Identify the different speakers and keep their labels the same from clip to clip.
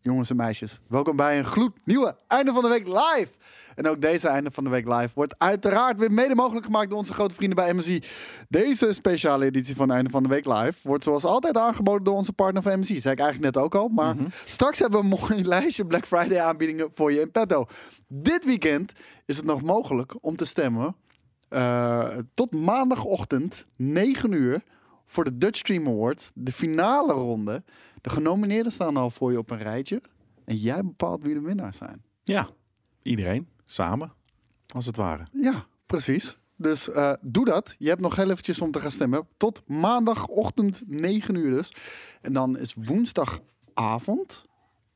Speaker 1: jongens en meisjes. Welkom bij een gloednieuwe Einde van de Week Live. En ook deze Einde van de Week Live wordt uiteraard weer mede mogelijk gemaakt door onze grote vrienden bij MSI. Deze speciale editie van Einde van de Week Live wordt zoals altijd aangeboden door onze partner van MSI. Zei ik eigenlijk net ook al, maar straks hebben we een mooi lijstje Black Friday aanbiedingen voor je in petto. Dit weekend is het nog mogelijk om te stemmen eh, tot maandagochtend 9 uur voor de Dutch Stream Awards, de finale ronde. De genomineerden staan al voor je op een rijtje. En jij bepaalt wie de winnaars zijn.
Speaker 2: Ja, iedereen. Samen, als het ware.
Speaker 1: Ja, precies. Dus eh, doe dat. Je hebt nog heel eventjes om te gaan stemmen. Tot maandagochtend 9 uur dus. En dan is woensdagavond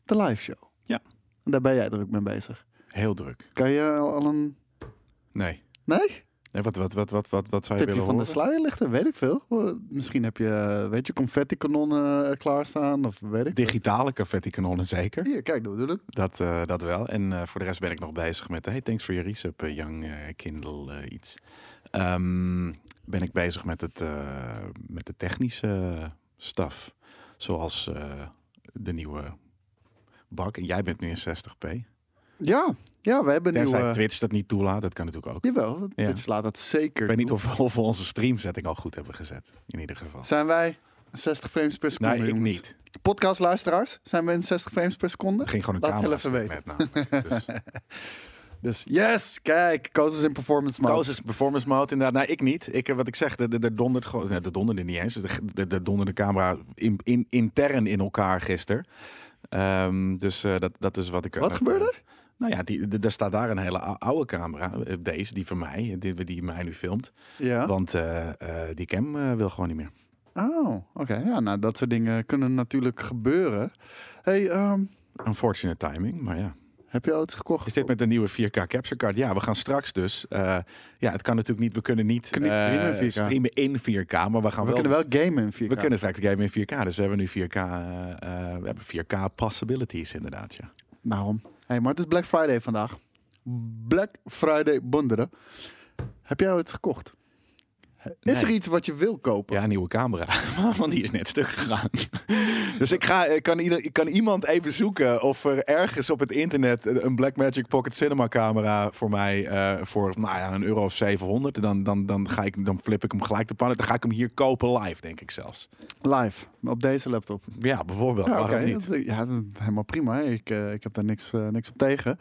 Speaker 1: de live show.
Speaker 2: Ja.
Speaker 1: En daar ben jij druk mee bezig.
Speaker 2: Heel druk.
Speaker 1: Kan je al een...
Speaker 2: Nee.
Speaker 1: Nee?
Speaker 2: nee wat, wat, wat, wat, wat, wat zou je
Speaker 1: Tipje van
Speaker 2: willen
Speaker 1: de
Speaker 2: horen?
Speaker 1: sluier lichten? Weet ik veel. Eh, Misschien heb je, eh, weet je, confetti-kanonnen eh, klaarstaan of weet ik.
Speaker 2: Digitale confetti-kanonnen zeker.
Speaker 1: Hier, kijk, doe doe- doe.
Speaker 2: Dat, eh, dat wel. En eh, voor de rest ben ik nog bezig met... Hey, thanks for your resub, eh, young eh, Kindle eh, iets. Ehm, ben ik bezig met, het, eh, met de technische staf. Zoals eh, de nieuwe bak. En jij bent nu in 60p.
Speaker 1: Ja, ja, we hebben nu...
Speaker 2: Tenzij
Speaker 1: eh,
Speaker 2: Twitch dat niet toelaat. Dat kan natuurlijk ook.
Speaker 1: Jawel,
Speaker 2: Ja.
Speaker 1: Twitch laat dat zeker
Speaker 2: Ik weet niet
Speaker 1: toe.
Speaker 2: of, of we onze streamzetting al goed hebben gezet. In ieder geval.
Speaker 1: Zijn wij 60 frames per seconde?
Speaker 2: Nee, ik
Speaker 1: jongens?
Speaker 2: niet.
Speaker 1: Podcastluisteraars, zijn we in 60 frames per seconde?
Speaker 2: Er ging gewoon een
Speaker 1: Laat
Speaker 2: camera
Speaker 1: het heel even
Speaker 2: stuk met namelijk. Dus.
Speaker 1: Dus yes, kijk, coaches in performance mode.
Speaker 2: Koos is performance mode inderdaad. Nou, ik niet. Ik, eh, wat ik zeg, de, de, de dondert gewoon... Nee, de donderde niet eens. De, de, de donderde camera in, in, intern in elkaar gisteren. Ehm, dus eh, dat, dat is wat ik...
Speaker 1: Wat gebeurde er?
Speaker 2: Nou ja, die, de- er staat daar een hele ou- oude camera. eh, Deze, die van mij. eh, Die, die mij nu filmt.
Speaker 1: Ja.
Speaker 2: Want eh, eh, die cam eh, wil gewoon niet meer.
Speaker 1: Oh, oké. Ja, nou, dat soort dingen kunnen natuurlijk gebeuren. hey, ehm,
Speaker 2: Unfortunate timing, maar ja.
Speaker 1: heb je al iets gekocht?
Speaker 2: Is dit met de nieuwe 4K capture card? Ja, we gaan straks dus. eh, ja, het kan natuurlijk niet. We kunnen niet,
Speaker 1: Kunnen niet streamen in
Speaker 2: eh,
Speaker 1: 4K.
Speaker 2: streamen in 4K, maar we gaan
Speaker 1: we
Speaker 2: wel. dus-
Speaker 1: kunnen wel gamen in 4K.
Speaker 2: We kunnen straks game in 4K. Dus we hebben nu 4K. eh, eh, we hebben 4K possibilities inderdaad. Ja.
Speaker 1: Daarom. hey, maar het is Black Friday vandaag. Black Friday bunderen. Heb jij al iets gekocht? Is er
Speaker 2: Nee.
Speaker 1: iets wat je wil kopen?
Speaker 2: ja, nieuwe camera. Want die is net stuk gegaan. dus ik ga. Ik kan, ieder, ik kan iemand even zoeken of er ergens op het internet een Blackmagic Pocket Cinema camera voor mij eh, voor nou ja, een euro of 700. En Dan, dan, dan, ga ik, dan flip ik hem gelijk de pan. uit. Dan ga ik hem hier kopen live, denk ik zelfs.
Speaker 1: Live, op deze laptop.
Speaker 2: Ja, bijvoorbeeld.
Speaker 1: Ja,
Speaker 2: waarom
Speaker 1: oké.
Speaker 2: niet?
Speaker 1: Dat- Ja, dat- helemaal prima. Ik, eh, ik heb daar niks, eh, niks op tegen.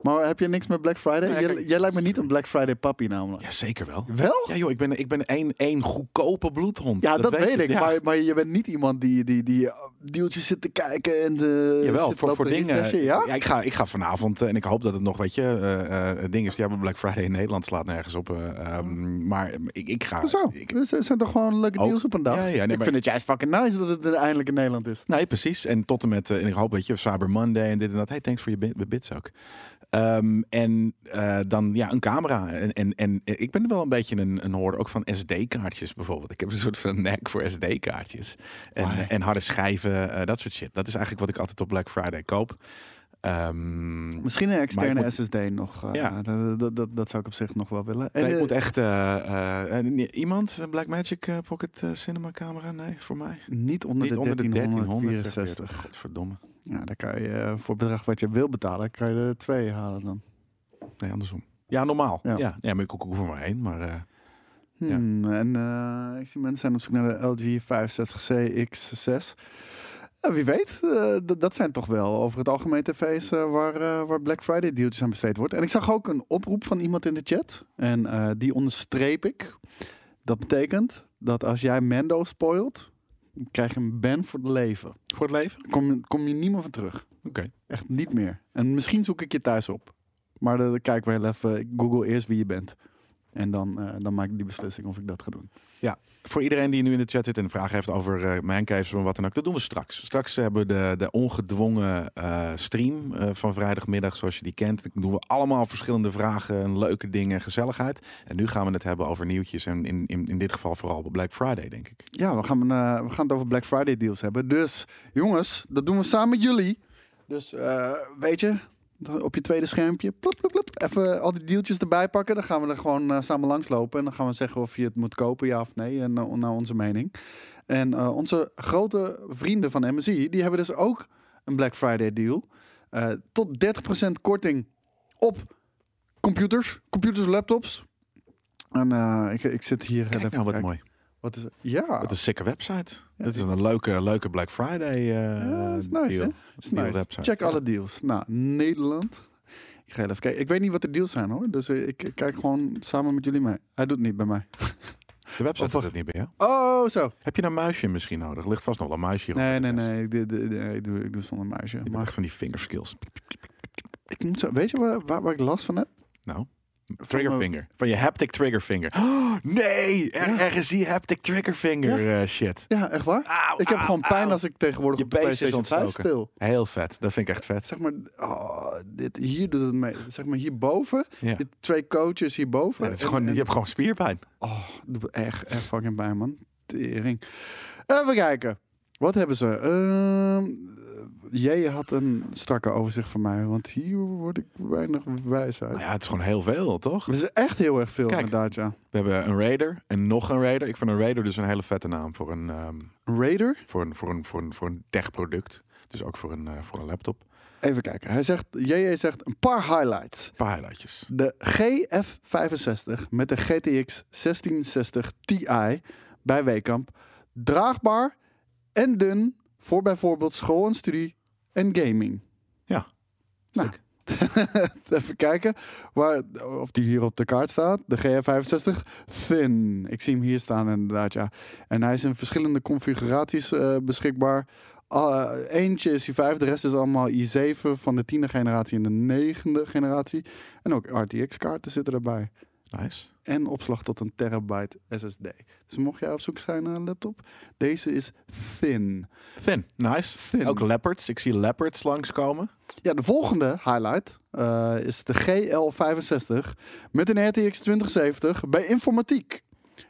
Speaker 1: Maar heb je niks met Black Friday?
Speaker 2: Nee,
Speaker 1: Jij-
Speaker 2: Nou kijk, dus-
Speaker 1: jij lijkt me niet een Black Friday papi namelijk.
Speaker 2: Ja, zeker wel.
Speaker 1: Wel?
Speaker 2: Ja joh, ik ben, ik ben één, één goedkope bloedhond.
Speaker 1: Ja, dat, weet
Speaker 2: je.
Speaker 1: ik.
Speaker 2: Ja.
Speaker 1: Maar, eh, maar je bent niet iemand die, die, die eh, deeltjes zit te kijken en de...
Speaker 2: Jawel,
Speaker 1: zit
Speaker 2: voor,
Speaker 1: lopen
Speaker 2: voor dingen. eh,
Speaker 1: refreshen, Ja?
Speaker 2: ik, ga, ik ga vanavond, eh, en ik hoop dat het nog, weet je, eh, eh, het ding is, ja, maar Black Friday in Nederland slaat nergens op.
Speaker 1: Oh.
Speaker 2: eh, ehm, maar ik, ik ga...
Speaker 1: Zo,
Speaker 2: ik-
Speaker 1: dus er zijn toch gewoon leuke
Speaker 2: Ook.
Speaker 1: deals op een dag?
Speaker 2: Ja, ja, nee,
Speaker 1: ik
Speaker 2: maar-
Speaker 1: vind het juist fucking nice dat het er eindelijk in Nederland is.
Speaker 2: Nee, precies. En tot en met, eh, en ik hoop, weet je, Cyber Monday en dit en dat. Hey, thanks voor je bi- bits ook. Ehm, en eh, dan, ja, een camera. En, en, en eh, ik ben wel een beetje een, een hoorder ook van SD-kaartjes bijvoorbeeld. Ik heb een soort van nek voor SD-kaartjes. En,
Speaker 1: Why?
Speaker 2: en harde schijven, eh, dat soort shit. Dat is eigenlijk wat ik altijd op Black Friday koop. Ehm,
Speaker 1: Misschien een externe
Speaker 2: ik moet-
Speaker 1: SSD nog. eh,
Speaker 2: Ja.
Speaker 1: dat, dat, dat, dat zou ik op zich nog wel willen. En,
Speaker 2: nee, ik
Speaker 1: eh,
Speaker 2: moet echt... eh, eh, eh, nee, iemand? Een Blackmagic eh, Pocket eh, Cinema camera? Nee, voor mij.
Speaker 1: Niet onder
Speaker 2: Niet
Speaker 1: de
Speaker 2: onder de
Speaker 1: 1364.
Speaker 2: 1364. Godverdomme.
Speaker 1: Ja, dan kan je eh, voor het bedrag wat je wil betalen, kan je er twee halen dan.
Speaker 2: Nee, andersom. Ja, normaal.
Speaker 1: Ja.
Speaker 2: Ja, ja. maar ik hoef er maar één, maar... eh, Ja.
Speaker 1: Hmm, En eh, ik zie mensen zijn op zoek naar de LG 65C X6. Ja, wie weet, eh, d- dat zijn toch wel over het algemeen tv's eh, waar, eh, waar Black Friday deeltjes aan besteed wordt. En ik zag ook een oproep van iemand in de chat. En eh, die onderstreep ik. Dat betekent dat als jij Mendo spoilt, krijg je een ban voor het leven.
Speaker 2: voor het leven?
Speaker 1: Kom, kom je niet meer van terug.
Speaker 2: Oké.
Speaker 1: Echt niet meer. En misschien zoek ik je thuis op. Maar dan kijk wel even. Ik google eerst wie je bent. En dan, eh, dan maak ik die beslissing of ik dat ga doen.
Speaker 2: Voor iedereen die nu in de chat zit en een vraag heeft over eh mancaves of wat dan ook, dat doen we straks. Straks hebben we de, de ongedwongen eh, stream eh, van vrijdagmiddag, zoals je die kent. Dan doen we allemaal verschillende vragen, en leuke dingen, gezelligheid. En nu gaan we het hebben over nieuwtjes en in, in, in dit geval vooral Black Friday, denk ik.
Speaker 1: Ja, we gaan, eh, we gaan het over Black Friday deals hebben. Dus jongens, dat doen we samen met jullie. Dus eh, weet je, op je tweede schermpje, plop, plop, plop, even al die deeltjes erbij pakken. Dan gaan we er gewoon eh, samen langs lopen. En dan gaan we zeggen of je het moet kopen, ja of nee. En eh, naar onze mening. En eh, onze grote vrienden van MSI, die hebben dus ook een Black Friday deal. Eh, tot 30% korting op computers, computers, laptops. En eh, ik, ik zit hier
Speaker 2: Kijk
Speaker 1: even
Speaker 2: nou, wat
Speaker 1: kijken.
Speaker 2: mooi.
Speaker 1: Wat is het? Ja,
Speaker 2: Wat een sikke website. Dit is een leuke, leuke Black Friday eh
Speaker 1: Ja, dat is nice,
Speaker 2: deal.
Speaker 1: hè? Dat is nice.
Speaker 2: Deal website.
Speaker 1: Check
Speaker 2: Ja.
Speaker 1: alle deals. Nou, Nederland. Ik ga even kijken. Ik weet niet wat de deals zijn hoor. Dus eh, ik ik kijk gewoon samen met jullie mee. Hij doet het niet bij mij.
Speaker 2: De website
Speaker 1: Of-
Speaker 2: doet het niet bij jou.
Speaker 1: Oh, zo.
Speaker 2: Heb je een muisje misschien nodig? Er ligt vast nog wel een muisje hier. op
Speaker 1: Nee,
Speaker 2: de
Speaker 1: nee,
Speaker 2: desk.
Speaker 1: nee. Ik, doe- doe- nee, ik doe, ik doe zonder muisje.
Speaker 2: Je
Speaker 1: Maar
Speaker 2: mag van die fingerskills.
Speaker 1: ik moet zo, weet je waar, waar, waar ik last van heb?
Speaker 2: Nou,
Speaker 1: Van mijn-
Speaker 2: triggerfinger. Van je haptic triggerfinger. Oh, nee! Er,
Speaker 1: Ja.
Speaker 2: Ergens die haptic triggerfinger eh, shit.
Speaker 1: Ja, echt waar?
Speaker 2: Au,
Speaker 1: Ik heb
Speaker 2: au,
Speaker 1: gewoon pijn
Speaker 2: au.
Speaker 1: als ik tegenwoordig
Speaker 2: Je
Speaker 1: op de
Speaker 2: beest is
Speaker 1: PlayStation 5
Speaker 2: ontstoken.
Speaker 1: speel.
Speaker 2: Heel vet. Dat vind ik echt vet.
Speaker 1: Zeg maar, oh, dit, hier doet het mee. Zeg maar hierboven.
Speaker 2: Ja.
Speaker 1: Die twee coaches hierboven.
Speaker 2: Ja, dat is
Speaker 1: En-
Speaker 2: gewoon,
Speaker 1: en-
Speaker 2: je hebt gewoon spierpijn.
Speaker 1: Oh, doet me echt, echt fucking pijn, man. Tering. Even kijken. Wat hebben ze? Ehm, jij had een strakke overzicht van mij, want hier word ik weinig wijs uit.
Speaker 2: Nou ja, het is gewoon heel veel, toch?
Speaker 1: Er is echt heel erg veel,
Speaker 2: Kijk.
Speaker 1: inderdaad, ja.
Speaker 2: We hebben een Raider en nog een Raider. Ik vind een Raider dus een hele vette naam voor een, ehm,
Speaker 1: Raider?
Speaker 2: voor een, voor een, voor een, voor een tech-product. Dus ook voor een, eh, voor een laptop.
Speaker 1: Even kijken. Hij zegt, JJ zegt een paar highlights.
Speaker 2: Een paar highlightjes.
Speaker 1: De GF65 met de GTX 1660 Ti bij Wekamp. Draagbaar en dun voor bijvoorbeeld school en studie en gaming.
Speaker 2: Ja.
Speaker 1: Nou, even kijken waar, of die hier op de kaart staat. De GF65 Fin. Ik zie hem hier staan inderdaad, ja. En hij is in verschillende configuraties eh, beschikbaar. Ah, eentje is i5, de rest is allemaal i7 van de 10e generatie en de negende generatie. En ook RTX-kaarten zitten erbij.
Speaker 2: Nice.
Speaker 1: En opslag tot een terabyte SSD. Dus mocht jij op zoek zijn naar een laptop, deze is thin.
Speaker 2: Thin. Nice.
Speaker 1: Thin.
Speaker 2: Ook leopards. Ik zie leopards langskomen.
Speaker 1: Ja, de volgende highlight eh, is de GL65 met een RTX 2070 bij informatiek.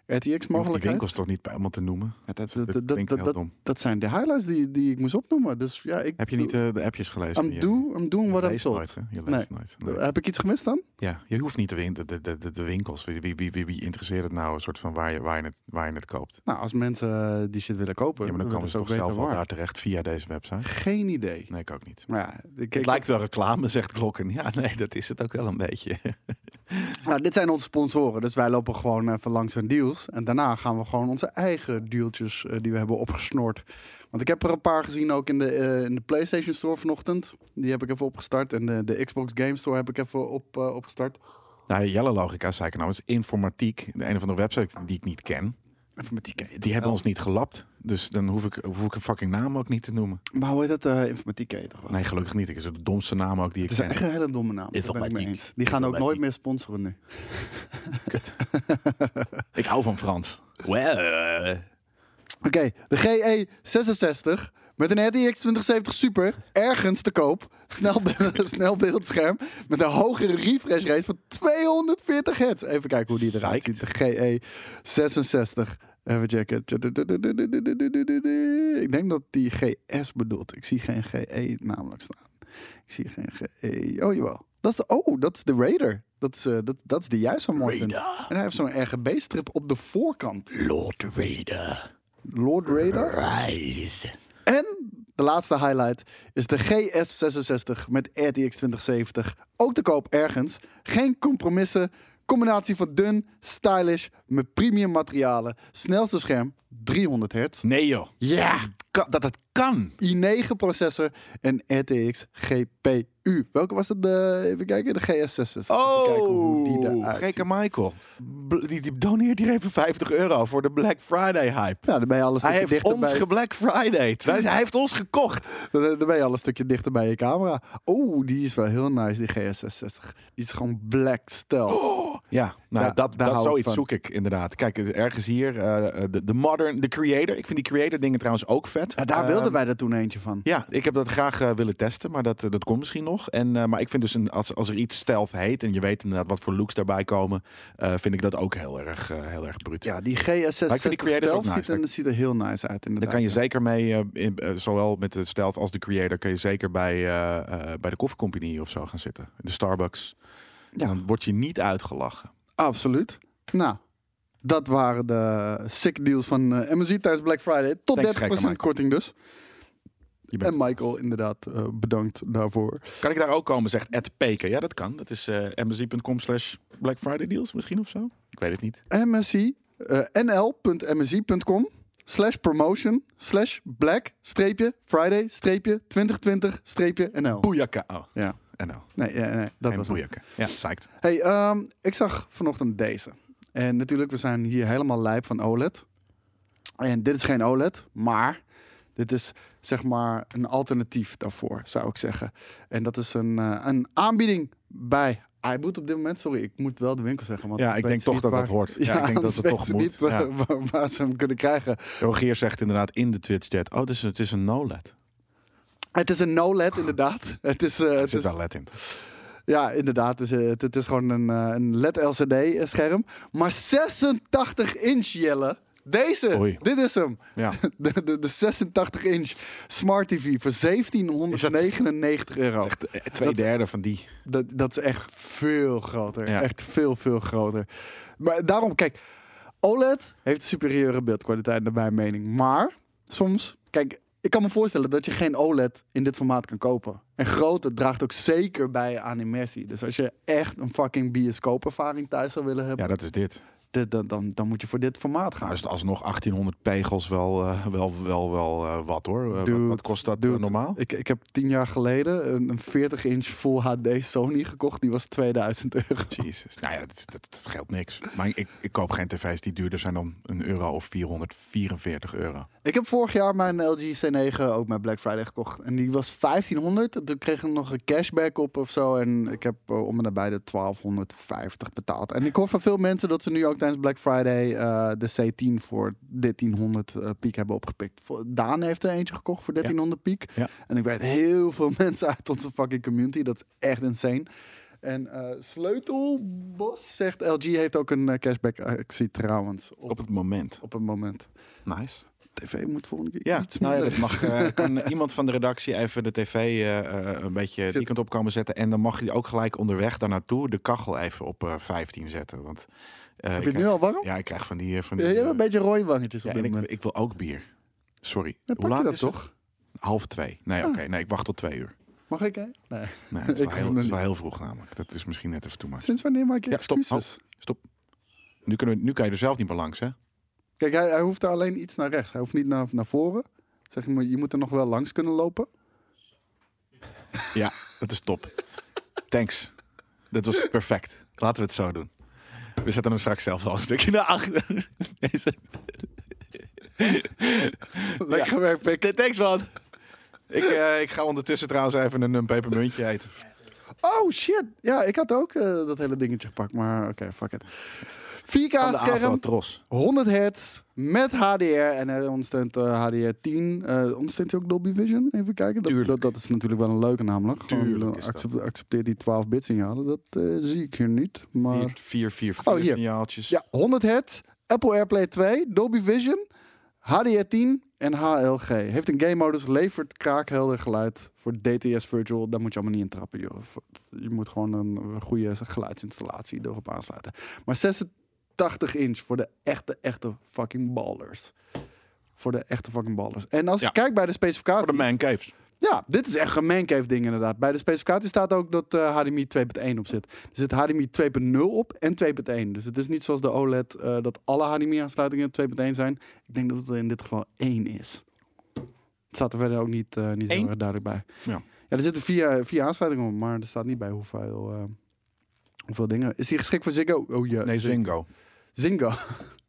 Speaker 1: RTX
Speaker 2: Je hoeft Oh, die
Speaker 1: mogelijkheid.
Speaker 2: winkels toch niet bij iemand te noemen?
Speaker 1: dat,
Speaker 2: Dat,
Speaker 1: dat, dat,
Speaker 2: klinkt
Speaker 1: dat,
Speaker 2: heel
Speaker 1: dat,
Speaker 2: dom.
Speaker 1: dat zijn de highlights die, die ik moest opnoemen. Dus ja, ik
Speaker 2: Heb je niet eh, de appjes gelezen?
Speaker 1: I'm,
Speaker 2: van je-
Speaker 1: do, I'm doing
Speaker 2: Je
Speaker 1: what I'm
Speaker 2: leest nooit,
Speaker 1: told.
Speaker 2: hè? Je leest nooit. Nee.
Speaker 1: Heb ik iets gemist dan?
Speaker 2: Ja, je hoeft niet de, win- de, de, de, de winkels. Wie, wie, wie, wie, wie interesseert het nou een soort van waar je, waar je, het, waar je het koopt?
Speaker 1: Nou, als mensen eh, die shit willen
Speaker 2: Ja,
Speaker 1: kopen,
Speaker 2: maar dan komen
Speaker 1: willen
Speaker 2: ze toch
Speaker 1: ook weten
Speaker 2: zelf al
Speaker 1: waar.
Speaker 2: daar terecht via deze website?
Speaker 1: Geen idee.
Speaker 2: Nee, ik ook niet.
Speaker 1: Maar ja, ik,
Speaker 2: Het
Speaker 1: ik-
Speaker 2: lijkt wel reclame, zegt Klokken. Ja, nee, dat is het ook wel een beetje.
Speaker 1: Nou, dit zijn onze sponsoren, dus wij lopen gewoon even langs hun deals. En daarna gaan we gewoon onze eigen dealtjes eh, die we hebben opgesnord. Want ik heb er een paar gezien ook in de, eh, in de PlayStation Store vanochtend. Die heb ik even opgestart. En de, de Xbox Game Store heb ik even op, eh, opgestart.
Speaker 2: Nou, Jelle Logica, zei ik nou, is informatiek. De een of andere website die ik niet ken.
Speaker 1: Even met die ken je
Speaker 2: Die hebben ons niet gelapt. Dus dan hoef ik, hoef ik een fucking naam ook niet te noemen.
Speaker 1: Maar hoe heet dat? eh informatiek ken je toch wel?
Speaker 2: Nee, gelukkig niet. Ik is de domste naam ook die ik
Speaker 1: Het is
Speaker 2: ken.
Speaker 1: echt een hele domme naam. Daar ben ik mee
Speaker 2: Informatiek.
Speaker 1: eens. Die gaan ook nooit
Speaker 2: Informatiek.
Speaker 1: meer sponsoren nu.
Speaker 2: Ik hou van Frans. Well, eh,
Speaker 1: Oké, de GE66 met een RTX 2070 Super ergens te koop. Snel, be- snel beeldscherm met een hogere refresh rate van 240 hertz. Even kijken hoe die eruit ziet.
Speaker 2: Psyched.
Speaker 1: De GE66. Even checken. Ik denk dat die GS bedoelt. Ik zie geen GE namelijk staan. Ik zie geen GE. Oh jawel. Dat is de, oh, dat is de Raider. Dat is, eh, dat, dat is die jij zo mooi vindt.
Speaker 2: Raider.
Speaker 1: En hij heeft zo'n RGB-strip op de voorkant.
Speaker 2: Lord Raider,
Speaker 1: Lord Raider.
Speaker 2: rise.
Speaker 1: En de laatste highlight is de GS66 met RTX 2070. Ook te koop ergens. Geen compromissen. Combinatie van dun, stylish, met premium materialen. Snelste scherm, 300 hertz.
Speaker 2: Nee joh,
Speaker 1: Ja!
Speaker 2: Ka- dat dat kan.
Speaker 1: i9 processor en RTX GPU. Welke was dat? De, even kijken, de GS66. even kijken hoe die
Speaker 2: Oh,
Speaker 1: eruit
Speaker 2: gekke
Speaker 1: ziet.
Speaker 2: Michael. B- Die, die doneert hier even 50 euro voor de Black Friday hype.
Speaker 1: Nou, dan ben je al een
Speaker 2: Hij
Speaker 1: stukje
Speaker 2: heeft
Speaker 1: dichter
Speaker 2: ons
Speaker 1: bij-
Speaker 2: ge Black Friday. Hij heeft ons gekocht.
Speaker 1: dan dan ben je al een stukje dichter bij je camera. Oh, die is wel heel nice, die GS66. Die is gewoon black stel.
Speaker 2: Ja, nou,
Speaker 1: Daar-
Speaker 2: dat,
Speaker 1: daar
Speaker 2: dat
Speaker 1: hou ik
Speaker 2: zoiets
Speaker 1: van.
Speaker 2: zoek ik inderdaad. Kijk, ergens hier, eh, de, de modern, de creator. Ik vind die creator dingen trouwens ook vet.
Speaker 1: Ja, daar
Speaker 2: Eh,
Speaker 1: wilden wij er toen eentje van.
Speaker 2: Ja, ik heb dat graag eh, willen testen, maar dat, eh, dat komt misschien nog. En, eh, maar ik vind dus, een, als, als er iets stealth heet en je weet inderdaad wat voor looks daarbij komen, eh, vind ik dat ook heel erg, eh, heel erg bruut.
Speaker 1: Ja, die GS66
Speaker 2: Maar ik vind die creators ook
Speaker 1: stealth
Speaker 2: nice,
Speaker 1: ziet, en, ziet er heel nice uit inderdaad.
Speaker 2: Daar kan je
Speaker 1: ja.
Speaker 2: zeker mee, eh, in- eh, zowel met de stealth als de creator, kun je zeker bij, eh, eh, bij de koffiecompagnie of zo gaan zitten. De Starbucks.
Speaker 1: Ja.
Speaker 2: Dan word je niet uitgelachen.
Speaker 1: Absoluut. Nou, dat waren de sick deals van eh MSI tijdens Black Friday. Tot
Speaker 2: Thanks,
Speaker 1: 30%
Speaker 2: gekke Michael.
Speaker 1: korting dus.
Speaker 2: Je bent-
Speaker 1: En Michael, inderdaad, eh, bedankt daarvoor.
Speaker 2: Kan ik daar ook komen, zegt Ed Peken. Ja, dat kan. Dat is eh msc.com slash Black Friday deals misschien of zo. Ik weet het niet.
Speaker 1: MSI, eh, nl.msi.com slash promotion slash black streepje Friday streepje 2020 streepje NL.
Speaker 2: Boeiaka. Oh,
Speaker 1: Ja,
Speaker 2: en nou.
Speaker 1: nee, ja, nee dat
Speaker 2: en
Speaker 1: was hem.
Speaker 2: boeiaka. Ja, psyched.
Speaker 1: Hey, ehm, ik zag vanochtend deze. En natuurlijk, we zijn hier helemaal lijp van OLED. En dit is geen OLED, maar dit is zeg maar een alternatief daarvoor, zou ik zeggen. En dat is een, eh, een aanbieding bij iBoot op dit moment. Sorry, ik moet wel de winkel zeggen. Want
Speaker 2: Ja,
Speaker 1: anders
Speaker 2: ik denk
Speaker 1: weten ze
Speaker 2: toch
Speaker 1: niet
Speaker 2: dat
Speaker 1: waar-
Speaker 2: dat hoort. Ja, ik denk dat
Speaker 1: anders
Speaker 2: het toch
Speaker 1: weten ze
Speaker 2: moet.
Speaker 1: niet eh,
Speaker 2: Ja.
Speaker 1: waar, waar ze hem kunnen krijgen.
Speaker 2: Rogier zegt inderdaad in de Twitch-chat... Oh, het is, het is een no-led.
Speaker 1: Het is een no-LED, inderdaad. Het is, eh,
Speaker 2: Er
Speaker 1: het
Speaker 2: zit
Speaker 1: is
Speaker 2: wel led in.
Speaker 1: Ja, inderdaad. Het is, eh, het, het is gewoon een, eh, een LED-LCD-scherm. Maar 86 inch, Jelle. Deze,
Speaker 2: Oei.
Speaker 1: dit is hem.
Speaker 2: Ja.
Speaker 1: De, de, de 86 inch Smart TV voor 1799 euro.
Speaker 2: Echt, eh, twee
Speaker 1: Dat-
Speaker 2: derde van die.
Speaker 1: Dat, dat is echt veel groter.
Speaker 2: Ja.
Speaker 1: Echt veel, veel groter. Maar daarom, kijk, OLED heeft superieure beeldkwaliteit naar mijn mening. Maar soms, kijk, ik kan me voorstellen dat je geen OLED in dit formaat kan kopen. En grootte draagt ook zeker bij aan immersie. Dus als je echt een fucking bioscoopervaring thuis zou willen hebben,
Speaker 2: Ja, dat is dit.
Speaker 1: dit- dan, dan, dan moet je voor dit formaat gaan.
Speaker 2: Nou, is het alsnog 1800 pegels wel, eh, wel, wel, wel eh, wat hoor. Eh, wat- wat,
Speaker 1: Dude,
Speaker 2: kost dat
Speaker 1: dude.
Speaker 2: eh, normaal?
Speaker 1: Ik, ik heb tien jaar geleden een, een 40 inch Full HD Sony gekocht. Die was 2000 euro.
Speaker 2: Jezus. Nou ja, dat, dat, dat scheelt niks. Maar ik, ik koop geen tv's die duurder zijn dan een euro of 444 euro.
Speaker 1: Ik heb vorig jaar mijn LG C9 ook met Black Friday gekocht. En die was 1500. En toen kreeg ik nog een cashback op of zo. En ik heb eh, om en nabij de 1250 betaald. En ik hoor van veel mensen dat ze nu ook tijdens Black Friday eh, de C10 voor 1300 eh, piek hebben opgepikt. Voor- Daan heeft er eentje gekocht voor 1300 piek.
Speaker 2: Ja.
Speaker 1: En ik weet heel veel mensen uit onze fucking community. Dat is echt insane. En eh, Sleutelbos zegt LG heeft ook een eh, cashback actie trouwens.
Speaker 2: Op
Speaker 1: Op,
Speaker 2: het moment.
Speaker 1: op een moment.
Speaker 2: Nice.
Speaker 1: TV moet volgende keer
Speaker 2: Ja,
Speaker 1: iets
Speaker 2: nou ja,
Speaker 1: minder.
Speaker 2: dat mag. eh, kan iemand van de redactie even de tv eh, eh, een beetje die kant op komen zetten. En dan mag je ook gelijk onderweg daar naartoe de kachel even op eh, 15 zetten. Want,
Speaker 1: Heb
Speaker 2: eh,
Speaker 1: je
Speaker 2: ik
Speaker 1: het
Speaker 2: krijg-
Speaker 1: nu al warm?
Speaker 2: Ja, ik krijg van die... eh, van
Speaker 1: Ja,
Speaker 2: die
Speaker 1: je hebt
Speaker 2: eh,
Speaker 1: een beetje rode wangetjes
Speaker 2: ja,
Speaker 1: op
Speaker 2: en
Speaker 1: dit
Speaker 2: ik,
Speaker 1: moment.
Speaker 2: ik wil ook bier. Sorry.
Speaker 1: Ja, pak
Speaker 2: Hoe
Speaker 1: je
Speaker 2: laat
Speaker 1: dat
Speaker 2: is het?
Speaker 1: toch?
Speaker 2: Half twee. Nee, oké. nee, ik wacht tot twee uur.
Speaker 1: Mag ik, hè? Nee.
Speaker 2: Nee, het is,
Speaker 1: Ik
Speaker 2: wel
Speaker 1: vond
Speaker 2: heel, het is
Speaker 1: het-
Speaker 2: wel heel vroeg namelijk. Dat is misschien net even toe maar.
Speaker 1: Sinds wanneer maak je
Speaker 2: Ja, stop.
Speaker 1: excuses?
Speaker 2: Stop. Nu, kunnen we, nu kan je er zelf niet meer langs, hè?
Speaker 1: Kijk, hij, hij hoeft er alleen iets naar rechts. Hij hoeft niet naar, naar voren. Zeg, je moet- je moet er nog wel langs kunnen lopen.
Speaker 2: Ja, dat is top. Thanks. Dat was perfect. Laten we het zo doen. We zetten hem straks zelf wel een stukje naar achter. Deze-
Speaker 1: Lekker gewerkt, Pik.
Speaker 2: Thanks, man. Ik, eh, ik ga ondertussen trouwens even een, een pepermuntje eten.
Speaker 1: Oh, shit. Ja, ik had ook eh, dat hele dingetje gepakt. Maar oké, fuck it. 4K-scherm,
Speaker 2: Tros.
Speaker 1: 100 hertz, met HDR. En hij ondersteunt eh, HDR 10. Eh ondersteunt hij ook Dolby Vision? Even kijken. Dat,
Speaker 2: Tuurlijk.
Speaker 1: dat, dat is natuurlijk wel een leuke namelijk. Gewoon,
Speaker 2: Tuurlijk
Speaker 1: eh,
Speaker 2: is dat.
Speaker 1: accep- accepteert die 12-bit signalen. Dat eh, zie ik hier niet. Maar...
Speaker 2: 4, 4, 4
Speaker 1: Oh, hier.
Speaker 2: signaaltjes.
Speaker 1: Ja, 100 hertz, Apple AirPlay 2, Dolby Vision, HDR10 en HLG. Heeft een game modus, levert kraakhelder geluid voor DTS Virtual. Daar moet je allemaal niet in trappen, joh. Je moet gewoon een goede geluidsinstallatie erop aansluiten. Maar 86 inch voor de echte, echte fucking ballers. Voor de echte fucking ballers. En als
Speaker 2: Ja.
Speaker 1: ik kijk bij de
Speaker 2: Voor de
Speaker 1: specificaties...
Speaker 2: man caves.
Speaker 1: Ja, dit is echt een mancave ding inderdaad. Bij de specificatie staat ook dat eh, HDMI 2.1 op zit. Er zit HDMI 2.0 op en 2.1. Dus het is niet zoals de OLED eh, dat alle HDMI-aansluitingen 2.1 zijn. Ik denk dat het er in dit geval één is. Het staat er verder ook niet, eh, niet heel
Speaker 2: Eén?
Speaker 1: erg duidelijk bij.
Speaker 2: Ja.
Speaker 1: ja er zitten vier, eh, vier aansluitingen op, maar er staat niet bij hoeveel, eh, hoeveel dingen. Is die geschikt voor Ziggo? Oh ja,
Speaker 2: Nee, Zingo.
Speaker 1: Zingo.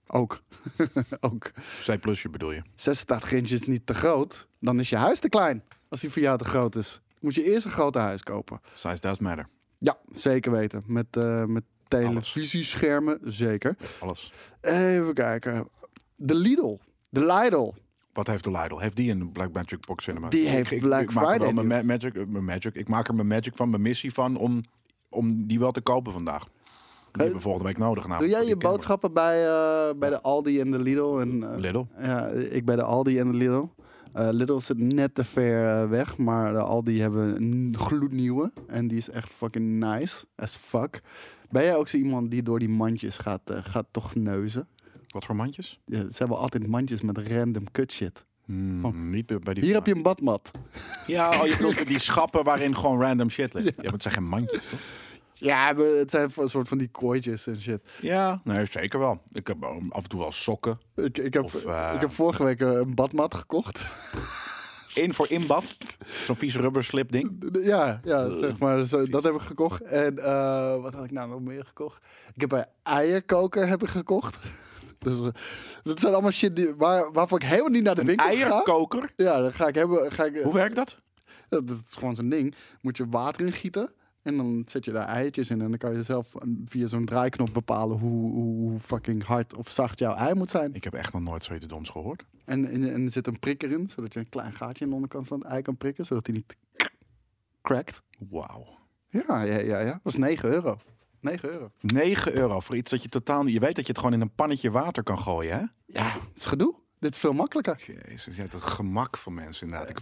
Speaker 1: ook. ook.
Speaker 2: C plusje bedoel je.
Speaker 1: 86 inch is niet te groot, dan is je huis te klein. Als die voor jou te groot is, moet je eerst een groter huis kopen.
Speaker 2: Size does matter.
Speaker 1: Ja, zeker weten. Met, eh, met televisieschermen, zeker.
Speaker 2: Alles.
Speaker 1: Even kijken. De Lidl. De Lidl.
Speaker 2: Wat heeft de Lidl? Heeft die een Black Magic Box Cinema?
Speaker 1: Die heeft Black
Speaker 2: ik maak er wel
Speaker 1: Friday
Speaker 2: Mijn ma- magic, eh, mijn magic. Ik maak er mijn magic van, mijn missie van, om, om die wel te kopen vandaag. Die hebben we volgende week nodig.
Speaker 1: Doe
Speaker 2: namelijk
Speaker 1: Eh, jij
Speaker 2: voor
Speaker 1: je
Speaker 2: die
Speaker 1: boodschappen bij, eh, bij de Aldi en de Lidl? En, eh,
Speaker 2: camera. Lidl?
Speaker 1: ja, ik bij de Aldi en de Lidl. Eh, Lidl zit net te ver eh, weg, maar de Aldi hebben een gloednieuwe. En die is echt fucking nice as fuck. Ben jij ook zo iemand die door die mandjes gaat, eh, gaat toch neuzen?
Speaker 2: Wat voor mandjes?
Speaker 1: Ja, ze hebben altijd mandjes met random kut shit.
Speaker 2: Hmm,
Speaker 1: Oh.
Speaker 2: Niet bij bij die
Speaker 1: Hier heb je een badmat.
Speaker 2: Ja, oh, je bedoelt met die schappen waarin gewoon random shit ligt. Ja, maar het zijn geen mandjes, toch?
Speaker 1: Ja, maar het zijn een soort van die kooitjes en shit.
Speaker 2: Ja, nee, zeker wel. Ik heb eh, af en toe wel sokken.
Speaker 1: Ik, ik, heb,
Speaker 2: Of, eh,
Speaker 1: ik heb vorige week eh, een badmat gekocht.
Speaker 2: In voor inbad. Zo'n vies rubber slip ding.
Speaker 1: Ja, ja zeg maar. zo- dat heb ik gekocht. En eh, wat had ik nou nog meer gekocht? Ik heb een eierkoker heb ik gekocht. Dus, eh, dat zijn allemaal shit die, waar, waarvoor ik helemaal niet naar de winkel ga.
Speaker 2: Eierkoker.
Speaker 1: Ja, dan ga ik hebben. Ga ik,
Speaker 2: Hoe werkt dat?
Speaker 1: dat, dat is gewoon zo'n ding. Moet je water ingieten. En dan zet je daar eitjes in. En dan kan je zelf eh, via zo'n draaiknop bepalen hoe, hoe, hoe fucking hard of zacht jouw ei moet zijn.
Speaker 2: Ik heb echt nog nooit zoiets doms gehoord.
Speaker 1: En, en, en er zit een prikker in, zodat je een klein gaatje aan de onderkant van het ei kan prikken, zodat hij niet crackt.
Speaker 2: Wauw.
Speaker 1: Ja, ja, ja, ja. Dat was 9 euro. 9 euro.
Speaker 2: 9 euro voor iets dat je totaal... niet- Je weet dat je het gewoon in een pannetje water kan gooien, hè?
Speaker 1: Ja, het is gedoe. Dit is veel makkelijker.
Speaker 2: Jezus, ja, dat gemak van mensen inderdaad. Ik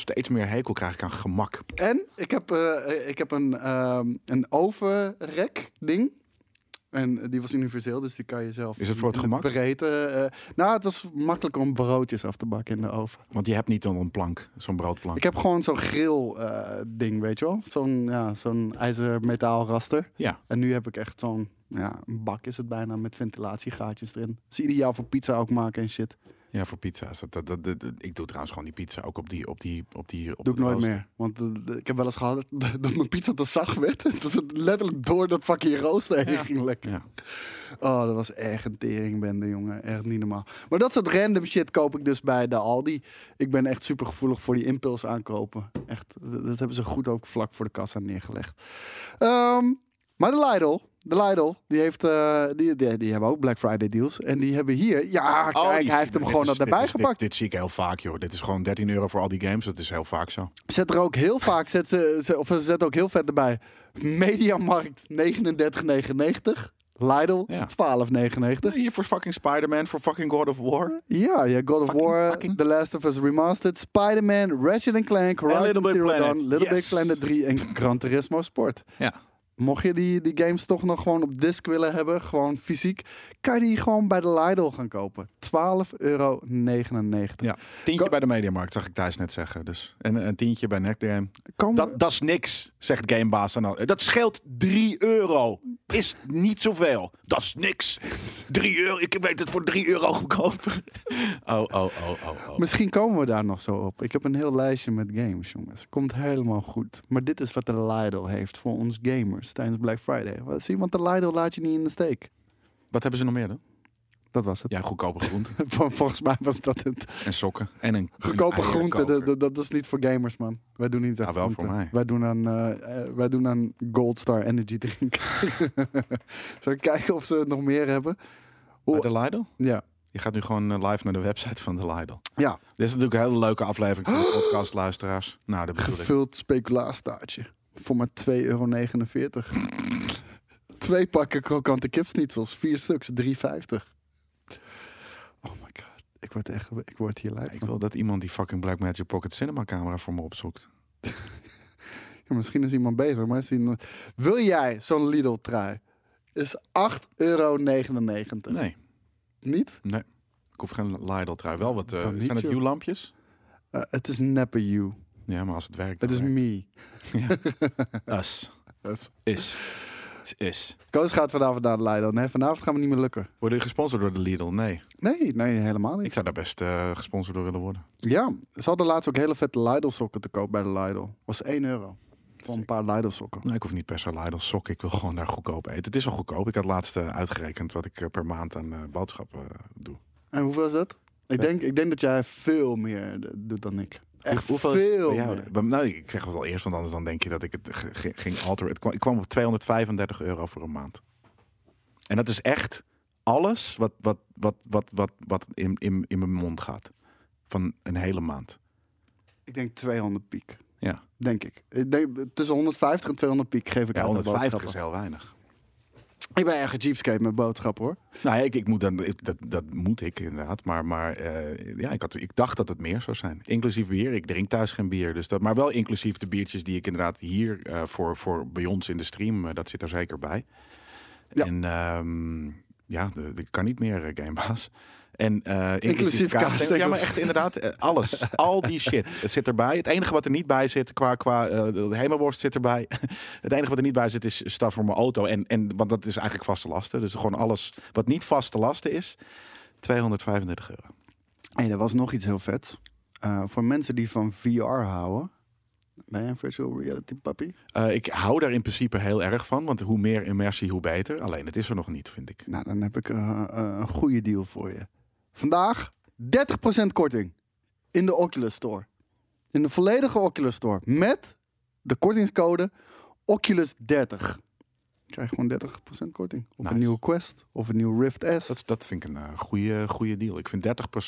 Speaker 2: steeds meer hekel krijg ik aan gemak.
Speaker 1: En ik heb, eh, ik heb een, ehm een ovenrek ding. En die was universeel, dus die kan je zelf
Speaker 2: Is het voor het
Speaker 1: in
Speaker 2: gemak?
Speaker 1: Breedte, eh, nou, het was makkelijker om broodjes af te bakken in de oven.
Speaker 2: Want je hebt niet dan een plank, zo'n broodplank.
Speaker 1: Ik heb gewoon zo'n grill eh, ding, weet je wel? Zo'n ja, zo'n ijzermetaal raster.
Speaker 2: Ja.
Speaker 1: En nu heb ik echt zo'n ja, een bak is het bijna met ventilatiegaatjes erin. Dat is ideaal voor pizza ook maken en shit.
Speaker 2: Ja, voor pizza's. Dat, dat, dat, dat- ik doe trouwens gewoon die pizza ook op die... Op die, op die op
Speaker 1: Doe ik
Speaker 2: de
Speaker 1: nooit
Speaker 2: rooster.
Speaker 1: meer. Want eh, d- ik heb wel eens gehad dat dat mijn pizza te zacht werd. Dat het letterlijk door dat fucking rooster heen
Speaker 2: Ja.
Speaker 1: ging lekker.
Speaker 2: Ja.
Speaker 1: Oh, dat was echt een teringbende, jongen. Echt niet normaal. Maar dat soort random shit koop ik dus bij de Aldi. Ik ben echt super gevoelig voor die impuls aankopen. Echt, d- dat hebben ze goed ook vlak voor de kassa neergelegd. Ehm, maar de Lidl, de Lidl, die, heeft, eh, die, die, die hebben ook Black Friday deals. En die hebben hier, ja,
Speaker 2: Oh,
Speaker 1: kijk,
Speaker 2: die
Speaker 1: hij heeft hem
Speaker 2: zie- dit
Speaker 1: gewoon
Speaker 2: is-
Speaker 1: dat
Speaker 2: dit
Speaker 1: erbij
Speaker 2: is- dit-
Speaker 1: gepakt.
Speaker 2: Dit, zie ik heel vaak, joh. Dit is gewoon 13 euro voor al die games. Dat is heel vaak zo.
Speaker 1: Zet er ook heel vaak, zet ze, ze- of ze zetten ook heel vet erbij. Mediamarkt 39,99. Lidl
Speaker 2: Ja.
Speaker 1: 12,99.
Speaker 2: Hier voor fucking Spider-Man, voor fucking God of War.
Speaker 1: Ja, ja, God of
Speaker 2: Fucking,
Speaker 1: War,
Speaker 2: fucking.
Speaker 1: The Last of Us Remastered, Spider-Man, Ratchet and Clank, Horizon
Speaker 2: Little Big
Speaker 1: Zero
Speaker 2: Planet.
Speaker 1: Dawn, Little Big
Speaker 2: Yes.
Speaker 1: Planet 3 en Gran Turismo Sport.
Speaker 2: Ja.
Speaker 1: Mocht je die, die games toch nog gewoon op disc willen hebben, gewoon fysiek, kan je die gewoon bij de Lidl gaan kopen. 12,99 euro.
Speaker 2: ja. Tientje
Speaker 1: Ko-
Speaker 2: bij de Mediamarkt, zag ik Thijs net zeggen. Dus. En een tientje bij Netgame.
Speaker 1: Komen-
Speaker 2: Dat, dat is niks, zegt Gamebaas. dan al. Dat scheelt 3 euro. Is niet zoveel. Dat is niks. 3 euro. Ik weet het voor 3 euro goedkoper. Oh, oh, oh, oh, oh.
Speaker 1: Misschien komen we daar nog zo op. Ik heb een heel lijstje met games, jongens. Komt helemaal goed. Maar dit is wat de Lidl heeft voor ons gamers tijdens Black Friday. Wat- Zie, want de Lidl laat je niet in de steek.
Speaker 2: Wat hebben ze nog meer dan?
Speaker 1: Dat was het.
Speaker 2: Ja, goedkope groenten
Speaker 1: Vol- Volgens mij was dat het.
Speaker 2: en sokken. En een
Speaker 1: Goedkope
Speaker 2: een
Speaker 1: groenten,
Speaker 2: eierkoker.
Speaker 1: dat, dat- dat is niet voor gamers, man. Wij doen niet aan
Speaker 2: Ja, Nou, wel voor
Speaker 1: groenten.
Speaker 2: mij.
Speaker 1: Wij doen aan, eh, eh, wij doen aan Gold Star Energy drinken. Zullen we kijken of ze nog meer hebben?
Speaker 2: Bij de Lidl?
Speaker 1: Ja.
Speaker 2: Je gaat nu gewoon eh, live naar de website van de Lidl.
Speaker 1: Ja,
Speaker 2: Dit is natuurlijk een hele leuke aflevering voor de podcast, luisteraars. Nou, dat bedoel ik.
Speaker 1: gevuld speculaastaartje. Voor maar 2,49 euro. Twee pakken krokante kipsnietsels. Vier stuks, 3,50. Oh my god. Ik word, echt, ik word hier lijp
Speaker 2: Ik
Speaker 1: van.
Speaker 2: wil dat iemand die fucking Blackmagic Pocket Cinema camera voor me opzoekt.
Speaker 1: Ja, misschien is iemand bezig, maar is die- Wil jij zo'n Lidl-trui? Is 8,99 euro.
Speaker 2: Nee,
Speaker 1: Niet?
Speaker 2: ik hoef geen Lidl trui. Wel wat, eh,
Speaker 1: Kan niet,
Speaker 2: zijn het
Speaker 1: joh.
Speaker 2: U-lampjes?
Speaker 1: Eh, het is neppe you.
Speaker 2: Ja, maar als het werkt.
Speaker 1: Het is
Speaker 2: dan
Speaker 1: me.
Speaker 2: werkt. Us.
Speaker 1: Dus
Speaker 2: Is. Is. is.
Speaker 1: Koos gaat vanavond naar de Lidl. Nee, vanavond gaan we niet meer lukken.
Speaker 2: Worden jullie gesponsord door de Lidl? Nee.
Speaker 1: Nee, nee, helemaal niet.
Speaker 2: Ik zou daar best eh, gesponsord door willen worden.
Speaker 1: Ja, ze hadden laatst ook hele vette Lidl-sokken te koop bij de Lidl. Was 1 euro. Voor een paar Lidl-sokken.
Speaker 2: Nee, ik hoef niet per se Lidl sokken. Ik wil gewoon daar goedkoop eten. Het is al goedkoop. Ik had laatst eh, uitgerekend wat ik eh, per maand aan eh, boodschappen eh, doe.
Speaker 1: En hoeveel is dat? Ik denk, ik denk dat jij veel meer d- doet dan ik. Echt
Speaker 2: Hoeveel is het
Speaker 1: veel
Speaker 2: bij jou?
Speaker 1: meer.
Speaker 2: Bij- nou, ik zeg het al eerst, want anders dan denk je dat ik het ge- ge- ging alteren. Het kwam, ik kwam op 235 euro voor een maand. En dat is echt alles wat, wat, wat, wat, wat, wat in, in, in mijn mond gaat. Van een hele maand.
Speaker 1: Ik denk 200 piek.
Speaker 2: Ja,
Speaker 1: Denk ik. ik denk, tussen 150 en 200 piek geef ik
Speaker 2: ja
Speaker 1: aan de
Speaker 2: 150 is
Speaker 1: boodschappen.
Speaker 2: heel weinig.
Speaker 1: Ik ben echt een cheapskate met boodschappen hoor.
Speaker 2: Nou, ja, ik, ik moet dan, ik- dat, dat moet ik inderdaad. Maar, maar eh, ja, ik, had, ik dacht dat het meer zou zijn. Inclusief bier. Ik drink thuis geen bier. Dus dat, maar wel inclusief de biertjes die ik inderdaad hier eh, voor, voor bij ons in de stream. eh, dat zit er zeker bij.
Speaker 1: Ja.
Speaker 2: En ehm, ja, de- de- ik kan niet meer, eh, Gamebaas. En, eh,
Speaker 1: Inclusief kaasstengels.
Speaker 2: Ja, maar echt inderdaad, eh, alles. Al die shit het zit erbij. Het enige wat er niet bij zit, qua, qua eh, de hemelworst zit erbij. het enige wat er niet bij zit, is staf voor mijn auto. En, en, want dat is eigenlijk vaste lasten. Dus gewoon alles wat niet vaste lasten is, 235 euro.
Speaker 1: Hey, er was nog iets heel vet. Eh, voor mensen die van VR houden. Ben je een virtual reality puppy?
Speaker 2: Eh, ik hou daar in principe heel erg van, want hoe meer immersie, hoe beter. Alleen het is er nog niet, vind ik.
Speaker 1: Nou, dan heb ik eh, eh, een goede deal voor je. Vandaag 30% korting in de Oculus Store. In de volledige Oculus Store. Met de kortingscode Oculus30. Krijg je gewoon 30% korting. Op
Speaker 2: Nice.
Speaker 1: een nieuwe Quest of een nieuwe Rift S.
Speaker 2: Dat, dat vind ik een eh, goede, goede deal. Ik vind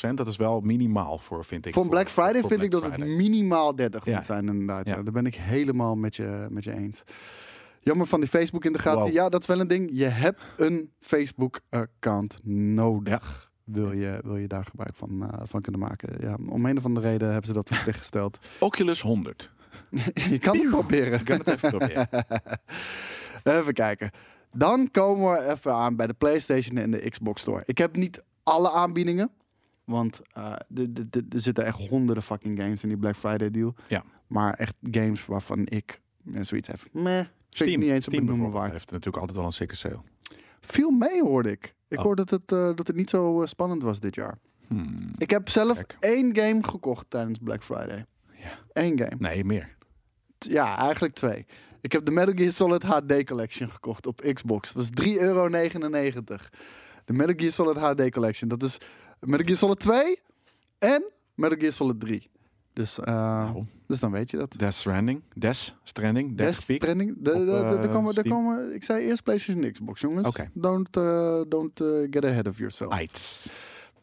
Speaker 2: 30%, dat is wel minimaal voor, vind ik.
Speaker 1: Voor een Black Friday
Speaker 2: voor
Speaker 1: vind ik
Speaker 2: Black
Speaker 1: dat
Speaker 2: Friday.
Speaker 1: het minimaal 30
Speaker 2: Ja.
Speaker 1: moet zijn inderdaad. Ja.
Speaker 2: Ja.
Speaker 1: Daar ben ik helemaal met je, met je eens. Jammer van die Facebook in de gaten.
Speaker 2: Wow.
Speaker 1: Ja, dat is wel een ding. Je hebt een Facebook-account nodig. Wil, je, wil je daar gebruik van, eh, van kunnen maken. Ja, om een of andere reden hebben ze dat verplicht gesteld.
Speaker 2: Oculus 100.
Speaker 1: je kan het proberen.
Speaker 2: Ik kan het even proberen.
Speaker 1: Even kijken. Dan komen we even aan bij de PlayStation en de Xbox Store. Ik heb niet alle aanbiedingen. Want eh, de- de- de- er zitten echt honderden fucking games in die Black Friday deal.
Speaker 2: Ja.
Speaker 1: Maar echt games waarvan ik eh, zoiets heb. Meh, vind ik
Speaker 2: Steam,
Speaker 1: niet eens een
Speaker 2: Steam
Speaker 1: benoemen
Speaker 2: bijvoorbeeld
Speaker 1: waard.
Speaker 2: heeft natuurlijk altijd wel een sikke sale.
Speaker 1: Viel mee hoorde ik. Ik
Speaker 2: Oh.
Speaker 1: hoorde dat het, eh, dat het niet zo eh, spannend was dit jaar.
Speaker 2: Hmm.
Speaker 1: Ik heb zelf
Speaker 2: Kijk.
Speaker 1: één game gekocht tijdens Black Friday.
Speaker 2: Ja.
Speaker 1: Eén game.
Speaker 2: Nee, meer.
Speaker 1: T- Ja, eigenlijk twee. Ik heb de Metal Gear Solid HD Collection gekocht op Xbox. Dat was 3,99 euro. De Metal Gear Solid HD Collection. Dat is Metal Gear Solid 2 en Metal Gear Solid 3. Dus, eh,
Speaker 2: Nou,
Speaker 1: dus dan weet je dat.
Speaker 2: Death Stranding. Death Stranding. Death
Speaker 1: Death
Speaker 2: Peak.
Speaker 1: Stranding. De, de,
Speaker 2: op,
Speaker 1: de-
Speaker 2: eh,
Speaker 1: daar komen, daar
Speaker 2: Steam.
Speaker 1: komen, ik zei eerst PlayStation en Xbox, jongens.
Speaker 2: Oké.
Speaker 1: Don't, eh, don't eh, get ahead of yourself.
Speaker 2: Aids.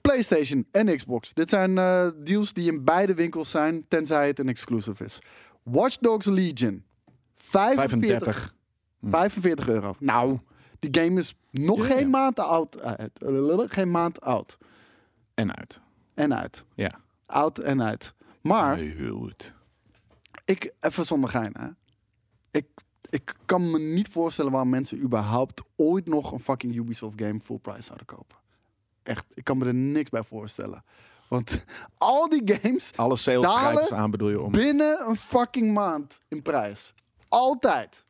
Speaker 1: PlayStation en Xbox. Dit zijn eh, deals die in beide winkels zijn, tenzij het een exclusive is. Watch Dogs Legion. 45
Speaker 2: 35.
Speaker 1: 45 euro. Nou, die game is nog
Speaker 2: Mm. Ja,
Speaker 1: geen
Speaker 2: ja.
Speaker 1: maand oud. uit. Lullig, Geen maand oud.
Speaker 2: En uit.
Speaker 1: En uit.
Speaker 2: Ja.
Speaker 1: Oud en uit. Maar
Speaker 2: Heel goed.
Speaker 1: ik, even zonder gein, hè. Ik, ik kan me niet voorstellen waar mensen überhaupt ooit nog een fucking Ubisoft game full price zouden kopen. Echt, ik kan me er niks bij voorstellen. Want al die games
Speaker 2: Alle sales
Speaker 1: Dalen?
Speaker 2: schrijven ze aan, bedoel je? Om...
Speaker 1: binnen een fucking maand in prijs. Altijd.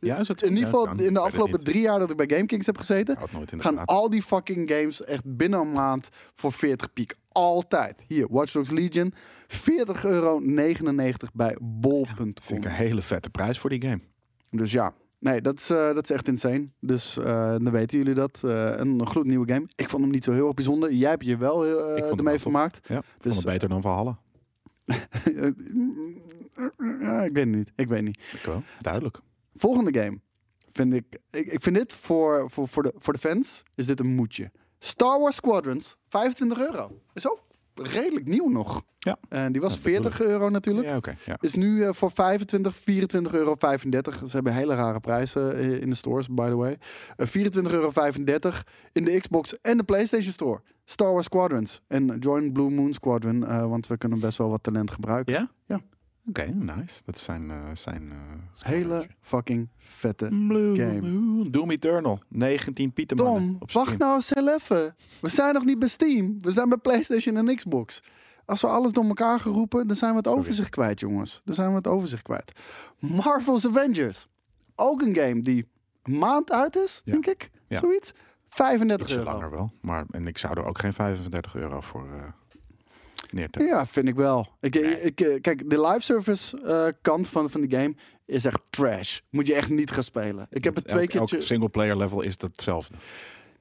Speaker 2: Ja, is het
Speaker 1: In ieder
Speaker 2: Ja,
Speaker 1: geval
Speaker 2: kan.
Speaker 1: in
Speaker 2: Ik
Speaker 1: de
Speaker 2: weet het
Speaker 1: afgelopen
Speaker 2: niet.
Speaker 1: drie jaar dat ik bij GameKings heb gezeten,
Speaker 2: Ik hou het nooit in de
Speaker 1: gaan
Speaker 2: gaten.
Speaker 1: al die fucking games echt binnen een maand voor 40 piek. Altijd. Hier, Watch Dogs Legion, 40,99 euro bij bol.com.
Speaker 2: Vind ik een hele vette prijs voor die game.
Speaker 1: dus ja, nee, dat is, eh, dat is echt insane. Dus eh, dan weten jullie dat. Eh, een gloednieuwe game. Ik vond hem niet zo heel erg bijzonder. Jij hebt je wel
Speaker 2: Ik
Speaker 1: eh
Speaker 2: vond hem wel
Speaker 1: ermee
Speaker 2: top.
Speaker 1: vermaakt. Eh,
Speaker 2: Ja, ik
Speaker 1: Dus,
Speaker 2: vond het beter dan Valhalla.
Speaker 1: mm, Ja, mm, ik weet het niet. Ik weet niet.
Speaker 2: Ik wel. Duidelijk.
Speaker 1: Volgende game. Vind ik, ik, ik vind dit voor, voor, voor, de, voor de fans is dit een moedje. Star Wars Squadrons, 25 euro. Is ook redelijk nieuw nog.
Speaker 2: Ja.
Speaker 1: En die was
Speaker 2: Ja, dat
Speaker 1: 40 euro natuurlijk.
Speaker 2: Ja, oké. Ja.
Speaker 1: Is nu eh, voor 25, 24 euro 35. Ze hebben hele rare prijzen eh, in de stores, by the way. Eh 24 euro 35 in de Xbox en de PlayStation Store. Star Wars Squadrons. En join Blue Moon Squadron, eh, want we kunnen best wel wat talent gebruiken.
Speaker 2: Ja?
Speaker 1: Ja.
Speaker 2: Oké, nice. Dat zijn... eh zijn eh,
Speaker 1: Hele fucking
Speaker 2: Mm.
Speaker 1: vette
Speaker 2: Blue
Speaker 1: game.
Speaker 2: Moon. Doom Eternal. 19 Pieterman.
Speaker 1: Tom, wacht nou eens heel even. We zijn nog niet bij Steam. We zijn bij PlayStation en Xbox. Als we alles door elkaar geroepen, dan zijn we het overzicht kwijt, jongens. Dan zijn we het overzicht kwijt. Marvel's Avengers. Ook een game die een maand uit is,
Speaker 2: Ja.
Speaker 1: denk ik.
Speaker 2: Ja.
Speaker 1: Zoiets. 35
Speaker 2: Ietsje
Speaker 1: euro.
Speaker 2: langer wel. Maar, en ik zou er ook geen 35 euro voor eh neer te...
Speaker 1: Ja, vind ik wel. Ik,
Speaker 2: Nee.
Speaker 1: ik, eh, kijk, de live service eh, kant van, van de game is echt trash. Moet je echt niet gaan spelen. Ik heb het twee
Speaker 2: Elk-
Speaker 1: keer...
Speaker 2: elk single-player level is dat hetzelfde.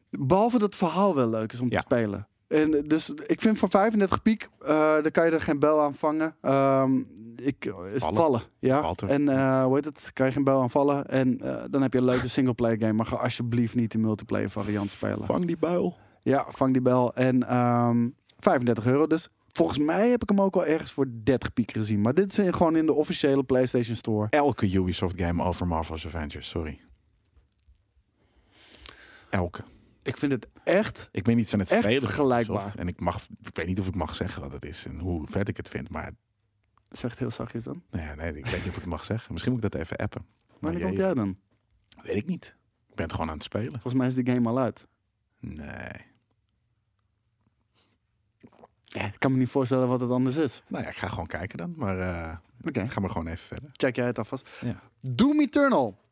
Speaker 1: Behalve dat het verhaal wel leuk is om
Speaker 2: Ja.
Speaker 1: te spelen. En eh, dus ik vind voor 35 piek, eh dan kan je er geen bel aan vangen. Ehm, ik, is
Speaker 2: Vallen.
Speaker 1: vallen. ja.
Speaker 2: Valt er.
Speaker 1: En eh, hoe heet het? Kan je geen bel aan vallen. En eh, dan heb je een leuke singleplayer game. Maar ga alsjeblieft niet de multiplayer variant spelen.
Speaker 2: Vang die buil.
Speaker 1: Ja, vang die bel. En ehm, 35 euro. Dus volgens mij heb ik hem ook al ergens voor 30 piek gezien. Maar dit is in- gewoon in de officiële PlayStation Store.
Speaker 2: Elke Ubisoft game over Marvel's Avengers, sorry. Elke.
Speaker 1: Ik vind het echt
Speaker 2: Ik ben niet aan het
Speaker 1: Echt
Speaker 2: spelen. van
Speaker 1: vergelijkbaar.
Speaker 2: Ubisoft. En ik mag, ik weet niet of ik mag zeggen wat het is en hoe vet ik het vind. Maar
Speaker 1: Zegt heel zachtjes dan.
Speaker 2: nou ja, nee, ik weet niet of ik het mag zeggen. Misschien moet ik dat even appen. Maar
Speaker 1: Wanneer
Speaker 2: jee,
Speaker 1: komt jij dan?
Speaker 2: Weet ik niet. Ik ben het gewoon aan het spelen.
Speaker 1: Volgens mij is die game al uit.
Speaker 2: Nee.
Speaker 1: Ja, ik kan me niet voorstellen wat het anders is.
Speaker 2: Nou ja, ik ga gewoon kijken dan. Maar eh,
Speaker 1: Oké,
Speaker 2: ik ga maar gewoon even verder.
Speaker 1: check jij het alvast.
Speaker 2: Ja.
Speaker 1: Doom Eternal.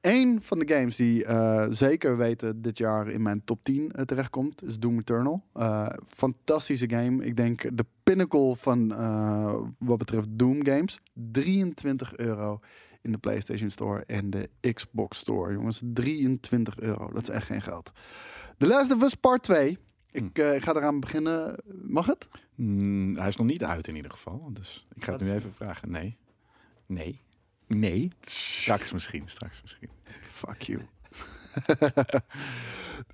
Speaker 1: Eén van de games die eh, zeker weten dit jaar in mijn top 10 eh, terechtkomt, is Doom Eternal. Eh, fantastische game. Ik denk de pinnacle van eh, wat betreft Doom games. 23 euro in de PlayStation Store en de Xbox Store. Jongens, 23 euro. Dat is echt geen geld. The Last of Us Part 2. Ik, eh, ik ga eraan beginnen. Mag het?
Speaker 2: Mm, hij is nog niet uit in ieder geval. Dus ik ga het
Speaker 1: Dat-
Speaker 2: nu even vragen. Nee. Nee. Nee. Straks misschien. Straks misschien.
Speaker 1: Fuck you.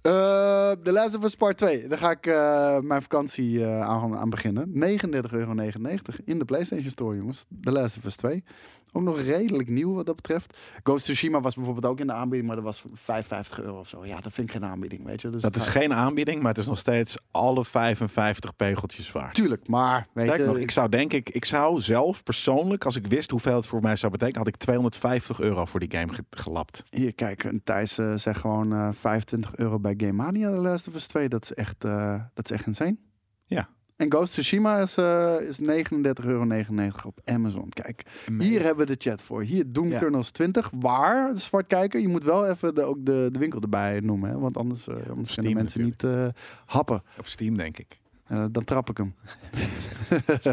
Speaker 1: Eh The Last of Us Part 2. Daar ga ik eh, mijn vakantie eh, aan, aan beginnen. 39,99 euro in de PlayStation Store, jongens. The Last of Us 2. Ook nog redelijk nieuw wat dat betreft. Ghost of Tsushima was bijvoorbeeld ook in de aanbieding, maar dat was 55 euro of zo. Ja, dat vind ik geen aanbieding, weet je. Dus
Speaker 2: Dat is
Speaker 1: geen.
Speaker 2: geen aanbieding, maar het is nog steeds alle 55 pegeltjes waard.
Speaker 1: Tuurlijk, maar weet
Speaker 2: Sterker
Speaker 1: je...
Speaker 2: nog, ik zou denk ik, ik zou zelf persoonlijk, als ik wist hoeveel het voor mij zou betekenen, had ik 250 euro voor die game ge- gelapt.
Speaker 1: Hier, kijk, een Thijs eh, zegt gewoon eh 25 euro bij Game Mania de Last of Us 2. Dat is echt, eh dat is echt insane.
Speaker 2: Ja.
Speaker 1: En Ghost of Tsushima is, eh is 39,99 euro op Amazon. Kijk, hier hebben we de chat voor. Hier, Doom
Speaker 2: Ja.
Speaker 1: Eternal is 20. Waar? Zwart kijken. Je moet wel even de, ook de, de winkel erbij noemen. Hè? Want anders, eh, anders
Speaker 2: Steam
Speaker 1: kunnen mensen niet eh, happen.
Speaker 2: Op Steam, denk ik.
Speaker 1: Eh, dan trap ik hem.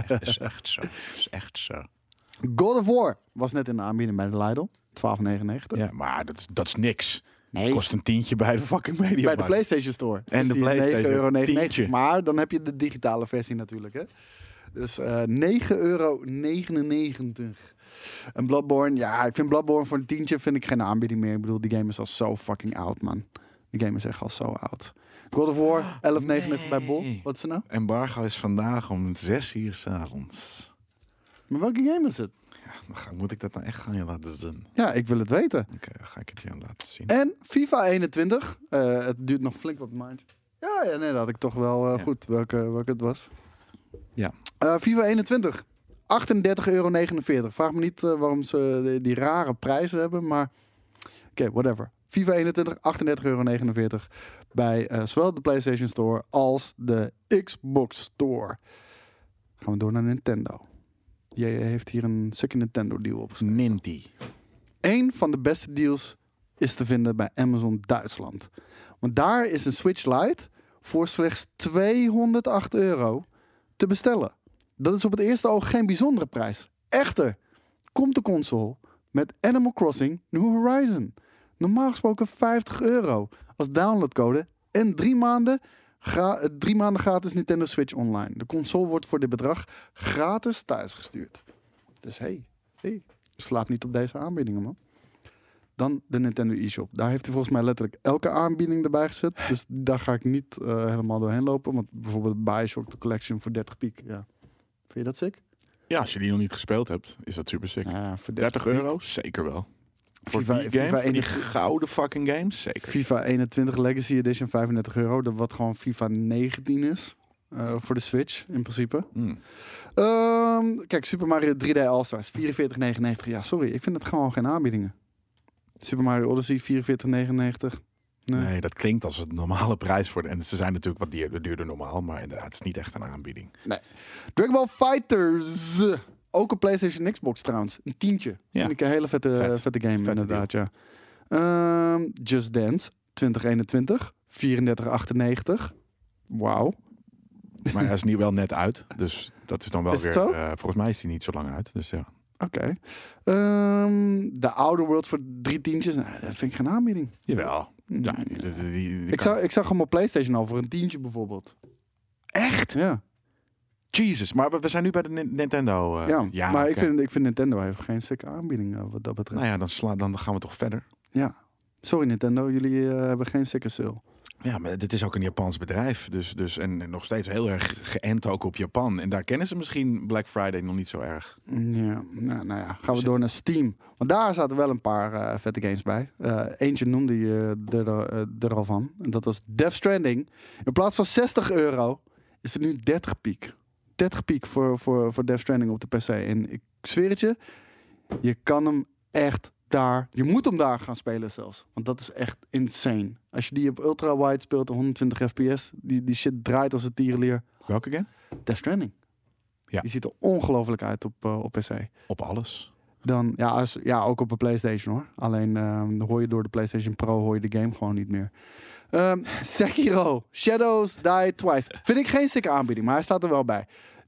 Speaker 2: Dat is echt zo. Dat is echt zo.
Speaker 1: God of War was net in de aanbieding bij de Lidl. 12,99.
Speaker 2: Ja, maar dat is, dat is niks.
Speaker 1: Nee.
Speaker 2: Kost een tientje bij de fucking media.
Speaker 1: Bij de PlayStation Store.
Speaker 2: En de
Speaker 1: die
Speaker 2: PlayStation,
Speaker 1: 9,99
Speaker 2: tientje.
Speaker 1: Maar dan heb je de digitale versie natuurlijk. Hè? Dus eh 9,99 euro. En Bloodborne, ja, ik vind Bloodborne voor een tientje vind ik geen aanbieding meer. Ik bedoel, die game is al zo fucking oud, man. Die game is echt al zo oud. God of War, 11,99 bij Bol.
Speaker 2: Nee.
Speaker 1: Wat is er nou?
Speaker 2: Embargo is vandaag om 6 uur s'avonds.
Speaker 1: Maar welke game is het?
Speaker 2: Dan ga- Moet ik dat nou echt gaan je laten zien?
Speaker 1: Ja, ik wil het weten.
Speaker 2: Oké, dan ga ik het je laten zien.
Speaker 1: En FIFA 21. Eh, het duurt nog flink wat maand. Ja, ja, nee, dat had ik toch wel eh,
Speaker 2: Ja.
Speaker 1: goed welke, welke het was.
Speaker 2: Ja.
Speaker 1: Eh, FIFA 21. 38,49 euro. Vraag me niet eh, waarom ze die, die rare prijzen hebben, maar oké, whatever. FIFA 21, 38,49 euro bij eh, zowel de PlayStation Store als de Xbox Store. Gaan we door naar Nintendo. Jij heeft hier een stukje Nintendo deal op.
Speaker 2: Ninty.
Speaker 1: Eén van de beste deals is te vinden bij Amazon Duitsland. Want daar is een Switch Lite voor slechts 208 euro te bestellen. Dat is op het eerste oog geen bijzondere prijs. Echter, komt de console met Animal Crossing New Horizon. Normaal gesproken 50 euro als downloadcode en drie maanden, gra- eh, drie maanden gratis Nintendo Switch online. De console wordt voor dit bedrag gratis thuisgestuurd. Dus hey, hey, slaap niet op deze aanbiedingen, man. Dan de Nintendo eShop. Daar heeft hij volgens mij letterlijk elke aanbieding erbij gezet. Dus daar ga ik niet eh, helemaal doorheen lopen. Want bijvoorbeeld Bioshock The Collection voor 30 piek. Ja. Vind je dat sick?
Speaker 2: Ja, als je die nog niet gespeeld hebt, is dat super sick.
Speaker 1: Ja, voor
Speaker 2: 30
Speaker 1: piek.
Speaker 2: euro? Zeker wel. Voor
Speaker 1: FIFA-
Speaker 2: die game?
Speaker 1: FIFA
Speaker 2: voor die
Speaker 1: 21.
Speaker 2: gouden fucking games? Zeker.
Speaker 1: FIFA 21 Legacy Edition 35 euro. dat Wat gewoon FIFA 19 is. eh, voor de Switch in principe.
Speaker 2: Hmm.
Speaker 1: Ehm, kijk, Super Mario 3D All-Stars 44,99. Ja, sorry. Ik vind het gewoon geen aanbiedingen. Super Mario Odyssey 44,99. Nee.
Speaker 2: Nee. dat klinkt als een normale prijs voor de... En ze zijn natuurlijk wat duur- duurder normaal, maar inderdaad, het is niet echt een aanbieding.
Speaker 1: Dragon Ball Fighters. Ook een PlayStation en Xbox trouwens. Een tientje.
Speaker 2: Ja.
Speaker 1: Vind ik een hele vette,
Speaker 2: Vet.
Speaker 1: vette game
Speaker 2: Vette
Speaker 1: inderdaad, ja. Ehm, Just Dance 2021. 34,98. Wauw.
Speaker 2: Maar hij is nu wel net uit, dus dat is dan wel
Speaker 1: Is
Speaker 2: weer...
Speaker 1: het zo?
Speaker 2: eh, volgens mij is die niet zo lang uit, dus ja.
Speaker 1: Oké. Ehm, de Outer World voor drie tientjes. Nou, dat vind ik geen aanbieding.
Speaker 2: Jawel. Ja,
Speaker 1: Mm.
Speaker 2: die- die- die- die
Speaker 1: ik,
Speaker 2: kan-
Speaker 1: zag, ik zag hem op PlayStation al voor een tientje bijvoorbeeld.
Speaker 2: Echt?
Speaker 1: Ja,
Speaker 2: Jesus, maar we we zijn nu bij de Nin- Nintendo. eh,
Speaker 1: ja. maar ik,
Speaker 2: oké.
Speaker 1: vind, ik vind Nintendo heeft geen stuk aanbieding eh, wat dat betreft.
Speaker 2: Nou ja, dan, sla, dan gaan we toch verder.
Speaker 1: Sorry Nintendo, jullie eh, hebben geen sikke sale.
Speaker 2: Ja, maar dit is ook een Japans bedrijf. Dus, dus, en, en nog steeds heel erg geënt ook op Japan. En daar kennen ze misschien Black Friday nog niet zo erg.
Speaker 1: Ja, nou, nou ja, gaan we door naar Steam. Want daar zaten wel een paar eh, vette games bij. Eh, eentje noemde je eh, er, er, er al van. En dat was Death Stranding. In plaats van 60 euro is het nu 30 piek. 30 piek voor, voor, voor Death Stranding op de PC. En ik zweer het je, je kan hem echt daar. Je moet hem daar gaan spelen zelfs. Want dat is echt insane. Als je die op ultra wide speelt, 120 fps, die, die shit draait als een tierenlier.
Speaker 2: Welke game?
Speaker 1: Death Stranding.
Speaker 2: Ja.
Speaker 1: Die ziet er ongelooflijk uit op, eh, op PC.
Speaker 2: Op alles.
Speaker 1: Dan, ja, als, ja, ook op een PlayStation hoor. Alleen ehm, dan hoor je door de PlayStation Pro hoor je de game gewoon niet meer. Ehm, Sekiro, Shadows Die Twice. Vind ik geen sikke aanbieding, maar hij staat er wel bij.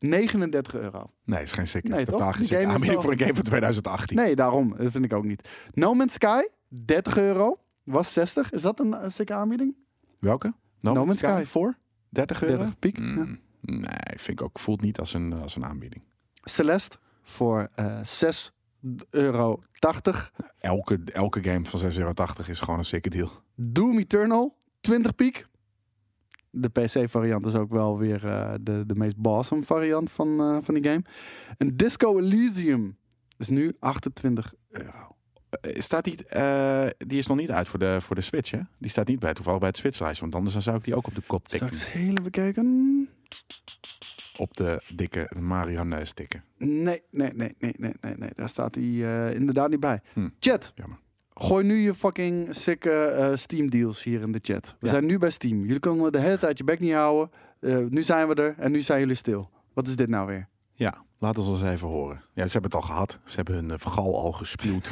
Speaker 1: 39 euro.
Speaker 2: Nee, is geen zeker.
Speaker 1: Nee,
Speaker 2: Nee,
Speaker 1: toch?
Speaker 2: Totaal geen
Speaker 1: Die
Speaker 2: zeker
Speaker 1: game is wel-
Speaker 2: aanbieding voor een game van 2018.
Speaker 1: Nee, daarom. Dat vind ik ook niet. No Man's Sky, 30 euro. Was 60. Is dat een, eh, sikke aanbieding?
Speaker 2: Welke? No, Man's Sky.
Speaker 1: voor?
Speaker 2: 30 euro?
Speaker 1: 30 piek. ja.
Speaker 2: Mm, Nee, vind ik ook. Voelt niet als een, als een aanbieding.
Speaker 1: Celeste voor eh 6 euro 80.
Speaker 2: Elke, elke game van 6,80 euro is gewoon een zeker deal.
Speaker 1: Doom Eternal, 20 piek. De PC-variant is ook wel weer eh, de, de meest awesome variant van, eh, van die game. En Disco Elysium is nu 28 euro.
Speaker 2: Eh, Staat die, eh, die is nog niet uit voor de, voor de Switch, hè? Die staat niet bij, toevallig bij het Switch-lijst. Want anders dan zou ik die ook op de kop tikken.
Speaker 1: Straks heel even kijken.
Speaker 2: Op de dikke Mario-neus tikken.
Speaker 1: Nee, nee, nee, nee, nee, nee, nee. Daar staat hij eh, inderdaad niet bij.
Speaker 2: Hm.
Speaker 1: Chat.
Speaker 2: Jammer.
Speaker 1: Gooi nu je fucking sikke eh, Steam deals hier in de chat. We
Speaker 2: Ja.
Speaker 1: zijn nu bij Steam. Jullie konden de hele tijd je bek niet houden. Eh, nu zijn we er en nu zijn jullie stil. Wat is dit nou weer?
Speaker 2: Ja, laat ons eens even horen. Ja, ze hebben het al gehad. Ze hebben hun eh, gal al gespuwd.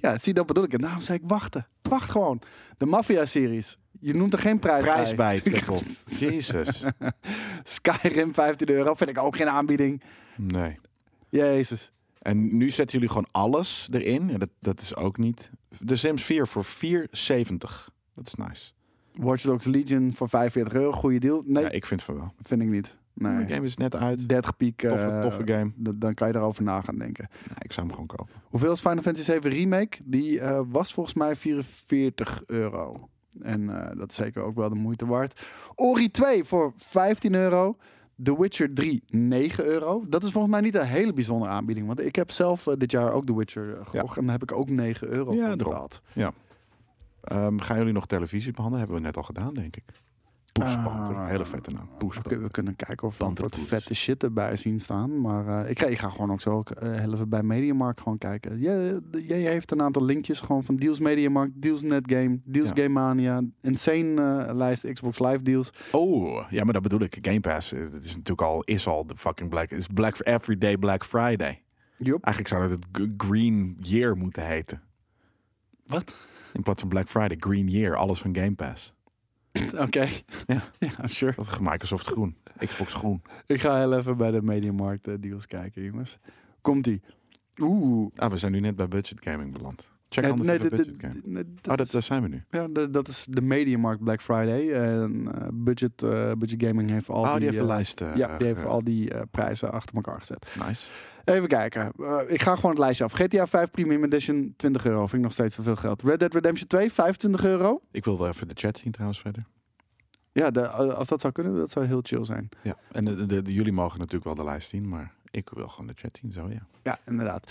Speaker 1: Ja, zie dat bedoel ik. En daarom zei ik wachten. Wacht gewoon. De Mafia-series. Je noemt er geen prijs,
Speaker 2: Prijs bij, Tikkel. Jezus.
Speaker 1: Skyrim 15 euro. Vind ik ook geen aanbieding.
Speaker 2: Nee.
Speaker 1: Jezus.
Speaker 2: En nu zetten jullie gewoon alles erin. En dat, dat is ook niet... De Sims 4 voor 4,70. Dat is nice.
Speaker 1: Watch Dogs Legion voor 45 euro. Goede deal. Nee,
Speaker 2: Ja, ik vind van wel.
Speaker 1: vind ik niet. Nee.
Speaker 2: De game is net uit.
Speaker 1: 30 piek. eh,
Speaker 2: Toffe, toffe game.
Speaker 1: d- Dan kan je erover na gaan denken.
Speaker 2: Nou, ik zou hem gewoon kopen.
Speaker 1: Hoeveel is Final Fantasy 7 Remake? Die eh, was volgens mij 44 euro. En eh, dat is zeker ook wel de moeite waard. Ori 2 voor 15 euro. The Witcher 3, 9 euro. Dat is volgens mij niet een hele bijzondere aanbieding. Want ik heb zelf eh, dit jaar ook The Witcher eh, gekocht. En daar heb ik ook 9 euro
Speaker 2: Ja,
Speaker 1: voor
Speaker 2: daarom.
Speaker 1: betaald.
Speaker 2: Ehm, gaan jullie nog televisie behandelen? Hebben we net al gedaan, denk ik. Poespanter.
Speaker 1: Ah.
Speaker 2: hele vette naam.
Speaker 1: We,
Speaker 2: Poespanter.
Speaker 1: kun- we kunnen kijken of we een soort
Speaker 2: Tandenpoets.
Speaker 1: vette shit erbij zien staan. Maar eh, ik, ga- ik ga gewoon ook zo eh, heel even bij Mediamarkt gewoon kijken. Jij, de- jij heeft een aantal linkjes gewoon van deals Mediamarkt, deals Netgame, deals
Speaker 2: Ja.
Speaker 1: Game Mania, insane eh, lijst Xbox Live deals.
Speaker 2: Oh, ja, maar dat bedoel ik. Game Pass eh, het is natuurlijk al, is al de fucking Black... Het is Black Everyday Black Friday.
Speaker 1: Joep.
Speaker 2: Eigenlijk zou dat het G- Green Year moeten heten.
Speaker 1: Wat?
Speaker 2: In plaats van Black Friday, Green Year. Alles van Game Pass.
Speaker 1: Oké.
Speaker 2: Ja.
Speaker 1: ja, sure.
Speaker 2: Dat is Microsoft groen. Xbox groen.
Speaker 1: Ik ga heel even bij de Mediamarkt eh, deals kijken, jongens. Komt-ie. Oeh.
Speaker 2: Ah, we zijn nu net bij Budget Gaming beland. Check
Speaker 1: Nee,
Speaker 2: anders
Speaker 1: nee,
Speaker 2: even
Speaker 1: dit-
Speaker 2: Budget
Speaker 1: dit-
Speaker 2: Gaming.
Speaker 1: nee,
Speaker 2: Oh, dat, daar zijn we nu.
Speaker 1: Ja, de- dat is de Mediamarkt Black Friday. En eh, budget, eh, budget Gaming heeft al
Speaker 2: oh, die,
Speaker 1: die...
Speaker 2: heeft de
Speaker 1: eh,
Speaker 2: lijst. eh,
Speaker 1: ja, die heeft
Speaker 2: eh,
Speaker 1: al die eh, prijzen achter elkaar gezet.
Speaker 2: Nice.
Speaker 1: Even kijken. Eh, ik ga gewoon het lijstje af. GTA 5 Premium Edition, 20 euro. Vind ik nog steeds te veel geld. Red Dead Redemption 2, 25 euro.
Speaker 2: Ik wil wel even de chat zien trouwens verder.
Speaker 1: Ja, de, eh, als dat zou kunnen, dat zou heel chill zijn.
Speaker 2: Ja, en de, de- de- jullie mogen natuurlijk wel de lijst zien, maar ik wil gewoon de chat zien, zo ja.
Speaker 1: Ja, inderdaad.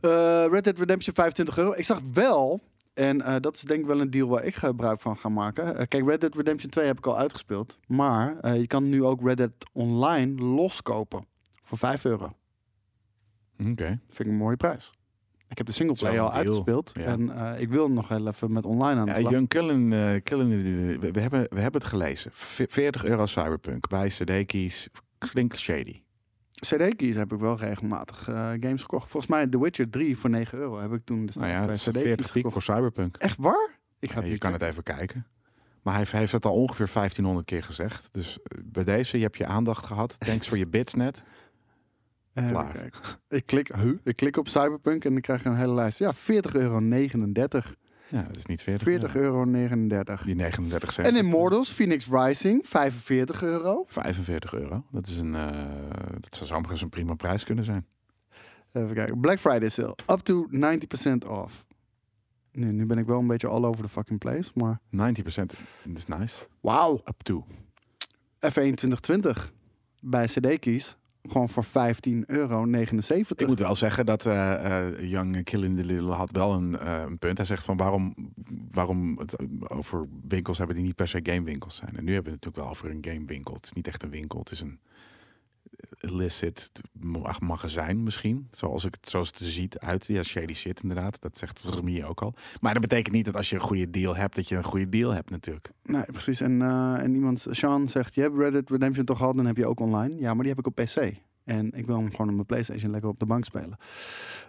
Speaker 1: Eh, Red Dead Redemption 25 euro. Ik zag wel, en eh, dat is denk ik wel een deal waar ik gebruik van ga maken. Eh, kijk, Red Dead Redemption 2 heb ik al uitgespeeld. Maar eh, je kan nu ook Red Dead Online loskopen. Voor 5 euro.
Speaker 2: Oké.
Speaker 1: Vind ik een mooie prijs. Ik heb de singleplayer
Speaker 2: Zo'n
Speaker 1: al
Speaker 2: deal,
Speaker 1: uitgespeeld.
Speaker 2: ja.
Speaker 1: En eh, ik wil nog heel even met online aan de
Speaker 2: Ja,
Speaker 1: slag.
Speaker 2: Young Cullen, eh, Cullen, eh, we, we hebben, we hebben het gelezen. V- 40 euro Cyberpunk bij CD-keys. Klinkt shady.
Speaker 1: CD-keys heb ik wel regelmatig eh, games gekocht. Volgens mij The Witcher 3 voor 9 euro heb ik toen dus de
Speaker 2: Nou ja, het is 40 piek
Speaker 1: gekocht.
Speaker 2: voor Cyberpunk.
Speaker 1: Echt waar? Ik ga
Speaker 2: Ja,
Speaker 1: het
Speaker 2: je
Speaker 1: nu
Speaker 2: kan het even kijken. Maar hij heeft- hij heeft het al ongeveer 1500 keer gezegd. Dus eh, bij deze, je hebt je aandacht gehad. Thanks voor je bits net.
Speaker 1: Even
Speaker 2: Klaar.
Speaker 1: kijken. Eh, Ik klik, huh? ik klik op Cyberpunk en dan krijg je een hele lijst. Ja, 40,39 euro. 40,39
Speaker 2: Ja, dat is niet 40. euro.
Speaker 1: euro.
Speaker 2: Die 39 cent.
Speaker 1: En Immortals, Phoenix Rising, 45 euro.
Speaker 2: 45 euro. Dat is een, eh, dat zou zomaar eens een prima prijs kunnen zijn.
Speaker 1: Even kijken. Black Friday sale, up to 90% off. Nee, nu ben ik wel een beetje all over the fucking place, maar...
Speaker 2: 90% is nice.
Speaker 1: Wauw.
Speaker 2: Up to.
Speaker 1: F1 2020 bij CD-keys, gewoon voor 15,79 euro.
Speaker 2: Ik moet wel zeggen dat eh, eh, Young Killing the Little had wel een, eh, een punt. Hij zegt van waarom, waarom het eh, over winkels hebben die niet per se gamewinkels zijn. En nu hebben we het natuurlijk wel over een gamewinkel. Het is niet echt een winkel. Het is een, illicit ma- magazijn misschien. Zoals, ik, het- zoals het er ziet uit. Ja, shady shit inderdaad. Dat zegt Remy ook al. Maar dat betekent niet dat als je een goede deal hebt, dat je een goede deal hebt natuurlijk.
Speaker 1: Nee, precies. En, eh, en iemand, Sean zegt, je hebt Red Dead Redemption toch gehad, dan heb je ook online. Ja, maar die heb ik op PC. En ik wil hem gewoon op mijn PlayStation lekker op de bank spelen.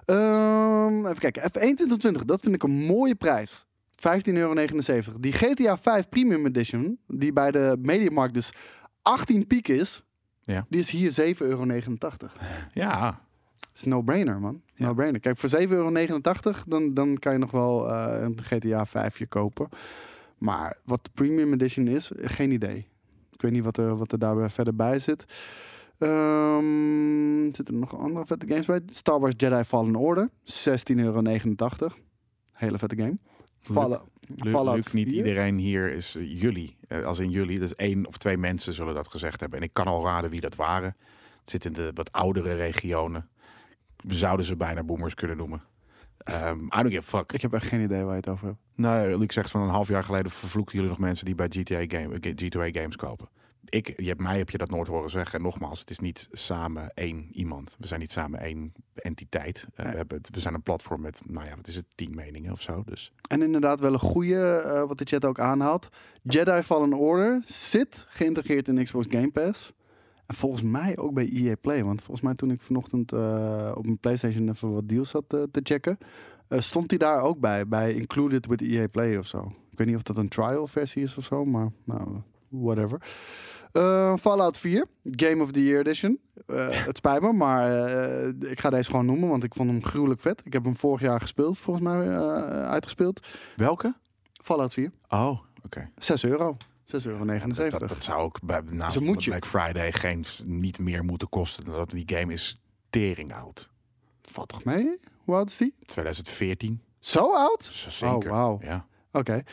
Speaker 1: Ehm, even kijken, F1 2020, dat vind ik een mooie prijs. 15,79 euro. Die GTA 5 Premium Edition, die bij de Mediamarkt dus 18 piek is,
Speaker 2: Ja.
Speaker 1: die is hier 7,89 euro. Dat
Speaker 2: Ja,
Speaker 1: is een no-brainer, man.
Speaker 2: Ja.
Speaker 1: No-brainer. Kijk, voor 7,89 euro dan, dan kan je nog wel eh, een GTA 5 je kopen. Maar wat de premium edition is, geen idee. Ik weet niet wat er, wat er daarbij verder bij zit. Ehm zitten er nog andere vette games bij? Star Wars Jedi Fallen Order, 16,89 euro. Hele vette game. Vallen.
Speaker 2: Lu-
Speaker 1: Fallout
Speaker 2: Luc, niet
Speaker 1: 4.
Speaker 2: iedereen hier is eh, jullie. Eh, als in jullie, dus één of twee mensen zullen dat gezegd hebben. En ik kan al raden wie dat waren. Het zit in de wat oudere regionen. We zouden ze bijna boomers kunnen noemen. Ehm I don't give a fuck.
Speaker 1: Ik heb echt geen idee waar je het over hebt.
Speaker 2: Nou, Luc zegt van een half jaar geleden vervloekten jullie nog mensen die bij GTA, game, eh, GTA games kopen. Ik, je hebt, mij heb je dat nooit horen zeggen. En nogmaals, het is niet samen één iemand. We zijn niet samen één entiteit. Eh,
Speaker 1: Nee.
Speaker 2: we, hebben het, we zijn een platform met, nou ja, wat is het, tien meningen of zo. Dus
Speaker 1: En inderdaad wel een goede, eh, wat de chat ook aanhaalt. Jedi Fallen Order zit geïntegreerd in Xbox Game Pass. En volgens mij ook bij EA Play. Want volgens mij toen ik vanochtend eh, op mijn PlayStation even wat deals zat eh, te checken... eh, stond die daar ook bij, bij Included with EA Play of zo. Ik weet niet of dat een trial versie is of zo, maar nou, whatever. Eh, Fallout 4, Game of the Year Edition. Eh, het spijt me, maar eh, ik ga deze gewoon noemen, want ik vond hem gruwelijk vet. Ik heb hem vorig jaar gespeeld, volgens mij eh, uitgespeeld.
Speaker 2: welke?
Speaker 1: Fallout 4.
Speaker 2: Oh, oké.
Speaker 1: 6 euro. 6,79 euro.
Speaker 2: Dat, dat, dat zou ook bij naast
Speaker 1: een moedje.
Speaker 2: Black Friday geen niet meer moeten kosten. dan Dat die game is tering oud.
Speaker 1: Valt toch mee? Hoe oud is die?
Speaker 2: 2014,
Speaker 1: Zo oud?
Speaker 2: z- dus zeker.
Speaker 1: Oh, wauw.
Speaker 2: Ja.
Speaker 1: Oké.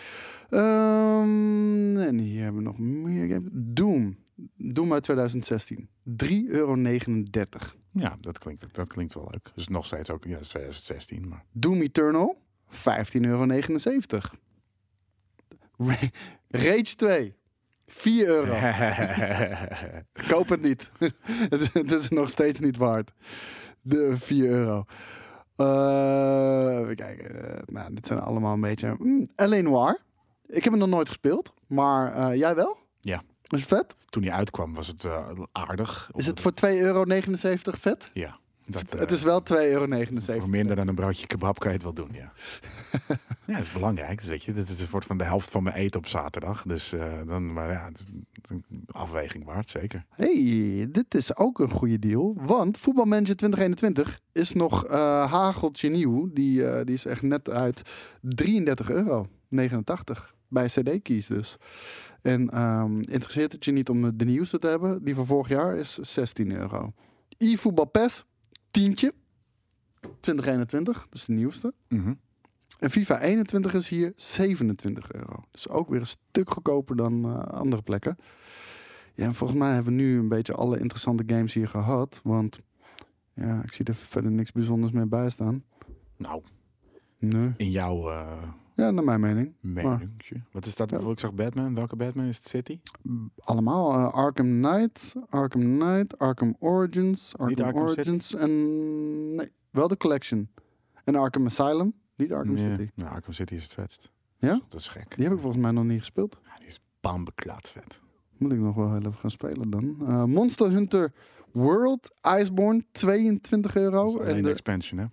Speaker 1: Ehm, en hier hebben we nog meer games. Doom. Doom uit 2016. 3,39 euro.
Speaker 2: ja, dat klinkt, dat klinkt wel leuk. Dus nog steeds ook, ja, dat is 2016. Maar
Speaker 1: Doom Eternal. 15,79 euro. Ra- Rage 2. 4 euro. Koop het niet. het, het is nog steeds niet waard. De 4 euro. Eh even kijken. Eh, nou, dit zijn allemaal een beetje... Mm, L.A. Noir. Ik heb hem nog nooit gespeeld. Maar eh, jij wel?
Speaker 2: Ja.
Speaker 1: Is het vet?
Speaker 2: Toen die uitkwam was het eh, aardig.
Speaker 1: Is het voor 2,79 euro vet?
Speaker 2: Ja. Dat,
Speaker 1: het
Speaker 2: eh,
Speaker 1: is wel 2,79 euro.
Speaker 2: Voor minder dan een broodje kebab kan je het wel doen, ja. ja, dat is belangrijk, weet je. Dit is een soort van de helft van mijn eten op zaterdag. Dus eh, dan, maar ja, het is een afweging waard, zeker.
Speaker 1: hey, dit is ook een goede deal. Want Voetbalmanager 2021 is nog eh hageltje nieuw. Die, eh, die is echt net uit 33,89 euro. Bij CD kies dus. En ehm, interesseert het je niet om de nieuwste te hebben? Die van vorig jaar is 16 euro. E-voetbal PES, tientje. 2021, dus de nieuwste.
Speaker 2: Mhm.
Speaker 1: En FIFA 21 is hier 27 euro. Dus ook weer een stuk goedkoper dan eh, andere plekken. Ja, en volgens mij hebben we nu een beetje alle interessante games hier gehad. Want ja, ik zie er verder niks bijzonders meer bij staan.
Speaker 2: Nou,
Speaker 1: Nee.
Speaker 2: in jouw eh
Speaker 1: Ja, naar mijn mening.
Speaker 2: meningje. Wat is dat? Ik zag Batman. Welke Batman is het? City?
Speaker 1: Allemaal eh, Arkham Knight, Arkham Knight, Arkham Origins, Arkham,
Speaker 2: Arkham City.
Speaker 1: Origins en nee, wel de Collection. En Arkham Asylum, niet Arkham
Speaker 2: Nee.
Speaker 1: City.
Speaker 2: Nou, Arkham City is het vetst.
Speaker 1: Ja?
Speaker 2: Dat is gek.
Speaker 1: Die heb ik Oh, volgens mij nog niet gespeeld.
Speaker 2: Ja, die is bambeklaat vet.
Speaker 1: Moet ik nog wel heel even gaan spelen dan. Eh, Monster Hunter World Iceborne, 22
Speaker 2: Dat is
Speaker 1: euro.
Speaker 2: alleen
Speaker 1: En
Speaker 2: de
Speaker 1: de,
Speaker 2: expansion, hè?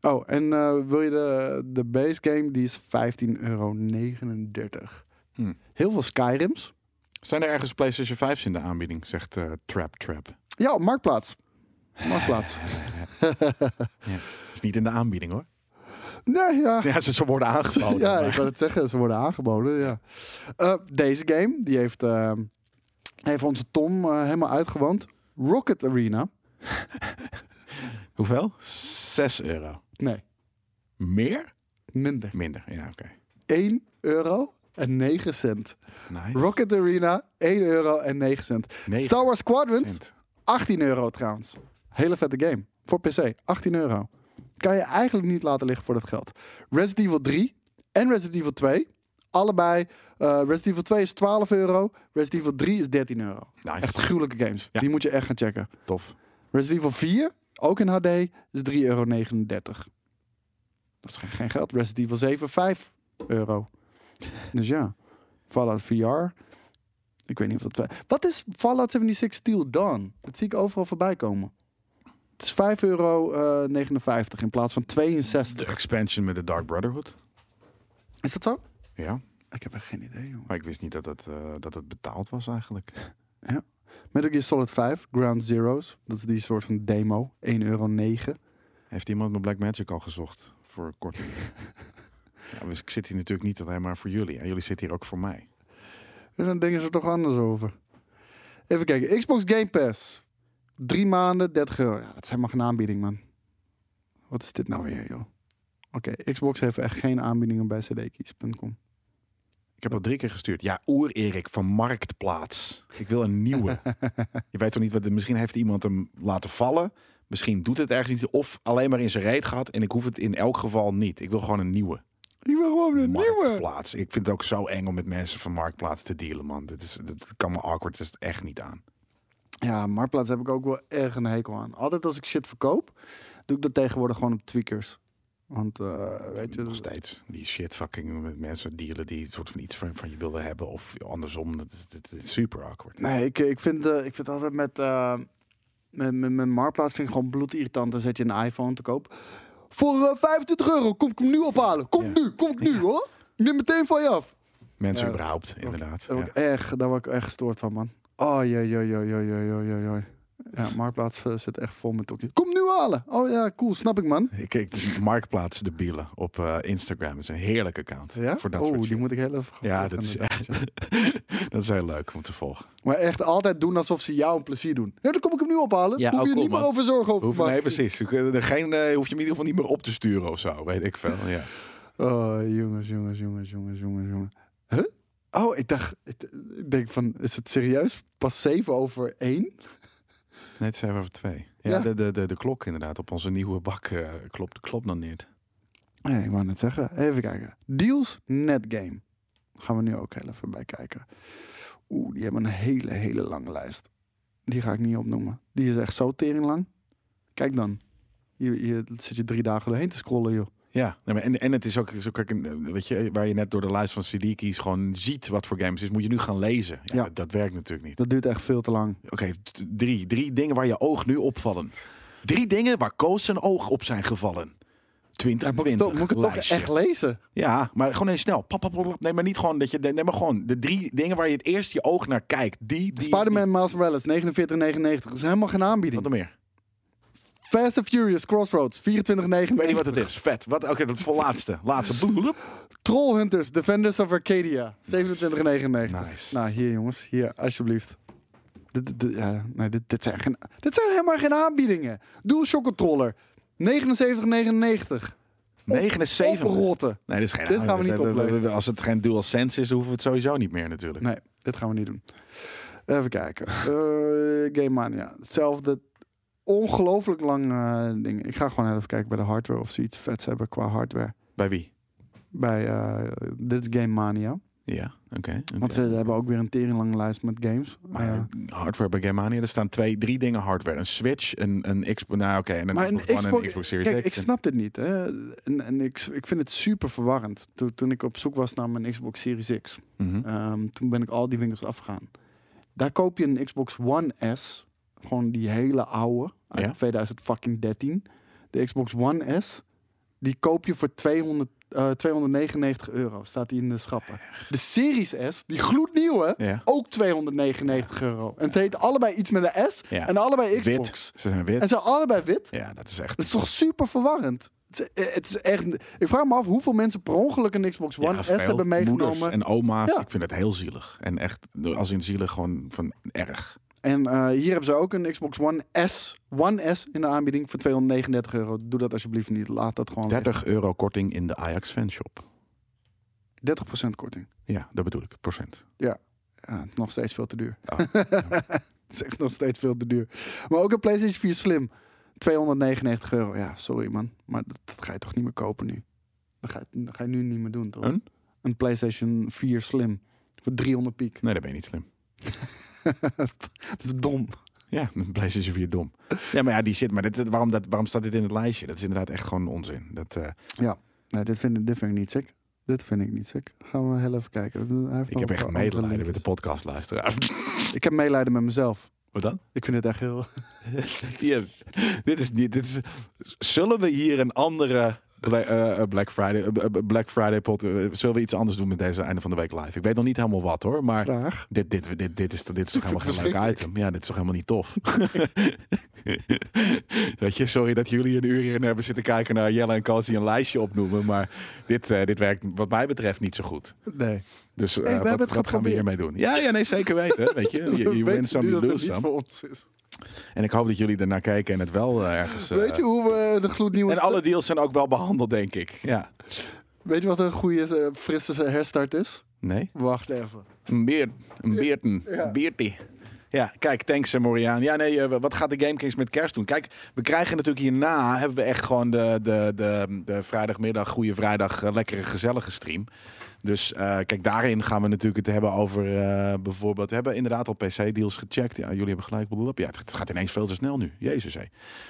Speaker 1: oh, en eh, wil je de, de base game? Die is 15,39 euro.
Speaker 2: Hm.
Speaker 1: Heel veel Skyrims.
Speaker 2: Zijn er ergens PlayStation 5's in de aanbieding? Zegt eh, Trap Trap.
Speaker 1: Ja, op Marktplaats. Marktplaats.
Speaker 2: Is niet in de aanbieding, hoor.
Speaker 1: nee, ja.
Speaker 2: Ja, ze, ze worden aangeboden.
Speaker 1: Ja,
Speaker 2: maar-
Speaker 1: ik wil het zeggen. Ze worden aangeboden, ja. Eh, deze game, die heeft, eh, heeft onze Tom eh, helemaal uitgewand. Rocket Arena.
Speaker 2: Hoeveel? 6 euro.
Speaker 1: Nee,
Speaker 2: Meer?
Speaker 1: minder.
Speaker 2: Minder, ja, oké.
Speaker 1: 1 euro en 9 cent.
Speaker 2: Nice.
Speaker 1: Rocket Arena, 1 euro en 9 cent.
Speaker 2: Nee,
Speaker 1: Star Wars Squadrons,
Speaker 2: cent.
Speaker 1: 18 euro trouwens. Hele vette game. Voor PC, 18 euro. Kan je eigenlijk niet laten liggen voor dat geld. Resident Evil 3 en Resident Evil 2, allebei. eh Resident Evil 2 is 12 euro. Resident Evil 3 is 13 euro.
Speaker 2: Nice.
Speaker 1: Echt gruwelijke games.
Speaker 2: Ja.
Speaker 1: Die moet je echt gaan checken.
Speaker 2: tof.
Speaker 1: Resident Evil 4, ook in HD, is 3,39 euro. Dat is geen, geen geld. Resident Evil 7, 5 euro. Dus ja, Fallout VR. Ik weet niet of dat... Wat is Fallout 76 Steel Dawn? Dat zie ik overal voorbij komen. Het is 5,59 euro eh, in plaats van 62.
Speaker 2: De expansion met de Dark Brotherhood.
Speaker 1: Is dat zo?
Speaker 2: Ja,
Speaker 1: Ik heb echt geen idee, joh.
Speaker 2: maar ik wist niet dat het, eh, dat het betaald was eigenlijk.
Speaker 1: Metal Gear Solid 5, Ground Zeroes. Dat is die soort van demo. 1,09 euro.
Speaker 2: Heeft iemand mijn Black Magic al gezocht voor korting? ja, dus ik zit hier natuurlijk niet alleen maar voor jullie. En jullie zitten hier ook voor mij.
Speaker 1: En dan denken ze er toch anders over. Even kijken. Xbox Game Pass. Drie maanden, 30 euro. Ja, dat is helemaal geen aanbieding, man. Wat is dit nou weer, joh? Oké, Xbox heeft echt geen aanbiedingen bij cdkeys.com.
Speaker 2: Ik heb al drie keer gestuurd. Ja, Oer Erik van Marktplaats. Ik wil een nieuwe. Je weet toch niet wat. Misschien heeft iemand hem laten vallen. Misschien doet het ergens niet. Of alleen maar in zijn reet gehad. En ik hoef het in elk geval niet. Ik wil gewoon een nieuwe.
Speaker 1: Ik wil gewoon een nieuwe.
Speaker 2: Marktplaats. Ik vind het ook zo eng om met mensen van Marktplaats te dealen, man. Dit, is, dit kan me awkward dus echt niet aan.
Speaker 1: Ja, Marktplaats heb ik ook wel erg een hekel aan. Altijd als ik shit verkoop, doe ik dat tegenwoordig gewoon op tweakers. Want, eh, weet je...
Speaker 2: Nog steeds. Die shit fucking met mensen dealen die soort van iets van, van je wilden hebben. Of andersom. Dat is, dat is super awkward.
Speaker 1: Nee, ik, ik, vind, eh, ik vind altijd met, eh, met, met, met Marktplaats vind ik gewoon bloedirritant. Dan zet je een iPhone te koop. Voor eh, 25 euro, kom ik hem nu ophalen. Kom
Speaker 2: Ja.
Speaker 1: nu, kom ik nu hoor. Neem meteen van je af.
Speaker 2: Mensen
Speaker 1: Ja.
Speaker 2: überhaupt, inderdaad.
Speaker 1: Daar word
Speaker 2: Ja.
Speaker 1: ik echt, daar word ik echt gestoord van, man. Oh, joi, joi, joi, joi, joi, joi, joi, joi. Ja, Marktplaats eh, zit echt vol met tokjes. Kom nu halen. Oh ja, cool, snap ik, man.
Speaker 2: Ik kijk dus Marktplaats de Bielen op eh, Instagram. Dat is een heerlijk account.
Speaker 1: Ja?
Speaker 2: Voor dat
Speaker 1: oh,
Speaker 2: soort
Speaker 1: die
Speaker 2: shit.
Speaker 1: moet ik heel even...
Speaker 2: Ja,
Speaker 1: gaan
Speaker 2: dat is,
Speaker 1: doen.
Speaker 2: echt, dat is heel leuk om te volgen.
Speaker 1: Maar echt altijd doen alsof ze jou een plezier doen. Ja, dan kom ik hem nu ophalen.
Speaker 2: Ja,
Speaker 1: Hoef
Speaker 2: oh,
Speaker 1: je
Speaker 2: cool,
Speaker 1: niet meer
Speaker 2: man.
Speaker 1: over zorgen over
Speaker 2: Hoef,
Speaker 1: te
Speaker 2: nee,
Speaker 1: maken.
Speaker 2: precies. Je kunt er Geen, eh, hoef je hem in ieder geval niet meer op te sturen of zo. Weet ik veel. Ja.
Speaker 1: Oh, jongens, jongens, jongens, jongens, jongens, jongens. Huh? Oh, ik dacht, ik, ik denk van, is het serieus? Pas 7 over 1?
Speaker 2: Nee, het zijn we over twee. Ja,
Speaker 1: Ja.
Speaker 2: De, de, de, de klok inderdaad op onze nieuwe bak eh, klopt, klopt dan niet.
Speaker 1: Nee, ik wou net zeggen. Even kijken. Deals Netgame. Gaan we nu ook heel even bij kijken. Oeh, die hebben een hele, hele lange lijst. Die ga ik niet opnoemen. Die is echt zo tering lang. Kijk dan. Hier, hier zit je drie dagen doorheen te scrollen, joh.
Speaker 2: Ja, nee, maar en, en het is ook, zo kijk, een- weet je, waar je net door de lijst van CD-keys gewoon ziet wat voor games het is, moet je nu gaan lezen. Ja,
Speaker 1: Ja.
Speaker 2: Dat, dat werkt natuurlijk niet.
Speaker 1: Dat duurt echt veel te lang.
Speaker 2: Oké, t- drie, drie dingen waar je oog nu opvallen. Drie dingen waar Koos zijn oog op zijn gevallen.
Speaker 1: Ja, moet ik,
Speaker 2: 2020
Speaker 1: toch- moet ik het toch
Speaker 2: lijstje.
Speaker 1: echt lezen?
Speaker 2: Ja, maar gewoon eens snel. Pap, pap, pap, pap. Nee, maar niet gewoon dat je. Nee, maar gewoon de drie dingen waar je het eerst je oog naar kijkt. Die. die
Speaker 1: Spider-Man Miles Morales, 49,99. Dat is helemaal geen
Speaker 2: die- Wat
Speaker 1: aanbieding.
Speaker 2: nog meer?
Speaker 1: Fast and Furious Crossroads, 24,99.
Speaker 2: Ik weet niet wat het is. Vet. Wat? Oké, dat is voor laatste. Laatste. Bloep.
Speaker 1: Trollhunters, Defenders of Arcadia, 27,99.
Speaker 2: Nice.
Speaker 1: Nou, hier jongens, hier, alsjeblieft. Dit, dit- dit- ja, nee, dit, dit, zijn geen, dit zijn helemaal geen aanbiedingen. DualShock Controller, 79,99.
Speaker 2: 79.
Speaker 1: Oprotten.
Speaker 2: Nee, dit is geen.
Speaker 1: Dit gaan we niet oplezen.
Speaker 2: Als het geen dual sense is, hoeven we het sowieso niet meer natuurlijk.
Speaker 1: Nee, dit gaan we niet doen. Even kijken. Eh, Game Mania, hetzelfde. Ongelooflijk lang eh, ding. Ik ga gewoon even kijken bij de hardware of ze iets vets hebben qua hardware.
Speaker 2: Bij wie?
Speaker 1: Bij, eh, dit is Game Mania.
Speaker 2: Ja, oké. oké.
Speaker 1: Want eh, ze hebben ook weer een teringlange lijst met games.
Speaker 2: Maar
Speaker 1: Eh,
Speaker 2: ja, hardware bij Game Mania, er staan twee, drie dingen hardware. Een Switch, een, een Xbox, nou oké, en een
Speaker 1: Maar een
Speaker 2: Xbox One en
Speaker 1: Xbox-
Speaker 2: een Xbox Series
Speaker 1: Kijk,
Speaker 2: X.
Speaker 1: ik snap dit niet. Hè? En, en ik, ik vind het super verwarrend. Toen, toen ik op zoek was naar mijn Xbox Series X,
Speaker 2: Mhm.
Speaker 1: ehm, toen ben ik al die winkels afgegaan. Daar koop je een Xbox One S, gewoon die hele oude, uit
Speaker 2: Ja.
Speaker 1: 2013. De Xbox One S, die koop je voor 200, eh, 299 euro, staat die in de schappen. De Series S, die gloednieuwe,
Speaker 2: Ja.
Speaker 1: ook 299 euro. En het heet allebei iets met een S
Speaker 2: Ja.
Speaker 1: en allebei Xbox.
Speaker 2: Wit. Ze zijn wit.
Speaker 1: En ze zijn allebei wit.
Speaker 2: Ja, dat is echt.
Speaker 1: Dat is toch super verwarrend? Het is, eh, het is echt, ik vraag me af hoeveel mensen per ongeluk een Xbox One
Speaker 2: Ja,
Speaker 1: S
Speaker 2: veel
Speaker 1: hebben meegenomen.
Speaker 2: Moeders en oma's,
Speaker 1: Ja.
Speaker 2: ik vind het heel zielig. En echt, als in zielig, gewoon van erg.
Speaker 1: En eh, hier hebben ze ook een Xbox One S, One S in de aanbieding voor 239 euro. Doe dat alsjeblieft niet. Laat dat gewoon.
Speaker 2: 30 euro korting in de Ajax fanshop.
Speaker 1: liggen. 30% korting.
Speaker 2: Ja, dat bedoel ik, procent.
Speaker 1: Ja, het is nog steeds veel te duur.
Speaker 2: Ah.
Speaker 1: het is echt nog steeds veel te duur. Maar ook een PlayStation 4 Slim. 299 euro. Ja, sorry man. Maar dat, dat ga je toch niet meer kopen nu? Dat ga je, dat ga je nu niet meer doen, toch?
Speaker 2: Een?
Speaker 1: een PlayStation 4 Slim. Voor 300 piek.
Speaker 2: Nee, dat ben je niet slim.
Speaker 1: dat is dom.
Speaker 2: Ja, met een PlayStation 4 dom. Ja, maar ja, die shit. Maar dit, dit- waarom, dat, waarom staat dit in het lijstje? Dat is inderdaad echt gewoon onzin. Dat, eh,
Speaker 1: Nee, dit vind, ik- dit vind ik niet sick. Dit vind ik niet sick. Gaan we heel even kijken. Hij heeft
Speaker 2: ik
Speaker 1: nog
Speaker 2: heb
Speaker 1: een
Speaker 2: echt
Speaker 1: paar andere
Speaker 2: medelijden met de
Speaker 1: linkjes.
Speaker 2: podcastluisteraar.
Speaker 1: Ik heb medelijden met mezelf.
Speaker 2: Wat dan?
Speaker 1: Ik vind het echt heel...
Speaker 2: Hier, dit is niet. Dit is, zullen we hier een andere Bla- eh, eh, Black Friday, eh, eh, Black Friday pot? eh, zullen we iets anders doen met deze einde van de week live? Ik weet nog niet helemaal wat hoor, maar
Speaker 1: Graag.
Speaker 2: dit, dit, dit, dit, is, toch- dit is toch
Speaker 1: Ik vind
Speaker 2: helemaal
Speaker 1: het
Speaker 2: geen leuk item. Ja, dit is toch helemaal niet tof. weet je, sorry dat jullie een uur hierin hebben zitten kijken naar Jelle en Koos die een lijstje opnoemen, maar dit, eh, dit werkt wat mij betreft niet zo goed.
Speaker 1: Nee.
Speaker 2: Dus eh,
Speaker 1: we hebben
Speaker 2: wat,
Speaker 1: het
Speaker 2: wat gaan we
Speaker 1: geprobeerd.
Speaker 2: hiermee doen? Ja, ja, nee, zeker weten. Weet je,
Speaker 1: We
Speaker 2: you, you win
Speaker 1: weten
Speaker 2: some,
Speaker 1: nu
Speaker 2: you
Speaker 1: dat het
Speaker 2: lose
Speaker 1: niet
Speaker 2: some.
Speaker 1: voor ons is.
Speaker 2: En ik hoop dat jullie ernaar kijken en het wel eh, ergens. eh,
Speaker 1: Weet je hoe we de gloednieuwe...
Speaker 2: en alle deals zijn ook wel behandeld, denk ik. Ja.
Speaker 1: Weet je wat een goede eh, frisse herstart is?
Speaker 2: Nee?
Speaker 1: Wacht even.
Speaker 2: Een beer. Een beerten.
Speaker 1: Ja.
Speaker 2: Een beertie. Ja, kijk, thanks eh, Moriaan. Ja, nee, eh, wat gaat de Game Kings met kerst doen? Kijk, we krijgen natuurlijk hierna, hebben we echt gewoon de, de, de, de vrijdagmiddag, goede vrijdag, eh, lekkere gezellige stream. Dus eh, kijk, daarin gaan we natuurlijk het hebben over eh, bijvoorbeeld... We hebben inderdaad al PC-deals gecheckt. Ja, jullie hebben gelijk. blablabla. Ja, het, het gaat ineens veel te snel nu. Jezus, hé.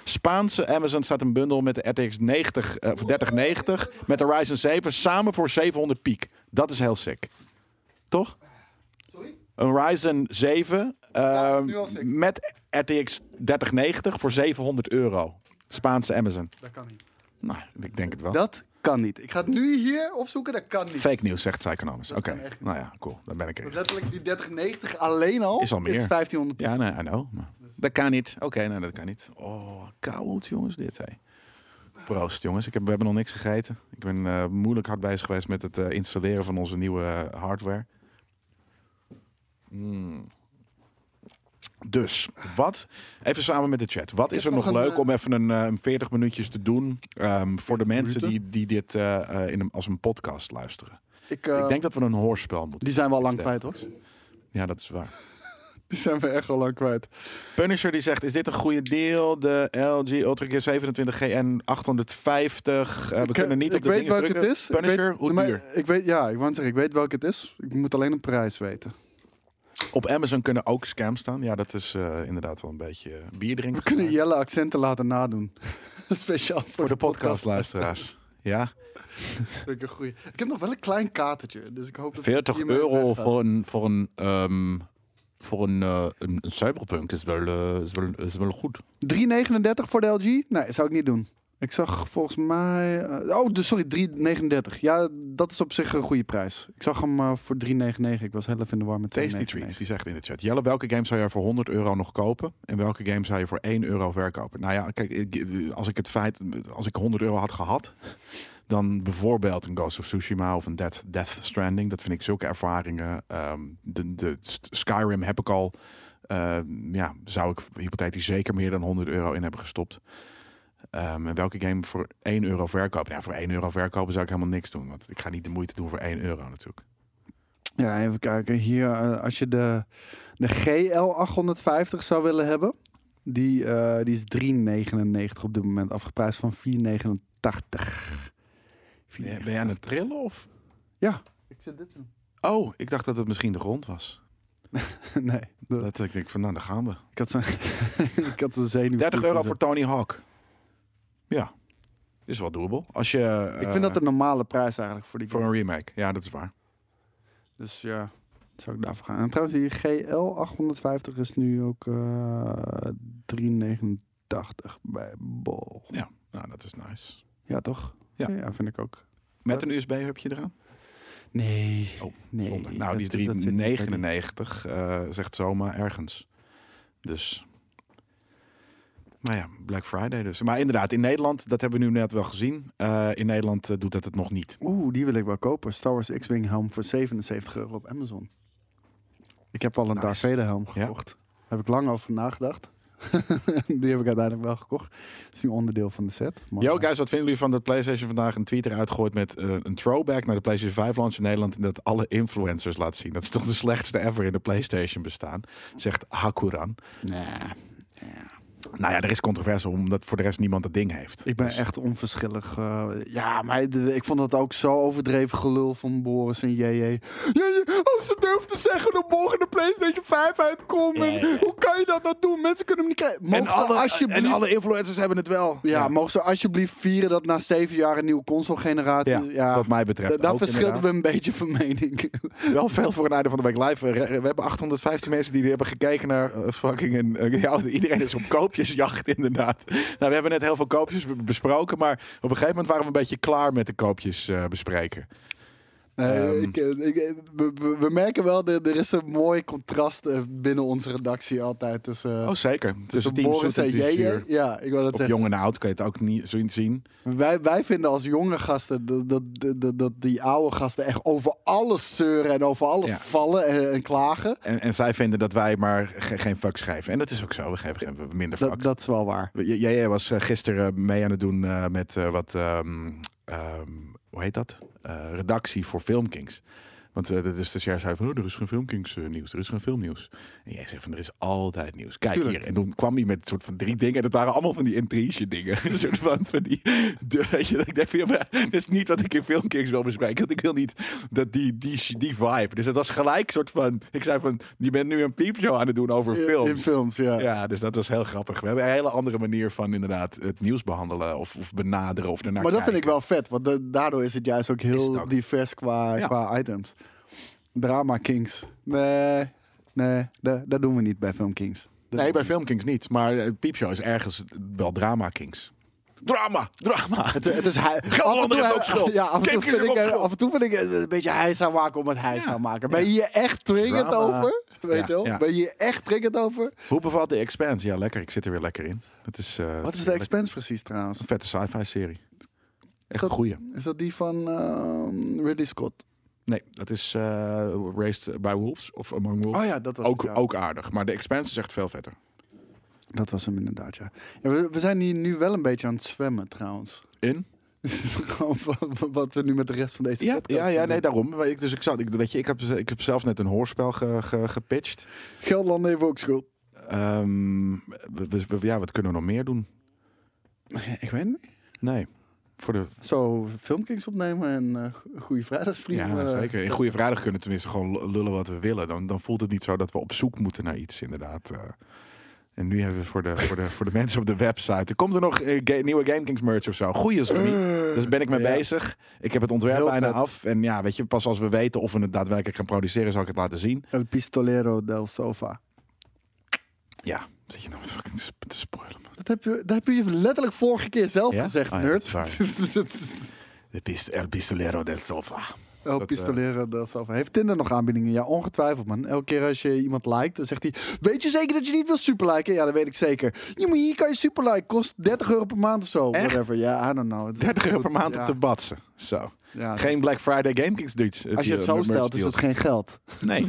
Speaker 2: Spaanse Amazon staat een bundel met de RTX 90, eh, of 3090 met de Ryzen 7 samen voor 700 piek. Dat is heel sick. Toch?
Speaker 1: Sorry?
Speaker 2: Een Ryzen 7 eh,
Speaker 1: dat is nu al sick.
Speaker 2: met RTX 3090 voor 700 euro. Spaanse Amazon.
Speaker 1: Dat kan niet.
Speaker 2: Nou, ik denk het wel.
Speaker 1: Dat kan niet. Ik ga het nu hier opzoeken. Dat kan niet.
Speaker 2: Fake nieuws, zegt Psychonomist. Oké,
Speaker 1: kan echt
Speaker 2: nou ja, cool. Dan ben ik er.
Speaker 1: Letterlijk die 3090 alleen al
Speaker 2: Is al meer.
Speaker 1: 1500.
Speaker 2: Ja, nee, I know. maar Dat kan niet. Oké, nee, dat kan niet. Oh, koud jongens, dit hé. Proost jongens, ik heb, we hebben nog niks gegeten. Ik ben eh, moeilijk hard bezig geweest met het eh, installeren van onze nieuwe eh, hardware. Mm. Dus, wat, even samen met de chat, wat is
Speaker 1: heb
Speaker 2: er nog
Speaker 1: nog een,
Speaker 2: leuk
Speaker 1: eh,
Speaker 2: om even een eh, een 40 minuutjes te doen ehm, voor de mensen die,
Speaker 1: minuten?
Speaker 2: die dit eh, eh, in een, als een podcast luisteren?
Speaker 1: Ik, eh,
Speaker 2: ik denk dat we een hoorspel moeten
Speaker 1: die zijn we al lang
Speaker 2: Ik
Speaker 1: kwijt hoor.
Speaker 2: Ja, dat is waar.
Speaker 1: Die zijn we echt al lang kwijt.
Speaker 2: Punisher die zegt, is dit een goede deal? De LG Ultra Gear 27 GN 850. Eh, we
Speaker 1: Ik,
Speaker 2: kunnen niet
Speaker 1: eh,
Speaker 2: op de
Speaker 1: ik weet
Speaker 2: dingen
Speaker 1: welke
Speaker 2: drukken.
Speaker 1: het is. Ik
Speaker 2: Punisher,
Speaker 1: weet-
Speaker 2: hoe
Speaker 1: maar
Speaker 2: duur?
Speaker 1: Ik weet, ja, ik wou zeggen, ik weet welke het is. Ik moet alleen een prijs weten.
Speaker 2: Op Amazon kunnen ook scams staan. Ja, dat is eh, inderdaad wel een beetje eh, bier drinken.
Speaker 1: We kunnen
Speaker 2: Maar
Speaker 1: Jelle accenten laten nadoen. Speciaal voor,
Speaker 2: voor de podcastluisteraars. Ja,
Speaker 1: Vind ik, een goeie. ik heb nog wel een klein katertje, dus ik hoop dat
Speaker 2: 40
Speaker 1: hiermee
Speaker 2: euro
Speaker 1: weggaat.
Speaker 2: voor een, voor een, ehm, voor een, eh, een, een cyberpunk is wel, eh, is, wel, is wel goed.
Speaker 1: 3,39 voor de LG? Nee, zou ik niet doen. Ik zag volgens mij... eh, oh, dus sorry, 3,39. Ja, dat is op zich een goede prijs. Ik zag hem eh, voor 3,99. Ik was heel even in de war met
Speaker 2: Tasty
Speaker 1: 2,99.
Speaker 2: Treats, die zegt in de chat. Jelle, welke game zou je voor 100 euro nog kopen? En welke game zou je voor 1 euro verkopen? Nou ja, kijk, ik- als ik het feit, als ik 100 euro had gehad, dan bijvoorbeeld een Ghost of Tsushima of een Death, Death Stranding. Dat vind ik zulke ervaringen. Ehm, de, de St- Skyrim heb ik al. Ehm, ja, zou ik hypothetisch zeker meer dan 100 euro in hebben gestopt. Ehm, en welke game voor 1 euro verkopen? Nou, voor 1 euro verkopen zou ik helemaal niks doen. Want ik ga niet de moeite doen voor 1 euro natuurlijk.
Speaker 1: Ja, even kijken. Hier, eh, als je de, de GL850 zou willen hebben... Die, eh, die is 3,99 op dit moment. Afgeprijsd van 4,89.
Speaker 2: Ben jij aan het trillen of...
Speaker 1: Ik zit dit in.
Speaker 2: Oh, ik dacht dat het misschien de grond was.
Speaker 1: nee, dat-
Speaker 2: Dat ik denk van, nou, daar gaan we.
Speaker 1: ik had zo'n ik had zo'n zenuw.
Speaker 2: 30 euro voor Tony Hawk. Ja, is wel doable. Als je,
Speaker 1: Ik
Speaker 2: eh,
Speaker 1: vind dat de normale prijs eigenlijk voor die
Speaker 2: Voor een remake, ja, dat is waar.
Speaker 1: Dus ja, zou ik daarvoor gaan. En trouwens, die GL850 is nu ook eh 3,89 bij Bol.
Speaker 2: Ja, nou, dat is nice.
Speaker 1: Ja, toch?
Speaker 2: Ja.
Speaker 1: vind ik ook.
Speaker 2: Met een USB-hubje eraan?
Speaker 1: Nee.
Speaker 2: Oh,
Speaker 1: nee.
Speaker 2: Zonde. nou, die
Speaker 1: dat- dat zit
Speaker 2: is
Speaker 1: niet bij
Speaker 2: 3,99, eh, zegt zomaar ergens. Dus... Maar ja, Black Friday dus. Maar inderdaad, in Nederland, dat hebben we nu net wel gezien. eh, in Nederland eh, doet dat het nog niet.
Speaker 1: die. Oeh, die wil ik wel kopen. Star Wars X-Wing helm voor 77 euro op Amazon. Ik heb al een
Speaker 2: Nice.
Speaker 1: Darth Vader helm
Speaker 2: Ja.
Speaker 1: gekocht. Daar heb ik lang over nagedacht. die heb ik uiteindelijk wel gekocht. Dat is nu onderdeel van de set. maar-
Speaker 2: Yo guys, wat vinden jullie van dat PlayStation vandaag een Twitter uitgooit met eh, een throwback naar de PlayStation 5 launch in Nederland en dat alle influencers laat zien. Dat is toch de slechtste ever in de PlayStation bestaan, zegt Hakuran.
Speaker 1: Nee. Ja.
Speaker 2: Nou ja, er is controverse omdat voor de rest niemand dat ding heeft.
Speaker 1: Ik ben
Speaker 2: Dus-
Speaker 1: echt onverschillig. eh, ja, maar de- ik vond dat ook zo overdreven gelul van Boris en JJ. JJ, als oh, ze durft te zeggen dat morgen de PlayStation 5 uitkomt. en
Speaker 2: Ja, ja, ja.
Speaker 1: Hoe kan je dat nou doen? Mensen kunnen hem niet krijgen. Mogen
Speaker 2: En
Speaker 1: ze
Speaker 2: alle,
Speaker 1: alsjeblieft...
Speaker 2: en alle influencers hebben het wel.
Speaker 1: ja, mogen ze alsjeblieft vieren dat na zeven jaar een nieuwe consolegeneratie...
Speaker 2: Ja,
Speaker 1: Ja,
Speaker 2: wat mij betreft
Speaker 1: da- daar
Speaker 2: ook
Speaker 1: verschillen we
Speaker 2: inderdaad.
Speaker 1: een beetje van mening.
Speaker 2: Wel veel voor een einde van de week live. Eh, We hebben 815 mensen die hebben gekeken naar eh, fucking... Een, eh, ja, iedereen is op koopjesjacht inderdaad. Nou, we hebben net heel veel koopjes be- besproken. Maar op een gegeven moment waren we een beetje klaar met de koopjes eh, bespreken.
Speaker 1: Nee,
Speaker 2: Ehm.
Speaker 1: ik, eh, ik- we, we- we merken wel, er, er is een mooi contrast eh, binnen onze redactie altijd. Tussen, eh,
Speaker 2: Oh, zeker.
Speaker 1: tussen
Speaker 2: Tussen team
Speaker 1: Boris
Speaker 2: Soet
Speaker 1: en
Speaker 2: en Team
Speaker 1: JJ.
Speaker 2: Zuur.
Speaker 1: Ja, ik wil dat
Speaker 2: Of
Speaker 1: zeggen.
Speaker 2: jong en oud, kan je het ook niet zo zien.
Speaker 1: Wij, wij vinden als jonge gasten dat, dat, dat, dat die oude gasten echt over alles zeuren en over alles
Speaker 2: Ja.
Speaker 1: vallen en, en klagen.
Speaker 2: En, en zij vinden dat wij maar ge- geen fuck schrijven. En dat is ook zo. We geven geen, minder fuck.
Speaker 1: Dat, dat is wel waar.
Speaker 2: J- Jij jij was eh, gisteren mee aan het doen eh, met eh, wat, ehm, ehm, hoe heet dat? Eh, redactie voor Filmkings. Want eh, de de stagiair zei van, oh, er is geen Filmkings eh, nieuws, er is geen filmnieuws. En jij zegt van, er is altijd nieuws. Kijk
Speaker 1: Tuurlijk.
Speaker 2: hier. En toen kwam hij met een soort van drie dingen. En dat waren allemaal van die intrige dingen. Een soort van, van die, de- weet je, dat ik denk van, ja, maar dat is niet wat ik in Filmkings wil bespreken. Want ik wil niet dat die, die, die vibe. Dus dat was gelijk soort van, ik zei van, je bent nu een piepshow aan het doen over films.
Speaker 1: In films, ja.
Speaker 2: Ja, dus dat was heel grappig. We hebben een hele andere manier van inderdaad het nieuws behandelen of, of benaderen of ernaar
Speaker 1: Maar dat vind ik
Speaker 2: kijken.
Speaker 1: wel vet, want da- daardoor is het juist ook heel
Speaker 2: het ook.
Speaker 1: divers qua,
Speaker 2: Ja.
Speaker 1: qua items. Drama Kings. Nee, nee da- dat doen we niet bij Film Kings. Dus Dat-
Speaker 2: Nee, bij Filmkings niet. Maar eh, Piepshow is ergens wel Drama Kings. Drama, drama.
Speaker 1: Het, het is hij.
Speaker 2: Gelderlander heeft ook schuld.
Speaker 1: Ja, af en, toe
Speaker 2: Kempjes
Speaker 1: vind
Speaker 2: heeft
Speaker 1: ik,
Speaker 2: ook schuld.
Speaker 1: af en toe vind ik het een beetje hij aan maken om het hij
Speaker 2: Ja,
Speaker 1: aan maken. Ben je hier echt triggerd
Speaker 2: Drama.
Speaker 1: over? Weet
Speaker 2: Ja,
Speaker 1: je wel?
Speaker 2: ja.
Speaker 1: Ben je hier echt triggerd over?
Speaker 2: Hoe bevalt de Expanse? Ja, lekker. Ik zit er weer lekker in. Het is, eh,
Speaker 1: Wat is de
Speaker 2: heerlijk.
Speaker 1: expense precies trouwens?
Speaker 2: Een vette sci-fi serie. Echt
Speaker 1: dat-
Speaker 2: een goeie.
Speaker 1: Is dat die van ehm, Ridley Scott?
Speaker 2: Nee, dat is eh Raised by Wolves of Among Wolves.
Speaker 1: Oh ja, dat was
Speaker 2: ook,
Speaker 1: het, ja.
Speaker 2: ook aardig. Maar de Expanse is echt veel vetter.
Speaker 1: Dat was hem inderdaad, ja. Ja, we, we zijn hier nu wel een beetje aan het zwemmen trouwens.
Speaker 2: In?
Speaker 1: Gewoon van wat we nu met de rest van deze
Speaker 2: Ja,
Speaker 1: podcast
Speaker 2: ja, ja
Speaker 1: gaan
Speaker 2: nee,
Speaker 1: doen.
Speaker 2: daarom. Maar Ik, dus ik, zat, ik, weet je, ik, heb, ik heb zelf net een hoorspel ge, ge- gepitcht.
Speaker 1: Gelderland heeft ook schuld.
Speaker 2: Ehm, we- we- we- ja, wat kunnen we nog meer doen?
Speaker 1: Ik weet het niet.
Speaker 2: Nee. Voor de,
Speaker 1: Zo, Filmkings opnemen en eh, Goede eh, Vrijdag
Speaker 2: ja,
Speaker 1: streamen.
Speaker 2: zeker. In Goede Vrijdag kunnen we tenminste gewoon lullen wat we willen. Dan, dan voelt het niet zo dat we op zoek moeten naar iets, inderdaad. eh. En nu hebben we voor de, voor de, voor de mensen op de website... Er komt er nog eh, ga- nieuwe GameKings merch of zo. Goeie, Sammy. Dus ben ik mee
Speaker 1: Eh, Ja.
Speaker 2: bezig. Ik heb het ontwerp
Speaker 1: Heel
Speaker 2: bijna
Speaker 1: vet.
Speaker 2: af. En ja, weet je, pas als we weten of we het daadwerkelijk gaan produceren... zal ik het laten zien.
Speaker 1: El Pistolero del Sofa.
Speaker 2: Ja, zit je nou wat fucking te sp- te spoilen, man.
Speaker 1: Dat heb je, dat heb je letterlijk vorige keer zelf
Speaker 2: Ja?
Speaker 1: gezegd,
Speaker 2: Oh ja,
Speaker 1: nerd.
Speaker 2: dat is De pist- El Pistolero del Sofa.
Speaker 1: El
Speaker 2: eh,
Speaker 1: Pistolero del Sofa. Heeft Tinder nog aanbiedingen? Ja, ongetwijfeld, man. Elke keer als je iemand liked, dan zegt hij... Weet je zeker dat je niet wil superliken? Ja, dat weet ik zeker. Ja, maar hier kan je superliken. Kost 30 euro per maand of zo.
Speaker 2: Echt?
Speaker 1: Whatever. Ja, I don't know. Het is
Speaker 2: 30 euro
Speaker 1: goed.
Speaker 2: per maand
Speaker 1: Ja,
Speaker 2: op de batsen. Zo.
Speaker 1: ja.
Speaker 2: Geen Black Friday Gamekings eh, dudes.
Speaker 1: Als je het zo stelt, is het geen geld.
Speaker 2: Nee.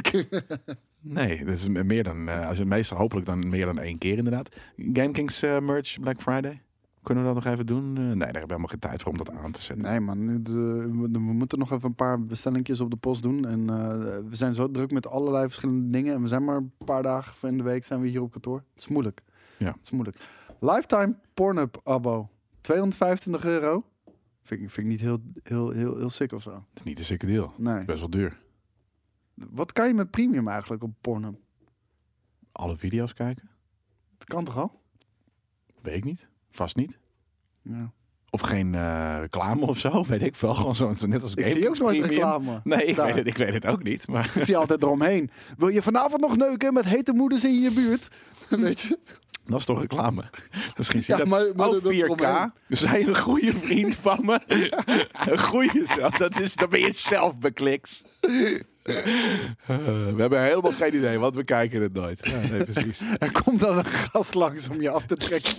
Speaker 2: nee, dat is meer dan... eh, als je, meestal hopelijk dan meer dan één keer inderdaad. Gamekings eh, merch, Black Friday. Kunnen we dat nog even doen? Eh, nee, daar hebben we helemaal geen tijd voor om dat aan te zetten.
Speaker 1: Nee, man. nu de- we, we moeten nog even een paar bestellingjes op de post doen. En eh, we zijn zo druk met allerlei verschillende dingen. En we zijn maar een paar dagen van in de week zijn we hier op kantoor. Het is moeilijk.
Speaker 2: Ja.
Speaker 1: Het is moeilijk. Lifetime Pornhub abo. 225 euro. Vind ik, vind ik niet heel, heel, heel, heel sick of zo.
Speaker 2: Het is niet een sikke deal.
Speaker 1: Nee.
Speaker 2: Best wel duur.
Speaker 1: Wat kan je met premium eigenlijk op Pornhub?
Speaker 2: Alle video's kijken?
Speaker 1: Dat kan toch al?
Speaker 2: Weet ik niet. Vast niet.
Speaker 1: Ja.
Speaker 2: Of geen eh, reclame of zo. Weet ik wel. Gewoon zo, zo net als
Speaker 1: Ik
Speaker 2: Gamekings
Speaker 1: zie ook nooit
Speaker 2: Premium.
Speaker 1: reclame.
Speaker 2: Nee, ik
Speaker 1: Daar.
Speaker 2: weet, het, ik weet het ook niet. Maar
Speaker 1: Ik zie altijd eromheen. Wil je vanavond nog neuken met hete moeders in je buurt? Weet je?
Speaker 2: Dat is toch reclame? Misschien zie
Speaker 1: Ja,
Speaker 2: je dat.
Speaker 1: maar- maar
Speaker 2: oh,
Speaker 1: dat is
Speaker 2: 4K. Zij een goede vriend van me. een goede zelf. Dat is, dan ben je zelf bekliks. we hebben helemaal geen idee, want we kijken het nooit. Ja, nee, precies.
Speaker 1: Er komt dan een gast langs om je af te trekken.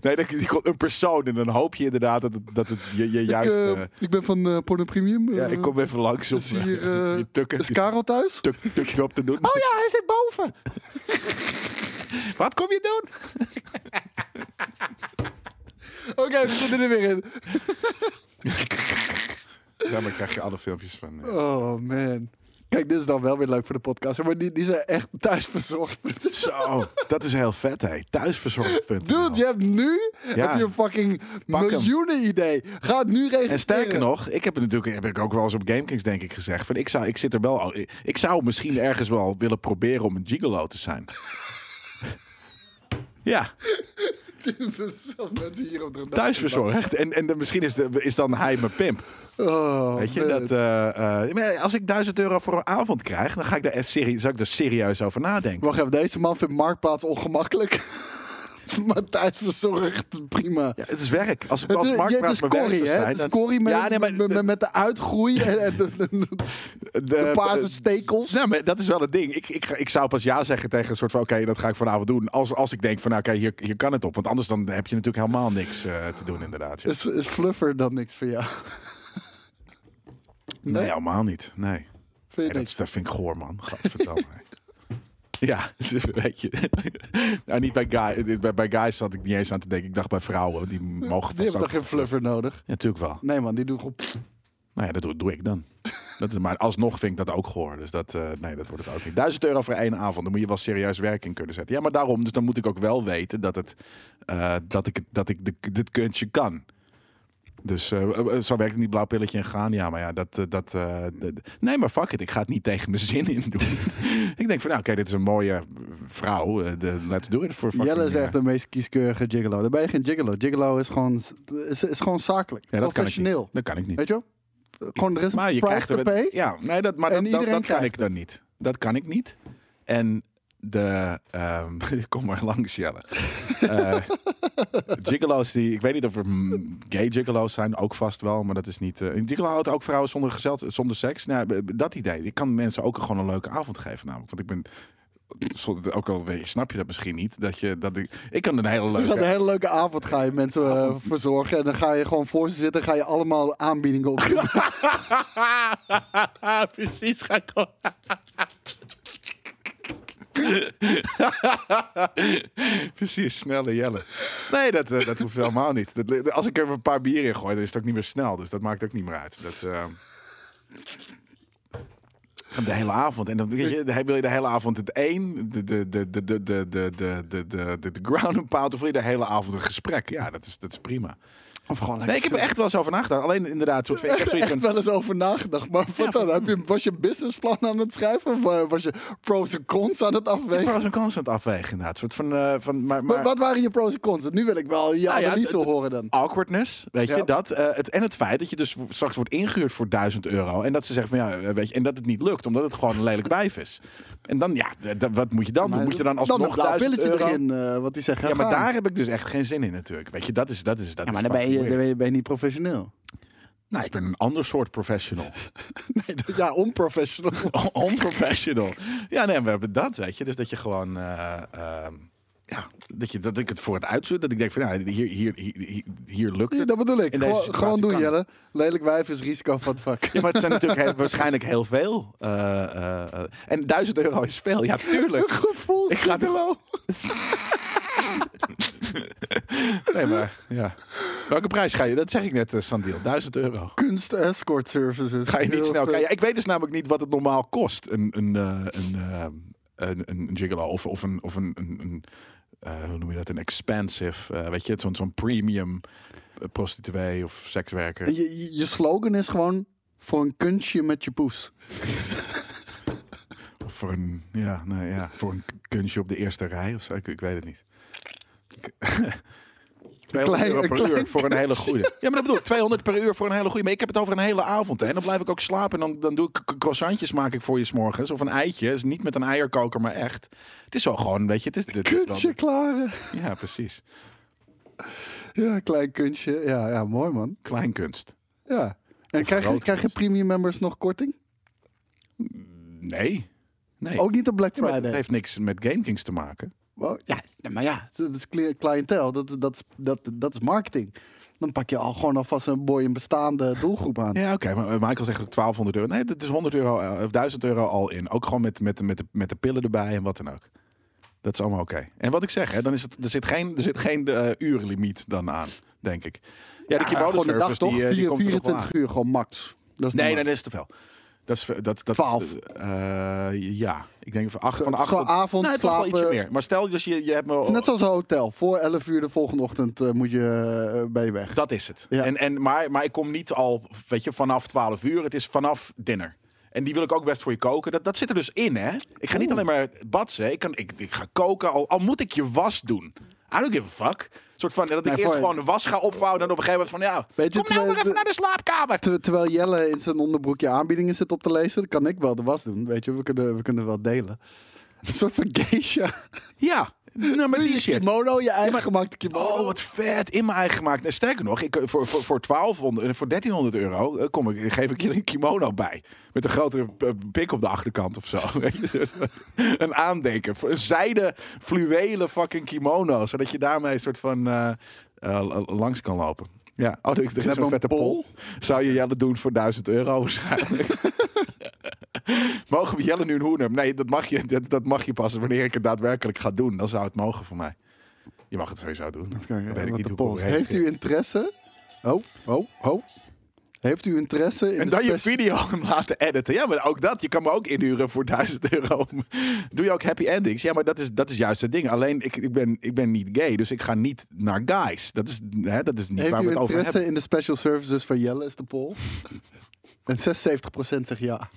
Speaker 2: Nee, dat, die komt een persoon en dan hoop je inderdaad dat het, dat het je, je juist...
Speaker 1: ik, eh,
Speaker 2: eh,
Speaker 1: ik ben van eh Porno Premium.
Speaker 2: ja,
Speaker 1: eh,
Speaker 2: ik kom even langs om
Speaker 1: is hier,
Speaker 2: eh,
Speaker 1: eh,
Speaker 2: je tukken,
Speaker 1: Is
Speaker 2: je
Speaker 1: Karel thuis?
Speaker 2: tuk, tukje op te doen.
Speaker 1: Oh ja, hij zit boven.
Speaker 2: Wat kom je doen?
Speaker 1: Oké, we zitten er weer in.
Speaker 2: Ja, maar krijg je alle filmpjes van... eh,
Speaker 1: Oh man. Kijk, dit is dan wel weer leuk voor de podcast. Maar die, die zijn echt thuis verzorgd.
Speaker 2: Zo, dat is heel vet, hé. Thuisverzorgd.nl.
Speaker 1: Dude, je hebt nu
Speaker 2: Ja.
Speaker 1: heb je een fucking
Speaker 2: Pak hem.
Speaker 1: miljoenen idee. Ga het nu registreren.
Speaker 2: En sterker nog, ik heb het natuurlijk heb ik ook wel eens op GameKings denk ik gezegd. Van ik, zou, ik zit er wel. al- Ik zou misschien ergens wel willen proberen om een gigolo te zijn. ja,
Speaker 1: Er zijn mensen hier op de redactie.
Speaker 2: thuisverzorgd. En, en dan, misschien is, de, is dan hij mijn pimp.
Speaker 1: Oh,
Speaker 2: Weet je,
Speaker 1: man.
Speaker 2: dat, eh, eh, maar als ik 1000 euro voor een avond krijg, dan ga ik daar echt serie, zou ik daar serieus over nadenken.
Speaker 1: Wacht even, deze man vindt Marktplaats ongemakkelijk. maar thuisverzorgd, prima.
Speaker 2: Ja, het is werk. Als,
Speaker 1: Het
Speaker 2: als
Speaker 1: is, ja, het
Speaker 2: marktplaats
Speaker 1: is
Speaker 2: mijn werk
Speaker 1: Corrie,
Speaker 2: zou
Speaker 1: hè?
Speaker 2: zijn,
Speaker 1: Het is
Speaker 2: dan-
Speaker 1: Corrie met,
Speaker 2: Ja, nee, maar
Speaker 1: met,
Speaker 2: de-
Speaker 1: met, met de uitgroei en, en de, de, de-
Speaker 2: de,
Speaker 1: de paarse
Speaker 2: de-
Speaker 1: stekels.
Speaker 2: Nou, maar dat is wel het ding. Ik, ik, ga- ik zou pas ja zeggen tegen een soort van... oké, dat ga ik vanavond doen. Als, als ik denk van, nou, oké, hier, hier kan het op. Want anders dan heb je natuurlijk helemaal niks eh, te doen, inderdaad.
Speaker 1: Is, is Fluffer dan niks voor jou?
Speaker 2: Nee, helemaal niet. Nee.
Speaker 1: Vind
Speaker 2: Nee,
Speaker 1: je
Speaker 2: dat,
Speaker 1: niks?
Speaker 2: is- dat vind ik goor, man. Gadverdamme. ja, dus, weet je. nou, niet bij, guy, bij, bij guys zat ik niet eens aan te denken. Ik dacht bij vrouwen, die mogen
Speaker 1: Die
Speaker 2: vast
Speaker 1: hebben
Speaker 2: ook...
Speaker 1: toch geen Fluffer nodig?
Speaker 2: Ja, natuurlijk wel.
Speaker 1: Nee man, die doen gewoon...
Speaker 2: Nou ja, dat doe, doe ik dan. Dat is, maar alsnog vind ik dat ook goor. Dus dat, eh, nee, dat wordt het ook niet. Duizend euro voor één avond. Dan moet je wel serieus werk in kunnen zetten. Ja, maar daarom. Dus dan moet ik ook wel weten dat, het, eh, dat ik, het- dat ik de, dit kuntje kan. Dus eh, eh, zo werkt het niet. Blauw pilletje en gaan. Ja, maar ja, dat... eh, dat eh, d- d- nee, maar fuck it. Ik ga het niet tegen mijn zin in doen. ik denk van, nou, oké, dit is een mooie vrouw. eh, de, let's do it voor fucking...
Speaker 1: Jelle is
Speaker 2: eh,
Speaker 1: echt de meest kieskeurige gigolo. Dan ben je geen gigolo. Gigolo is gewoon, is, is gewoon zakelijk.
Speaker 2: ja, dat kan ik niet.
Speaker 1: professioneel.
Speaker 2: Dat kan ik niet.
Speaker 1: Weet je wel? Gewoon er is
Speaker 2: Maar
Speaker 1: een
Speaker 2: je
Speaker 1: prijs
Speaker 2: krijgt
Speaker 1: te
Speaker 2: er
Speaker 1: pay.
Speaker 2: Ja, nee, dat, maar
Speaker 1: En
Speaker 2: dat,
Speaker 1: iedereen
Speaker 2: dat, dat kan
Speaker 1: krijgt
Speaker 2: ik dan niet. Dat kan ik niet. En de. ehm, kom maar langs, Jelle. Eh gigolo's die. Ik weet niet of er mm, gay gigolo's zijn, ook vast wel, maar dat is niet. eh een gigolo houdt ook vrouwen zonder, gezel, zonder seks. Nou, b- b- dat idee. Ik kan mensen ook gewoon een leuke avond geven, namelijk. Want ik ben. zo- Ook al weet- snap je dat misschien niet. Dat je, dat ik, ik kan een hele
Speaker 1: Je gaat een
Speaker 2: leuke.
Speaker 1: hele leuke avond ga je mensen eh, verzorgen. En dan ga je gewoon voor ze zitten. Ga je allemaal aanbiedingen op.
Speaker 2: Precies, ga ik Precies, snelle Jelle. Nee, dat, eh, dat hoeft helemaal niet. Dat, li- als ik er een paar bier in gooi, dan is het ook niet meer snel. Dus dat maakt ook niet meer uit. Dat, eh, De hele avond. En dan weet je, dan wil je de hele avond het één, de, de, de, de, de, de, de, de, de, de, de, de ground and pound, of wil je de hele avond een gesprek? Ja, dat is, dat is prima.
Speaker 1: Of gewoon
Speaker 2: Nee, ik heb er echt wel eens over nagedacht. Alleen inderdaad, soort, van- ik heb zoiets
Speaker 1: echt
Speaker 2: van,
Speaker 1: wel eens over nagedacht. Maar wat dan? Heb je, was je businessplan aan het schrijven? Of eh, was je pros en cons aan het afwegen?
Speaker 2: pros en cons aan het afwegen inderdaad. Soort van, eh, van, maar,
Speaker 1: Wa-
Speaker 2: maar
Speaker 1: Wat waren je pros en cons? Nu wil ik wel je
Speaker 2: Nou ja,
Speaker 1: analyse
Speaker 2: d- d-
Speaker 1: horen dan.
Speaker 2: awkwardness, weet je,
Speaker 1: Ja.
Speaker 2: dat. eh, het, en het feit dat je dus straks wordt ingehuurd voor 1000 euro. En dat ze zeggen van ja, eh, weet je, en dat het niet lukt, omdat het gewoon een lelijk wijf is. En dan, ja, d- d- wat moet je dan doen? Moet je dan
Speaker 1: dan
Speaker 2: alsnog
Speaker 1: een blauw
Speaker 2: 1000
Speaker 1: pilletje
Speaker 2: euro?
Speaker 1: erin, eh, wat hij zegt.
Speaker 2: Ja, maar
Speaker 1: gaan.
Speaker 2: daar heb ik dus echt geen zin in natuurlijk. Weet je, dat is... Dat is dat
Speaker 1: Ja, maar
Speaker 2: is
Speaker 1: dan ben je, dan
Speaker 2: fucking
Speaker 1: ben
Speaker 2: weird.
Speaker 1: je, ben je niet professioneel.
Speaker 2: Nou, ik ben een ander soort professional.
Speaker 1: Nee, dat- ja, onprofessional.
Speaker 2: On- Onprofessional. Ja, nee, we hebben dat, weet je. Dus dat je gewoon... eh, ehm, ja, dat, je, dat ik het voor het uitzoek. Dat ik denk van, ja, hier, hier, hier, hier- hier lukt
Speaker 1: Ja,
Speaker 2: het.
Speaker 1: dat bedoel ik.
Speaker 2: In deze
Speaker 1: Gewoon,
Speaker 2: situatie
Speaker 1: gewoon doen,
Speaker 2: kan
Speaker 1: Jelle. Lelijk wijf is risico van het vak.
Speaker 2: Ja, maar het zijn natuurlijk heel- waarschijnlijk heel veel. eh, eh, eh. en 1000 euro is veel, ja, tuurlijk.
Speaker 1: Gevoel.
Speaker 2: Ik ga er wel. nee, maar ja. Welke prijs ga je? Dat zeg ik net, eh, Sandiel. 1000 euro.
Speaker 1: Kunst escort services.
Speaker 2: Ga je niet
Speaker 1: Heel
Speaker 2: snel
Speaker 1: goed.
Speaker 2: kijken. Ja, ik weet dus namelijk niet wat het normaal kost. Een, een, eh, een, eh, een, een, een gigolo of, of een. Of een, een, een eh, hoe noem je dat? Een expensive. eh, weet je, zo'n zo'n premium eh, prostituee of sekswerker.
Speaker 1: En Je, je, je slogan is gewoon voor een kunstje met je poes.
Speaker 2: Of voor een, ja, nou ja, voor een kunstje op de eerste rij of zo. Ik, ik weet het niet. Ik- 200
Speaker 1: klein-
Speaker 2: euro
Speaker 1: een
Speaker 2: per
Speaker 1: klein
Speaker 2: uur voor een hele goede. Ja, maar dat bedoel ik. 200 per uur voor een hele goede. Maar ik heb het over een hele avond. Hè. En dan blijf ik ook slapen. En dan, dan doe ik k- croissantjes maak ik voor je s'morgens. Of een eitje. Dus niet met een eierkoker, maar echt. Het is wel gewoon, weet je. Het is, dit is wel-
Speaker 1: Kunstje klaren.
Speaker 2: ja, precies.
Speaker 1: Ja, klein kunstje. Ja, ja mooi man.
Speaker 2: Kleinkunst.
Speaker 1: Ja. En krijg je,
Speaker 2: groot
Speaker 1: krijg je
Speaker 2: kunst.
Speaker 1: premium members nog korting?
Speaker 2: Nee. Nee.
Speaker 1: Ook niet op Black
Speaker 2: Ja, maar
Speaker 1: Friday.
Speaker 2: het heeft niks met GameKings te maken.
Speaker 1: Oh, ja, nee, maar ja, dat is cli- cliëntel. Dat, dat, is- dat, dat is marketing. Dan pak je al gewoon alvast een boy een bestaande doelgroep aan.
Speaker 2: Ja, oké, maar eh, Michael zegt ook 1200 euro. Nee, dat is 100 euro eh, of 1000 euro al in. Ook gewoon met, met, met, de, met de pillen erbij en wat dan ook. Dat is allemaal oké. En wat ik zeg, hè, dan is het, er zit geen, er zit geen eh, urenlimiet dan aan, denk ik. Ja,
Speaker 1: Ja,
Speaker 2: de
Speaker 1: gewoon de dag
Speaker 2: keyboardenservice,
Speaker 1: toch?
Speaker 2: die, eh, die
Speaker 1: Vier-
Speaker 2: komt er nog wel aan.
Speaker 1: 24 uur gewoon max. Dat is
Speaker 2: Nee,
Speaker 1: normaal.
Speaker 2: nee, dat is te veel. Dat is, dat, dat,
Speaker 1: Twaalf.
Speaker 2: eh, ja, ik denk van acht, van
Speaker 1: Van
Speaker 2: acht tot...
Speaker 1: avond,
Speaker 2: Nee, toch wel
Speaker 1: slapen.
Speaker 2: ietsje meer. Maar stel, dus je, je hebt
Speaker 1: Het is
Speaker 2: me...
Speaker 1: Net zoals een hotel. Voor 11 uur de volgende ochtend eh, moet je, eh, ben je weg.
Speaker 2: Dat is het.
Speaker 1: Ja.
Speaker 2: En, en, maar, maar ik kom niet al, weet je, vanaf 12 uur. Het is vanaf dinner. En die wil ik ook best voor je koken. Dat, dat zit er dus in, hè? Ik ga niet
Speaker 1: Oeh.
Speaker 2: alleen maar batsen. Ik, kan, ik, ik ga koken, al, al moet ik je was doen. I don't give a fuck. Een soort van, dat ik
Speaker 1: Nee,
Speaker 2: eerst
Speaker 1: voor-
Speaker 2: gewoon de was ga opvouwen. En op een gegeven moment van, ja,
Speaker 1: Weet je,
Speaker 2: kom
Speaker 1: terwijl-
Speaker 2: nou maar even naar de slaapkamer.
Speaker 1: Ter- terwijl Jelle in zijn onderbroekje aanbiedingen zit op te lezen, dan kan ik wel de was doen. Weet je, we kunnen, we kunnen wel delen. Een soort van geisha.
Speaker 2: Ja, nou, maar die shit.
Speaker 1: Kimono, je eigen gemaakte kimono.
Speaker 2: Oh, wat vet. In mijn eigen gemaakt. En sterker nog, ik, eh, voor, voor, voor 1200, eh, voor 1300 euro eh, kom ik, geef ik jullie een kimono bij. Met een grotere eh, pik op de achterkant of zo. Weet je, een aandeken. Een zijde fluwelen fucking kimono. Zodat je daarmee een soort van eh, eh, langs kan lopen. Ja, oh, er- er
Speaker 1: Met
Speaker 2: is zo'n
Speaker 1: een
Speaker 2: vette pol.
Speaker 1: pol?
Speaker 2: Zou je Jelle doen voor 1000 euro waarschijnlijk? Mogen we Jelle nu een hoener? Nee, dat mag, je, dat, dat mag je pas wanneer ik het daadwerkelijk ga doen. Dan zou het mogen voor mij. Je mag het sowieso doen.
Speaker 1: Even kijken,
Speaker 2: Dan weet ik
Speaker 1: wat
Speaker 2: niet
Speaker 1: de
Speaker 2: hoe ik
Speaker 1: poll
Speaker 2: op
Speaker 1: is.
Speaker 2: reageer.
Speaker 1: Heeft u interesse? Oh, oh, oh. Heeft u interesse in
Speaker 2: En
Speaker 1: de
Speaker 2: dan je
Speaker 1: speci-
Speaker 2: video hem laten editen. Ja, maar ook dat. Je kan me ook inhuren voor 1000 euro. Doe je ook happy endings? Ja, maar dat is, dat is juist het ding. Alleen, ik, ik, ben, ik ben niet gay, dus ik ga niet naar guys. Dat is, hè, dat is niet
Speaker 1: Heeft
Speaker 2: waar we
Speaker 1: u
Speaker 2: het over hebben.
Speaker 1: interesse in de special services van Jelle, is de poll. en 76% zegt ja.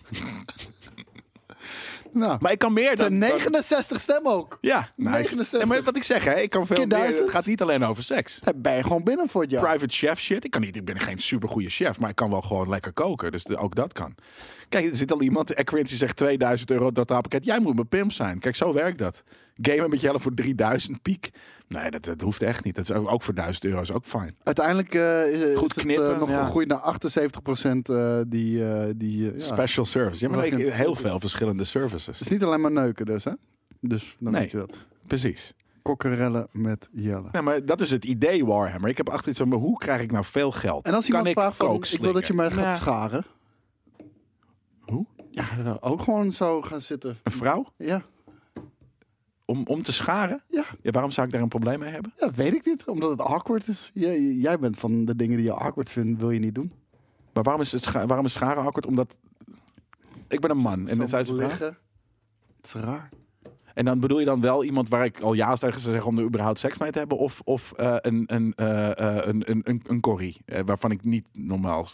Speaker 1: nou,
Speaker 2: Maar ik kan meer
Speaker 1: het
Speaker 2: dan...
Speaker 1: zijn
Speaker 2: dan-
Speaker 1: 69 stemmen ook.
Speaker 2: Ja, nice.
Speaker 1: 69.
Speaker 2: En maar wat ik zeg, hè, ik kan veel
Speaker 1: Keer
Speaker 2: meer. Het
Speaker 1: 1000?
Speaker 2: gaat niet alleen over seks.
Speaker 1: Daar ben je gewoon binnen voor het jaar.
Speaker 2: private chef shit. Ik, kan niet, ik ben geen supergoeie chef, maar ik kan wel gewoon lekker koken. Dus de- ook dat kan. Kijk, er zit al iemand, Equinity zegt 2000 euro datapakket. Jij moet mijn pimp zijn. Kijk, zo werkt dat. Gamen met Jelle voor 3000 piek. Nee, dat, dat hoeft echt niet. Dat is ook, ook voor 1000 euro is ook fijn.
Speaker 1: Uiteindelijk eh, is
Speaker 2: Goed
Speaker 1: het eh,
Speaker 2: knippen,
Speaker 1: nog
Speaker 2: ja.
Speaker 1: gegroeid naar 78% eh die... eh, die eh, ja.
Speaker 2: Special service. Ja, maar
Speaker 1: Dat
Speaker 2: ik,
Speaker 1: vind ik
Speaker 2: heel
Speaker 1: super.
Speaker 2: veel verschillende services.
Speaker 1: Het is niet alleen maar neuken dus, hè? Dus dan
Speaker 2: Nee.
Speaker 1: weet je dat.
Speaker 2: Precies.
Speaker 1: Kokkerellen met Jelle.
Speaker 2: Nee, maar dat is het idee Warhammer. Ik heb achter iets van, maar hoe krijg ik nou veel geld?
Speaker 1: En als
Speaker 2: kan
Speaker 1: iemand
Speaker 2: ik
Speaker 1: vraagt van,
Speaker 2: coke
Speaker 1: ik wil dat je mij
Speaker 2: slingen?
Speaker 1: gaat
Speaker 2: Ja.
Speaker 1: scharen.
Speaker 2: Hoe?
Speaker 1: Ja, dan ook gewoon zo gaan zitten.
Speaker 2: Een vrouw?
Speaker 1: Ja,
Speaker 2: Om, om te scharen?
Speaker 1: ja.
Speaker 2: Ja, waarom zou ik daar een probleem mee hebben?
Speaker 1: ja weet ik niet. Omdat het awkward is. Jij, jij bent van de dingen die je awkward vindt, wil je niet doen.
Speaker 2: Maar waarom is, het scha- waarom is scharen awkward? Omdat ik ben een man. En,
Speaker 1: Zo
Speaker 2: dit zijn ze vragen.
Speaker 1: liggen. Het is raar.
Speaker 2: en dan bedoel je dan wel iemand waar ik al ja tegen zou zeggen om er überhaupt seks mee te hebben? Of, of eh, een, een, eh, eh, een, een, een, een corrie eh, waarvan ik niet normaal...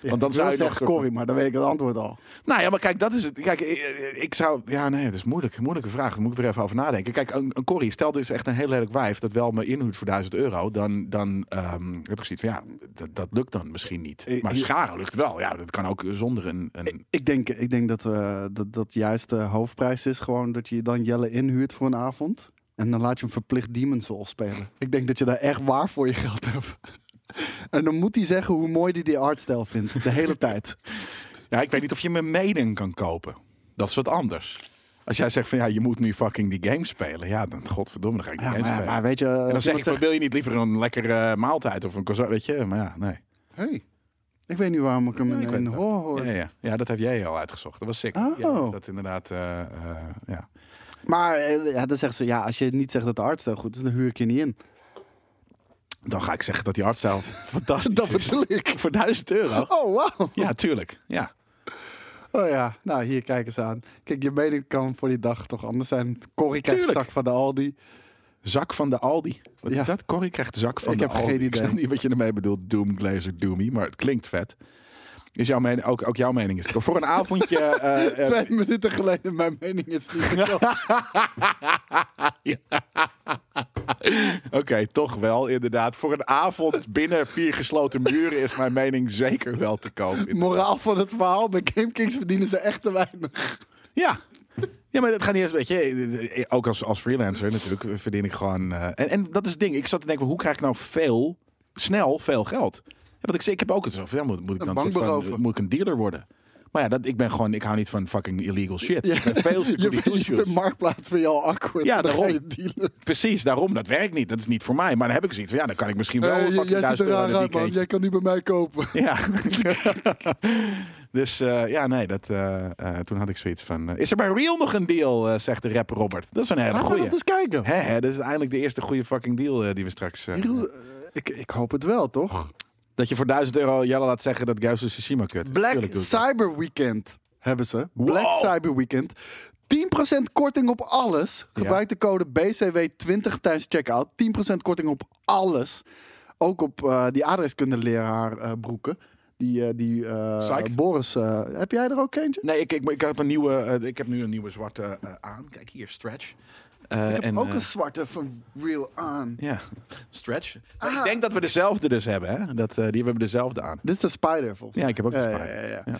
Speaker 2: Want dan
Speaker 1: Ik
Speaker 2: zou
Speaker 1: wil
Speaker 2: je nog
Speaker 1: zeggen
Speaker 2: soort van-
Speaker 1: Corrie, maar dan weet ik het antwoord al.
Speaker 2: Nou ja, maar kijk, dat is het. Kijk, eh, eh, ik zou... Ja, nee, dat is moeilijk. Een moeilijke vraag. Daar moet ik weer even over nadenken. Kijk, een, een corrie, stel dit is echt een heel lelijk wijf dat wel me inhuurt voor 1000 euro. Dan, dan ehm, heb ik zoiets van, ja, dat, dat lukt dan misschien niet.
Speaker 1: Eh,
Speaker 2: Maar
Speaker 1: hier-
Speaker 2: scharen lukt wel. Ja, dat kan ook zonder een... een...
Speaker 1: Ik denk, ik denk dat, eh, dat dat juist de hoofdprijs is. Gewoon dat je dan Jelle inhuurt voor een avond. En dan laat je hem verplicht Demon Souls spelen. Ik denk dat je daar echt waar voor je geld hebt. En dan moet hij zeggen hoe mooi hij die artstijl vindt. De hele tijd.
Speaker 2: Ja, Nou, ik weet niet of je me meden kan kopen. Dat is wat anders. Als jij zegt van ja, je moet nu fucking die game spelen. Ja, dan godverdomme, dan ga ik die
Speaker 1: Ja,
Speaker 2: game
Speaker 1: maar,
Speaker 2: spelen.
Speaker 1: maar weet je...
Speaker 2: en dan zeg ik, van, wil je niet liever een lekkere eh, maaltijd of een croissant, weet je? Maar ja, nee.
Speaker 1: hey, ik weet niet waarom ik hem
Speaker 2: Ja, ik
Speaker 1: in,
Speaker 2: weet
Speaker 1: in
Speaker 2: het
Speaker 1: hoor
Speaker 2: Ja,
Speaker 1: hoor.
Speaker 2: ja, ja. ja, dat heb jij al uitgezocht. Dat was sick.
Speaker 1: Oh.
Speaker 2: Ja, dat inderdaad, eh, eh, ja.
Speaker 1: Maar eh, ja, dan zegt ze, ja, als je niet zegt dat de artstijl goed is, dan huur ik je niet in.
Speaker 2: Dan ga ik zeggen dat die artstijl fantastisch
Speaker 1: Dat
Speaker 2: is.
Speaker 1: bedoel ik.
Speaker 2: Voor 1000 euro.
Speaker 1: Oh, wauw.
Speaker 2: Ja, tuurlijk. Ja.
Speaker 1: Oh ja, nou hier kijk eens aan. Kijk, je mening kan voor die dag toch anders zijn. Corrie krijgt
Speaker 2: Tuurlijk.
Speaker 1: zak van de Aldi.
Speaker 2: Zak van de Aldi. Wat
Speaker 1: Ja.
Speaker 2: is dat? Corrie krijgt zak van
Speaker 1: Ik
Speaker 2: de
Speaker 1: heb
Speaker 2: Aldi.
Speaker 1: geen
Speaker 2: Ik
Speaker 1: idee.
Speaker 2: snap niet wat je ermee bedoelt. Doomglazer, Doomy. Maar het klinkt vet. Is jouw mening, ook, ook jouw mening is het. Voor een avondje... eh, eh,
Speaker 1: Twee minuten geleden, mijn mening is niet
Speaker 2: Oké, toch wel inderdaad. Voor een avond binnen vier gesloten muren is mijn mening zeker wel te koop.
Speaker 1: Moraal van het verhaal, bij GameKings verdienen ze echt te weinig.
Speaker 2: Ja. Ja, maar dat gaat niet eens, weet je, ook als, als freelancer natuurlijk verdien ik gewoon... eh, en, en dat is het ding, ik zat te denken, hoe krijg ik nou veel, snel veel geld? Ja, want ik, zei, ik heb ook het zo van, ja, moet, moet ik dan
Speaker 1: Een
Speaker 2: soort
Speaker 1: bank
Speaker 2: van,
Speaker 1: beroven.
Speaker 2: eh, moet ik een dealer worden? Maar ja, dat, ik ben gewoon, ik hou niet van fucking illegal shit. Ik ben veel
Speaker 1: je
Speaker 2: illegal
Speaker 1: vindt je
Speaker 2: shoes.
Speaker 1: vindt marktplaats voor jou awkward.
Speaker 2: Ja,
Speaker 1: dan ga
Speaker 2: daarom.
Speaker 1: je dealen.
Speaker 2: Precies, daarom, dat werkt niet, dat is niet voor mij. Maar dan heb ik zoiets van, ja, dan kan ik misschien wel
Speaker 1: Eh,
Speaker 2: een
Speaker 1: j-
Speaker 2: fucking
Speaker 1: jij zit er
Speaker 2: duizend euro
Speaker 1: raar
Speaker 2: in een
Speaker 1: uit, man.
Speaker 2: weekendje
Speaker 1: Jij kan niet bij mij kopen.
Speaker 2: Ja. dus eh, ja, nee, dat, eh, eh, toen had ik zoiets van... eh, is er bij Real nog een deal, eh, zegt de rapper Robert. Dat is een hele
Speaker 1: Laten we
Speaker 2: goeie.
Speaker 1: Ah, dat eens kijken.
Speaker 2: Hè, hè, dat is eindelijk de eerste goede fucking deal eh, die we straks... eh,
Speaker 1: Jeroen, eh, Ik, ik hoop het wel, toch?
Speaker 2: dat je voor 1000 euro Jelle laat zeggen dat Ghost of Tsushima kut is.
Speaker 1: Black
Speaker 2: Tuurlijk doe ik dat.
Speaker 1: Cyber Weekend. hebben ze. Black
Speaker 2: Wow.
Speaker 1: Cyber Weekend. 10% korting op alles. Gebruik de code BCW20 tijdens checkout. 10% korting op alles. Ook op eh, die aardrijkskundeleraar eh broeken. Die, eh, die eh,
Speaker 2: Psych.
Speaker 1: Boris, eh, heb jij er ook eentje?
Speaker 2: Nee, ik, ik, ik, had een nieuwe, eh, ik heb nu een nieuwe zwarte eh, aan. Kijk hier, stretch. Eh,
Speaker 1: Ik heb
Speaker 2: en,
Speaker 1: ook
Speaker 2: eh,
Speaker 1: een zwarte van Real aan.
Speaker 2: Ja, stretch. Maar Ik denk dat we dezelfde dus hebben, hè? Dat, eh, die hebben we dezelfde aan.
Speaker 1: Dit is de Spider volgens mij.
Speaker 2: Ja, ik heb ook een
Speaker 1: Ja,
Speaker 2: Spider.
Speaker 1: ja, ja, ja.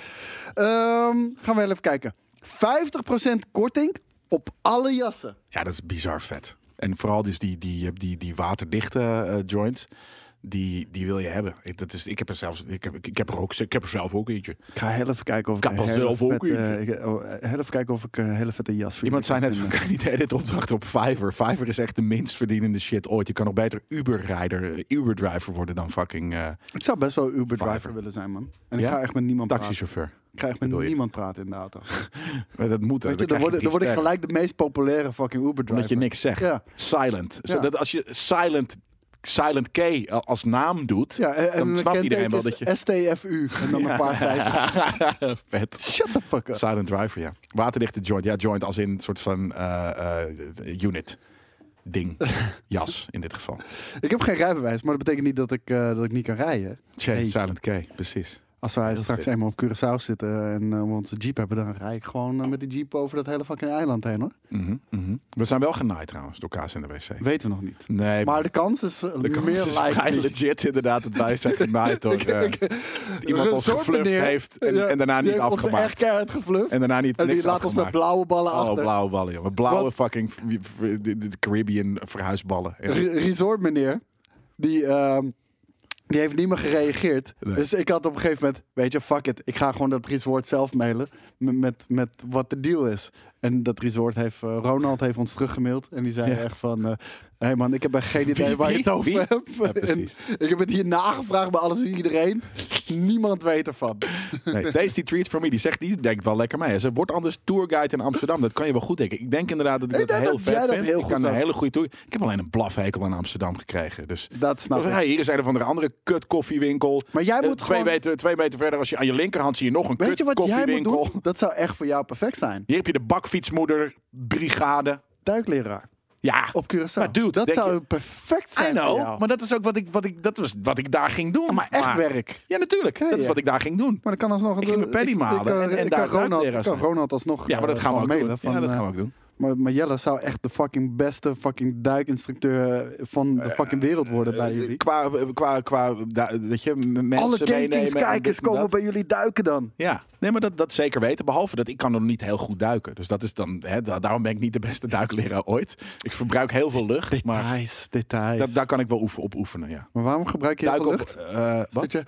Speaker 1: Ehm, gaan we even kijken. 50% korting op alle jassen.
Speaker 2: Ja, dat is bizar vet. En vooral dus die, die, die, die waterdichte eh, joints, die, die wil je hebben. Ik, dat is, ik heb er zelfs, ik heb, ik heb er ook, ik heb er zelf ook eentje.
Speaker 1: Ik ga heel even kijken of ik,
Speaker 2: Kan
Speaker 1: een
Speaker 2: pas
Speaker 1: hele
Speaker 2: zelf ook
Speaker 1: vette,
Speaker 2: eentje.
Speaker 1: ik- oh, heel even kijken of ik een hele vette jas voor
Speaker 2: Iemand
Speaker 1: jullie
Speaker 2: zei
Speaker 1: kan
Speaker 2: net, van,
Speaker 1: vinden.
Speaker 2: kan je niet edit opdrachten op Fiverr? Fiverr is echt de minst verdienende shit ooit. Je kan nog beter Uber-rider, eh, Uber-driver worden dan fucking eh,
Speaker 1: Ik zou best wel Uber driver
Speaker 2: Fiverr.
Speaker 1: willen zijn, man. En
Speaker 2: Ja?
Speaker 1: ik ga echt met niemand praten.
Speaker 2: taxichauffeur.
Speaker 1: Ik ga echt met
Speaker 2: bedoel je?
Speaker 1: niemand praten in de auto.
Speaker 2: Maar dat moet. eh,
Speaker 1: Weet je, dan word, dan word ik gelijk de meest populaire fucking Uber driver.
Speaker 2: Omdat je niks zegt.
Speaker 1: Ja.
Speaker 2: Silent.
Speaker 1: Ja.
Speaker 2: Zodat als je silent, silent K eh, als naam doet,
Speaker 1: Ja, en, en
Speaker 2: dan snapt
Speaker 1: mijn
Speaker 2: iedereen wel dat
Speaker 1: kenteken
Speaker 2: je... eh,
Speaker 1: is STFU. En dan een paar cijfers.
Speaker 2: Vet.
Speaker 1: Shut the fuck up.
Speaker 2: Silent driver, ja. Waterdichte joint. Ja, joint als in een soort van eh, eh, unit. Ding. Jas, in dit geval.
Speaker 1: Ik heb geen rijbewijs, maar dat betekent niet dat ik, eh, dat ik niet kan rijden.
Speaker 2: Tjee,
Speaker 1: Hey.
Speaker 2: Silent K, precies.
Speaker 1: Als wij
Speaker 2: Heel
Speaker 1: straks
Speaker 2: vet.
Speaker 1: eenmaal op Curaçao zitten en eh, we onze jeep hebben, dan rijd ik gewoon eh, met die jeep over dat hele fucking eiland heen hoor.
Speaker 2: Mhm, mhm. We zijn wel genaaid trouwens door kaas in de wc.
Speaker 1: Weten we nog niet.
Speaker 2: Nee,
Speaker 1: Maar de kans is eh,
Speaker 2: de kans
Speaker 1: meer
Speaker 2: is
Speaker 1: likely.
Speaker 2: vrij legit inderdaad dat wij zijn genaaid door
Speaker 1: Ik-
Speaker 2: eh,
Speaker 1: ik-
Speaker 2: iemand
Speaker 1: Een
Speaker 2: ons
Speaker 1: soort
Speaker 2: gefluft
Speaker 1: meneer,
Speaker 2: heeft en,
Speaker 1: ja,
Speaker 2: en daarna
Speaker 1: die
Speaker 2: niet
Speaker 1: heeft ons
Speaker 2: afgemaakt.
Speaker 1: echt keihard gefluft.
Speaker 2: En
Speaker 1: En,
Speaker 2: daarna niet
Speaker 1: die
Speaker 2: niks
Speaker 1: laat ons met
Speaker 2: afgemaakt.
Speaker 1: blauwe ballen
Speaker 2: Oh,
Speaker 1: achter.
Speaker 2: blauwe ballen, jongen. Blauwe
Speaker 1: Wat-
Speaker 2: fucking v- v- de- de Caribbean verhuisballen.
Speaker 1: Re- Resort meneer, die, ehm, die heeft niet meer gereageerd.
Speaker 2: Nee.
Speaker 1: Dus ik had op een gegeven moment, weet je, fuck it. Ik ga gewoon dat resort zelf mailen met, met, met wat de deal is. En dat resort heeft, eh, Ronald heeft ons teruggemaild. En die zei
Speaker 2: Ja.
Speaker 1: echt van, hé hey man, ik heb echt geen idee
Speaker 2: Wie-
Speaker 1: waar je
Speaker 2: wie-
Speaker 1: het over
Speaker 2: wie?
Speaker 1: hebt.
Speaker 2: Ja,
Speaker 1: En
Speaker 2: precies.
Speaker 1: ik heb het hier nagevraagd bij alles en iedereen. Niemand weet ervan.
Speaker 2: Nee, deze die treat for me, die zegt, die denkt wel lekker mee. Ze wordt anders tourguide in Amsterdam. Dat kan je wel goed denken. Ik denk inderdaad dat ik
Speaker 1: Ik
Speaker 2: dat
Speaker 1: denk
Speaker 2: heel
Speaker 1: dat
Speaker 2: vet
Speaker 1: jij dat
Speaker 2: vind.
Speaker 1: heel
Speaker 2: ik
Speaker 1: goed
Speaker 2: kan een
Speaker 1: zou-
Speaker 2: hele goede tour. Ik heb alleen een blafhekel in Amsterdam gekregen. Dus
Speaker 1: Dat snap
Speaker 2: Dus,
Speaker 1: ik.
Speaker 2: hey, hier is een of andere, andere kut koffiewinkel.
Speaker 1: Maar jij
Speaker 2: Eh,
Speaker 1: moet
Speaker 2: twee,
Speaker 1: gewoon-
Speaker 2: meter, twee meter verder, als je aan je linkerhand zie je nog een
Speaker 1: Weet
Speaker 2: kut
Speaker 1: je wat jij moet
Speaker 2: koffiewinkel.
Speaker 1: doen? Dat zou echt voor jou perfect zijn.
Speaker 2: Hier heb je de bakfietsmoeder brigade.
Speaker 1: Duikleraar
Speaker 2: Ja,
Speaker 1: op Curaçao.
Speaker 2: Maar dude,
Speaker 1: dat
Speaker 2: denk
Speaker 1: zou
Speaker 2: je-
Speaker 1: perfect
Speaker 2: I
Speaker 1: Oh, zijn voor
Speaker 2: know.
Speaker 1: jou.
Speaker 2: Maar dat is ook wat ik, wat ik, dat was wat ik daar ging doen.
Speaker 1: maar echt werk.
Speaker 2: Ja, natuurlijk.
Speaker 1: Ja,
Speaker 2: dat is
Speaker 1: ja.
Speaker 2: wat ik daar ging doen.
Speaker 1: Maar dan kan alsnog...
Speaker 2: Ik ging mijn paddy malen
Speaker 1: kan-
Speaker 2: en- en
Speaker 1: ik
Speaker 2: daar
Speaker 1: kan Ronald,
Speaker 2: duikleraar
Speaker 1: ik kan
Speaker 2: zijn.
Speaker 1: Ronald alsnog
Speaker 2: Ja, maar dat
Speaker 1: eh,
Speaker 2: gaan we ook
Speaker 1: gewoon
Speaker 2: doen.
Speaker 1: mailen van,
Speaker 2: ja, dat
Speaker 1: eh,
Speaker 2: gaan we ook doen.
Speaker 1: Maar, maar Jelle zou echt de fucking beste fucking duikinstructeur van
Speaker 2: Eh,
Speaker 1: de fucking wereld worden bij jullie.
Speaker 2: Qua, qua, qua da- dat je m- mensen
Speaker 1: Alle
Speaker 2: eh, meenemen en
Speaker 1: Kings
Speaker 2: dit
Speaker 1: kijkers
Speaker 2: en
Speaker 1: komen
Speaker 2: dat.
Speaker 1: bij jullie duiken dan.
Speaker 2: Ja, nee, maar dat, dat zeker weten. Behalve dat ik kan nog niet heel goed duiken. Dus dat is dan, hè, da- daarom ben ik niet de beste duikleraar ooit. Ik verbruik heel veel lucht, maar
Speaker 1: Details, details.
Speaker 2: dat, daar kan ik wel oefen, op oefenen, ja.
Speaker 1: Maar waarom gebruik je heel
Speaker 2: Duik
Speaker 1: veel
Speaker 2: op,
Speaker 1: lucht?
Speaker 2: eh, wat?
Speaker 1: Dat je,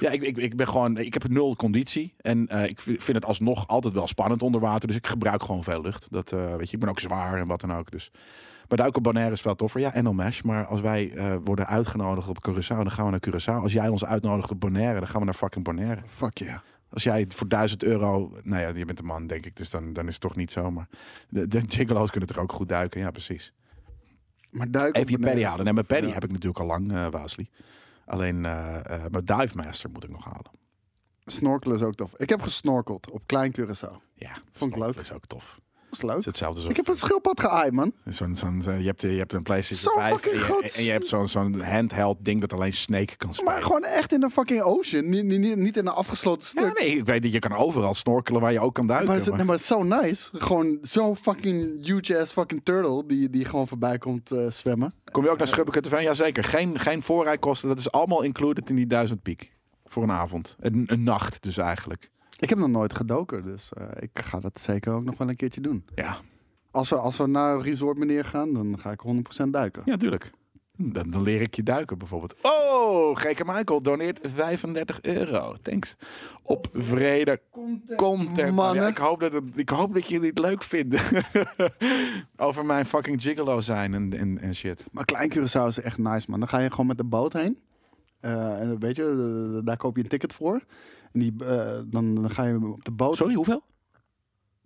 Speaker 2: Ja, ik, ik, ik ben gewoon, ik heb nul conditie. En eh, ik vind vind het alsnog altijd wel spannend onder water. Dus ik gebruik gewoon veel lucht. Dat, eh, weet je, ik ben ook zwaar en wat dan ook. Dus. Maar duiken op Bonaire is wel toffer. Ja, en dan Mesh. Maar als wij eh, worden uitgenodigd op Curaçao, dan gaan we naar Curaçao. Als jij ons uitnodigt op Bonaire, dan gaan we naar fucking Bonaire.
Speaker 1: fuck yeah.
Speaker 2: Als jij het voor 1000 euro. Nou ja, je bent een man, denk ik. Dus dan, dan is het toch niet zo. Maar de, de gigolo's kunnen toch ook goed duiken. Ja, precies.
Speaker 1: Maar duiken
Speaker 2: Even je paddy halen. Nee, mijn paddy
Speaker 1: Ja.
Speaker 2: heb ik natuurlijk al lang, eh Wousley. Alleen eh, eh, mijn dive master moet ik nog halen.
Speaker 1: Snorkelen is ook tof. Ik heb gesnorkeld op Klein Curaçao.
Speaker 2: Ja,
Speaker 1: Vond ik leuk.
Speaker 2: Dat is ook tof.
Speaker 1: Dat is leuk.
Speaker 2: Het is hetzelfde
Speaker 1: Ik
Speaker 2: soort.
Speaker 1: heb een schildpad geaaid, man.
Speaker 2: Zo'n, zo'n, eh, je, hebt, je hebt een PlayStation
Speaker 1: Zo'n
Speaker 2: 5 en
Speaker 1: fucking
Speaker 2: je,
Speaker 1: groot-
Speaker 2: en je hebt zo'n, zo'n handheld ding dat alleen Snake kan spelen.
Speaker 1: Maar gewoon echt in een fucking ocean. Niet, niet, niet- niet in een afgesloten stuk.
Speaker 2: Ja, nee, ik weet dat je kan overal snorkelen waar je ook kan duiken.
Speaker 1: maar, het, is-
Speaker 2: maar-
Speaker 1: nee, maar het is zo nice. Gewoon zo'n fucking huge ass fucking turtle die, die gewoon voorbij komt eh, zwemmen.
Speaker 2: Kom je ook naar Schubbeke TV? Jazeker. Geen, geen voorrijkosten. Dat is allemaal included in die 1000 piek. Voor een avond. Een, een nacht dus eigenlijk.
Speaker 1: Ik heb nog nooit gedoken, dus eh, ik ga dat zeker ook nog wel een keertje doen.
Speaker 2: Ja,
Speaker 1: Als we, als we naar Resort Meneer gaan, dan ga ik 100% duiken.
Speaker 2: ja tuurlijk. Dan, dan leer ik je duiken bijvoorbeeld. Oh, Gekke Michael doneert 35 euro. Thanks. Op vrede content.
Speaker 1: mannen.
Speaker 2: Ja, ik, hoop dat het, ik hoop dat jullie het leuk vinden. Over mijn fucking gigolo zijn en, en, en shit.
Speaker 1: Maar Klein Curaçao is echt nice, man. Dan ga je gewoon met de boot heen. Eh, en weet je, eh, daar koop je een ticket voor. En die, eh, dan, dan ga je op de boot.
Speaker 2: Sorry, hoeveel?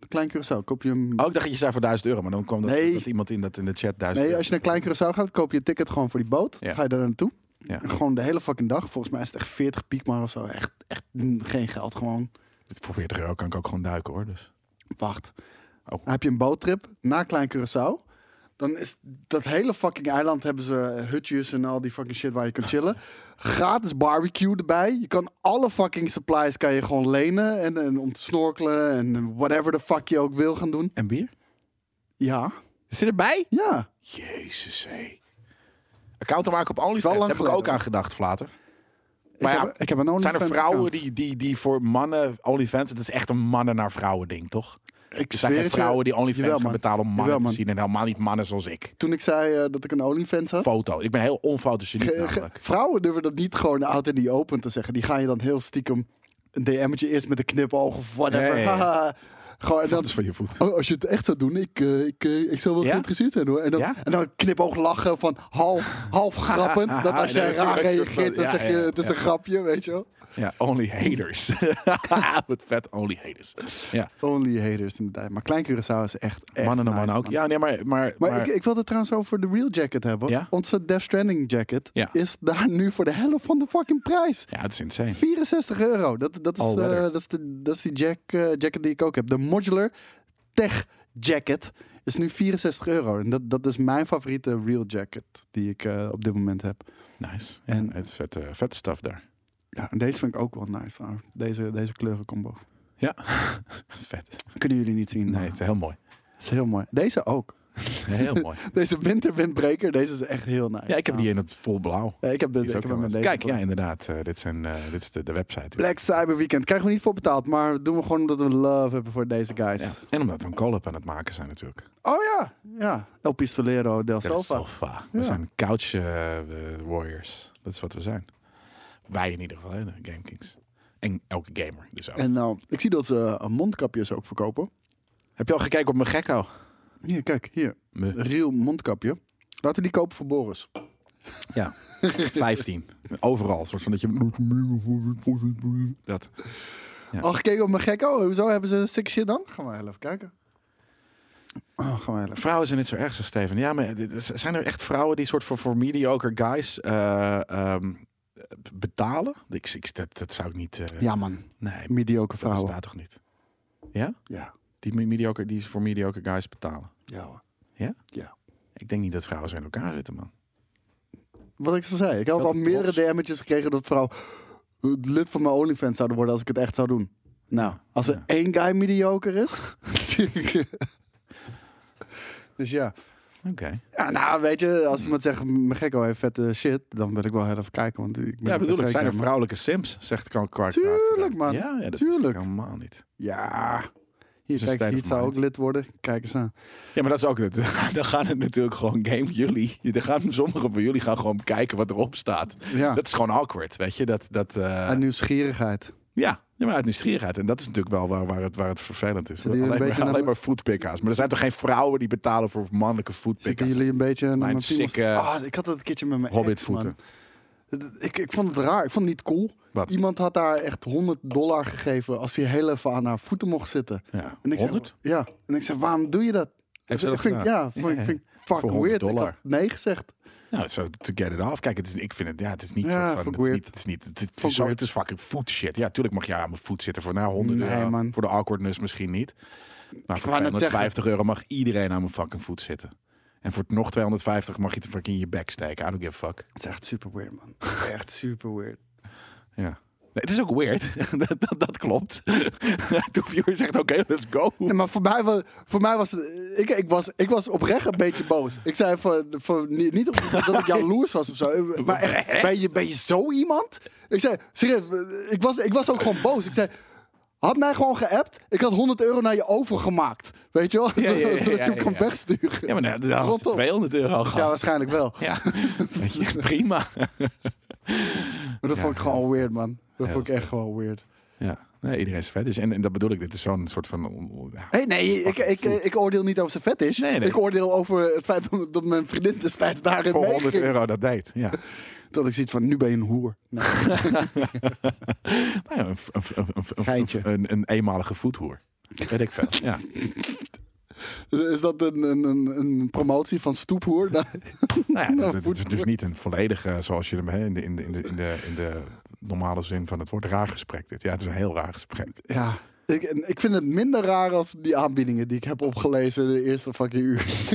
Speaker 1: Klein Curaçao, koop je een...
Speaker 2: Oh, ik dacht dat je zei voor 1000 euro. Maar dan kwam dat,
Speaker 1: Nee.
Speaker 2: dat iemand in, dat in de chat 1000
Speaker 1: Nee,
Speaker 2: euro.
Speaker 1: als je naar Klein Curaçao gaat, koop je een ticket gewoon voor die boot.
Speaker 2: Ja.
Speaker 1: Ga je daar naartoe.
Speaker 2: Ja.
Speaker 1: En Gewoon de hele fucking dag. Volgens mij is het echt 40 piek maar of zo. Echt, echt mm, geen geld gewoon.
Speaker 2: Voor 40 euro kan ik ook gewoon duiken hoor. Dus.
Speaker 1: Wacht.
Speaker 2: Oh.
Speaker 1: Heb je een boottrip naar Klein Curaçao? Dan is dat hele fucking eiland hebben ze eh, hutjes en al die fucking shit waar je kan chillen. Gratis barbecue erbij. Je kan alle fucking supplies kan je gewoon lenen en, en om te snorkelen en whatever the fuck je ook wil gaan doen.
Speaker 2: En bier?
Speaker 1: Ja,
Speaker 2: Zit erbij?
Speaker 1: ja.
Speaker 2: Jezus, hé. Account te maken op OnlyFans.
Speaker 1: Wel
Speaker 2: Daar
Speaker 1: lang
Speaker 2: heb ik
Speaker 1: geleden.
Speaker 2: ook aan gedacht, Vlater.
Speaker 1: ik,
Speaker 2: Maar ja,
Speaker 1: heb, ik heb een
Speaker 2: Zijn er
Speaker 1: OnlyFans
Speaker 2: vrouwen
Speaker 1: account.
Speaker 2: die, die, die voor mannen OnlyFans... Het is echt een mannen naar vrouwen ding, toch?
Speaker 1: Ik
Speaker 2: Er zijn
Speaker 1: zweer
Speaker 2: geen
Speaker 1: het je,
Speaker 2: vrouwen die OnlyFans
Speaker 1: Jawel,
Speaker 2: gaan
Speaker 1: man.
Speaker 2: betalen om mannen
Speaker 1: Jawel,
Speaker 2: te
Speaker 1: man.
Speaker 2: zien. En helemaal niet mannen zoals ik.
Speaker 1: Toen ik zei eh, dat ik een OnlyFans had.
Speaker 2: Foto. Ik ben heel onfotogeniek
Speaker 1: Ge- ge-
Speaker 2: namelijk.
Speaker 1: Vrouwen durven dat niet gewoon out in the open te zeggen. Die gaan je dan heel stiekem een DM'tje eerst met een knipoog of whatever.
Speaker 2: Ja, ja, ja.
Speaker 1: gewoon, en dan,
Speaker 2: Foto's van je voet.
Speaker 1: oh, als je het echt zou doen, ik, eh, ik, eh, ik zou wel
Speaker 2: Ja?
Speaker 1: geïnteresseerd zijn hoor. En dan,
Speaker 2: Ja?
Speaker 1: en dan een knipoog lachen van half, half grappend. Dat als
Speaker 2: Ja,
Speaker 1: jij raar
Speaker 2: natuurlijk, soort van-
Speaker 1: reageert, dan
Speaker 2: ja,
Speaker 1: zeg je
Speaker 2: ja,
Speaker 1: het is
Speaker 2: ja.
Speaker 1: een grapje, weet je wel.
Speaker 2: Ja, only haters. Wat vet, only haters. Ja.
Speaker 1: Only haters inderdaad. Maar Klein Curaçao is echt, echt
Speaker 2: mannen en
Speaker 1: nice,
Speaker 2: mannen ook.
Speaker 1: man.
Speaker 2: Ja, nee, maar... maar,
Speaker 1: Maar,
Speaker 2: maar-
Speaker 1: Ik, ik wilde het trouwens over de Real Jacket hebben.
Speaker 2: Ja?
Speaker 1: Onze Death Stranding jacket
Speaker 2: Ja.
Speaker 1: is daar nu voor de helft van de fucking prijs.
Speaker 2: ja, het is insane.
Speaker 1: 64 euro. Dat, dat, is,
Speaker 2: All
Speaker 1: eh,
Speaker 2: Oh, weather.
Speaker 1: dat, is de, dat is die jack, eh, jacket die ik ook heb. De Modular Tech Jacket is nu 64 euro. En dat, dat is mijn favoriete real jacket die ik eh, op dit moment heb.
Speaker 2: Nice. Ja,
Speaker 1: En-
Speaker 2: het is vette, vette stuff daar.
Speaker 1: Ja, en deze vind ik ook wel nice trouwens. Deze, deze kleurencombo.
Speaker 2: Ja, dat is vet.
Speaker 1: Kunnen jullie niet zien.
Speaker 2: Nee,
Speaker 1: Nee.
Speaker 2: het is heel mooi.
Speaker 1: Dat is heel mooi. Deze ook.
Speaker 2: Heel mooi.
Speaker 1: Deze winterwindbreaker, deze is echt heel nice.
Speaker 2: Ja, ik heb die in het vol blauw.
Speaker 1: Ja, ik heb, de,
Speaker 2: Die is
Speaker 1: ik
Speaker 2: ook
Speaker 1: heb hem
Speaker 2: heel
Speaker 1: met deze.
Speaker 2: nice. Kijk,
Speaker 1: kleur.
Speaker 2: ja, inderdaad. eh, dit, zijn, eh, dit is de, de website.
Speaker 1: Black Cyber Weekend. Krijgen we niet voor betaald, maar doen we gewoon omdat we love hebben voor deze guys.
Speaker 2: Ja. En omdat we een call-up aan het maken zijn natuurlijk.
Speaker 1: Oh ja, ja. El Pistolero del
Speaker 2: Del
Speaker 1: Sofa.
Speaker 2: Sofa. We
Speaker 1: Ja.
Speaker 2: zijn couch eh, eh, warriors. Dat is wat we zijn. Wij in ieder geval, hè, de Game Kings. En elke gamer dus ook.
Speaker 1: En nou, ik zie dat ze eh, mondkapjes ook verkopen.
Speaker 2: Heb je al gekeken op mijn gekko?
Speaker 1: Hier, kijk, hier.
Speaker 2: Me.
Speaker 1: Een Real mondkapje. Laten we die kopen voor Boris.
Speaker 2: Ja, 15. Overal, soort van dat je... Dat. Ja.
Speaker 1: Al Oh, gekeken op mijn gekko. Hoezo hebben ze sick shit dan? Gaan we heel even kijken. Oh, gaan we heel even.
Speaker 2: Vrouwen zijn niet zo erg, zo Steven. Ja, maar dit- z- zijn er echt vrouwen die soort van voor mediocre guys eh, ehm, betalen? Ik, ik, dat, dat zou ik niet... eh,
Speaker 1: Ja man,
Speaker 2: Nee,
Speaker 1: mediocre
Speaker 2: dat
Speaker 1: vrouwen.
Speaker 2: bestaat toch niet? Ja?
Speaker 1: Ja,
Speaker 2: Die, me- mediocre, die is voor mediocre guys betalen.
Speaker 1: ja hoor.
Speaker 2: Ik denk niet dat vrouwen zo in elkaar zitten, man.
Speaker 1: Wat ik zo zei. Ik had
Speaker 2: Dat
Speaker 1: al
Speaker 2: het
Speaker 1: meerdere
Speaker 2: trots.
Speaker 1: DM'tjes gekregen dat vrouwen het lid van mijn OnlyFans zouden worden als ik het echt zou doen. Nou, als er
Speaker 2: Ja.
Speaker 1: één guy mediocre is. dus ja.
Speaker 2: Oké.
Speaker 1: Ja, nou, weet je,
Speaker 2: Mm.
Speaker 1: als iemand zegt, mijn gekko heeft vette shit, dan wil ik wel heel even kijken. Want ik ben
Speaker 2: Ja,
Speaker 1: niet
Speaker 2: bedoel ik.
Speaker 1: zeker,
Speaker 2: Zijn er
Speaker 1: maar-
Speaker 2: vrouwelijke sims? Zegt Kan Kwark.
Speaker 1: Tuurlijk, man.
Speaker 2: Ja, ja dat Tuurlijk.
Speaker 1: Tuurlijk.
Speaker 2: helemaal niet.
Speaker 1: Ja. Hier,
Speaker 2: Is een
Speaker 1: kijk,
Speaker 2: state
Speaker 1: Piet
Speaker 2: of
Speaker 1: zou ook
Speaker 2: mind.
Speaker 1: lid worden. Kijk eens aan.
Speaker 2: Ja, maar dat is ook het. Dan gaan het natuurlijk gewoon game jullie. Dan gaan sommigen van jullie gaan gewoon kijken wat erop staat.
Speaker 1: Ja,
Speaker 2: Dat is gewoon awkward, weet je. Dat, dat, eh,
Speaker 1: en nieuwsgierigheid.
Speaker 2: Ja, ja, maar uit nieuwsgierigheid. En dat is natuurlijk wel waar, waar, het, waar het vervelend is.
Speaker 1: Zitten jullie
Speaker 2: Alleen,
Speaker 1: een
Speaker 2: maar,
Speaker 1: beetje naar
Speaker 2: alleen
Speaker 1: me-
Speaker 2: maar foodpicka's. Maar er zijn toch geen vrouwen die betalen voor mannelijke
Speaker 1: Zitten
Speaker 2: foodpicka's?
Speaker 1: jullie een beetje... naar
Speaker 2: Mijn eh,
Speaker 1: mijn piemels-
Speaker 2: sikke
Speaker 1: Ah, ik had dat een keertje met mijn
Speaker 2: hobbitvoeten.
Speaker 1: ex, man. Dat- Ik, ik vond het raar. Ik vond het niet cool.
Speaker 2: Wat?
Speaker 1: Iemand had haar echt 100 dollar gegeven als hij heel even aan haar voeten mocht zitten.
Speaker 2: Ja,
Speaker 1: En ik
Speaker 2: 100?
Speaker 1: Zei, ja. En ik zei, waarom doe je dat?
Speaker 2: Heeft ze
Speaker 1: Ik
Speaker 2: dat
Speaker 1: vind,
Speaker 2: gedaan?
Speaker 1: Ja, vond, ik-
Speaker 2: Ja,
Speaker 1: vind ik
Speaker 2: Voor
Speaker 1: fucking
Speaker 2: 100
Speaker 1: weird. Ik
Speaker 2: dollar.
Speaker 1: had nee gezegd.
Speaker 2: Nou, zo to get it off. Kijk, het is, ik vind het, ja, het is niet
Speaker 1: Ja,
Speaker 2: soort
Speaker 1: vond
Speaker 2: van,
Speaker 1: ik
Speaker 2: het is
Speaker 1: weird.
Speaker 2: niet, het is niet, het, het
Speaker 1: Vond
Speaker 2: is
Speaker 1: ik
Speaker 2: zo,
Speaker 1: weird.
Speaker 2: het is fucking food shit. Ja, tuurlijk mag je aan mijn voet zitten voor nou, 100
Speaker 1: Nee,
Speaker 2: euro.
Speaker 1: man.
Speaker 2: Voor de awkwardness misschien niet. Maar voor
Speaker 1: wou net
Speaker 2: 250 euro mag iedereen aan mijn fucking voet zitten. En voor nog 250 mag je het fucking in je bek steken. I don't give a fuck.
Speaker 1: Het is echt super weird, man. Echt super weird.
Speaker 2: Ja. Nee, het is ook weird. dat, dat, dat klopt. Toen viewer zegt, oké, let's go.
Speaker 1: Nee, maar voor mij was, voor mij was het, eh, ik, ik, was, ik was oprecht een beetje boos. Ik zei voor, voor, niet, niet omdat dat ik jaloers was of zo, eh, maar echt, ben, je, ben je zo iemand? Ik zei, serieus, eh, ik was, ik was ook gewoon boos. Ik zei, had mij gewoon geappt, ik had 100 euro naar je overgemaakt. Weet je wel?
Speaker 2: Ja, ja, ja,
Speaker 1: Zodat je hem
Speaker 2: ja,
Speaker 1: kan
Speaker 2: ja.
Speaker 1: wegsturen.
Speaker 2: Ja, maar nou, dan had
Speaker 1: Rot
Speaker 2: het
Speaker 1: op.
Speaker 2: 200 euro
Speaker 1: Ja,
Speaker 2: gehad.
Speaker 1: waarschijnlijk wel.
Speaker 2: Ja, Weet je, prima.
Speaker 1: Maar dat
Speaker 2: Ja,
Speaker 1: vond ik gewoon weird, man. Dat
Speaker 2: Ja,
Speaker 1: vond ik echt gewoon weird.
Speaker 2: Ja, nee, iedereen is vet. Dus, en, en dat bedoel ik, dit is zo'n soort van... on- on- ja.
Speaker 1: Hey, nee, ik, ik, ik, ik oordeel niet over zijn vet is.
Speaker 2: Nee, nee.
Speaker 1: Ik oordeel over het feit dat- dat mijn vriendin destijds daarin
Speaker 2: Voor 100
Speaker 1: meeging.
Speaker 2: euro dat deed, ja.
Speaker 1: Dat ik zoiets van, nu ben je een hoer. Nee.
Speaker 2: Nou ja, een, een, een, een-
Speaker 1: Geintje.
Speaker 2: een, een eenmalige voethoer. Weet ik veel. Ja.
Speaker 1: Is- Is dat een, een, een, een promotie van stoephoer? Nou,
Speaker 2: Nou ja, dat, dat is
Speaker 1: voethoer.
Speaker 2: eh, dus niet een volledige, zoals je hem hè, in de, in de, in de, in de, in de normale zin van het woord raar gesprek. Dit. Ja, het is een heel raar gesprek.
Speaker 1: Ja. Ik, en ik vind het minder raar als die aanbiedingen die ik heb opgelezen de eerste fucking uur.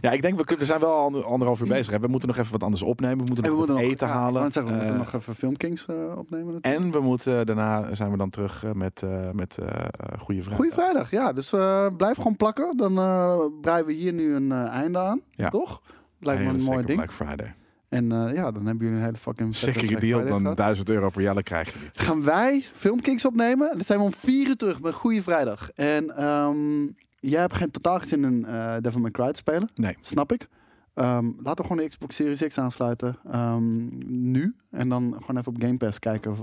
Speaker 2: ja, ik denk, we, kunnen, we zijn wel ander- anderhalf uur bezig. Hè? We moeten nog even wat anders opnemen. We moeten
Speaker 1: En
Speaker 2: nog wat eten
Speaker 1: ja, ik wou
Speaker 2: halen.
Speaker 1: net zeggen, we
Speaker 2: Eh,
Speaker 1: moeten nog even Filmkings eh, opnemen. natuurlijk.
Speaker 2: En we moeten, eh, daarna zijn we dan terug eh, met, eh, met eh, eh, Goede Vraag.
Speaker 1: Goeie vrijdag, ja. Dus eh, blijf gewoon plakken. Dan eh breien we hier nu een eh, einde aan.
Speaker 2: Ja.
Speaker 1: Toch? Lijkt me
Speaker 2: Hele
Speaker 1: een mooi
Speaker 2: sikke
Speaker 1: ding.
Speaker 2: Black Friday.
Speaker 1: En eh, ja, dan hebben jullie een hele fucking vette
Speaker 2: Zeker
Speaker 1: Black
Speaker 2: deal
Speaker 1: Friday
Speaker 2: dan
Speaker 1: gehad.
Speaker 2: 1000 euro voor Jelle krijg je niet.
Speaker 1: gaan wij Filmkings opnemen. En dan zijn we om vier uur terug met Goeie Vrijdag. En ehm, jij hebt geen totaal geen zin in eh Devil May Cry te spelen.
Speaker 2: Nee.
Speaker 1: Snap ik. Ehm, laten we gewoon de Xbox Series X aansluiten. ehm, nu. En dan gewoon even op Game Pass kijken of,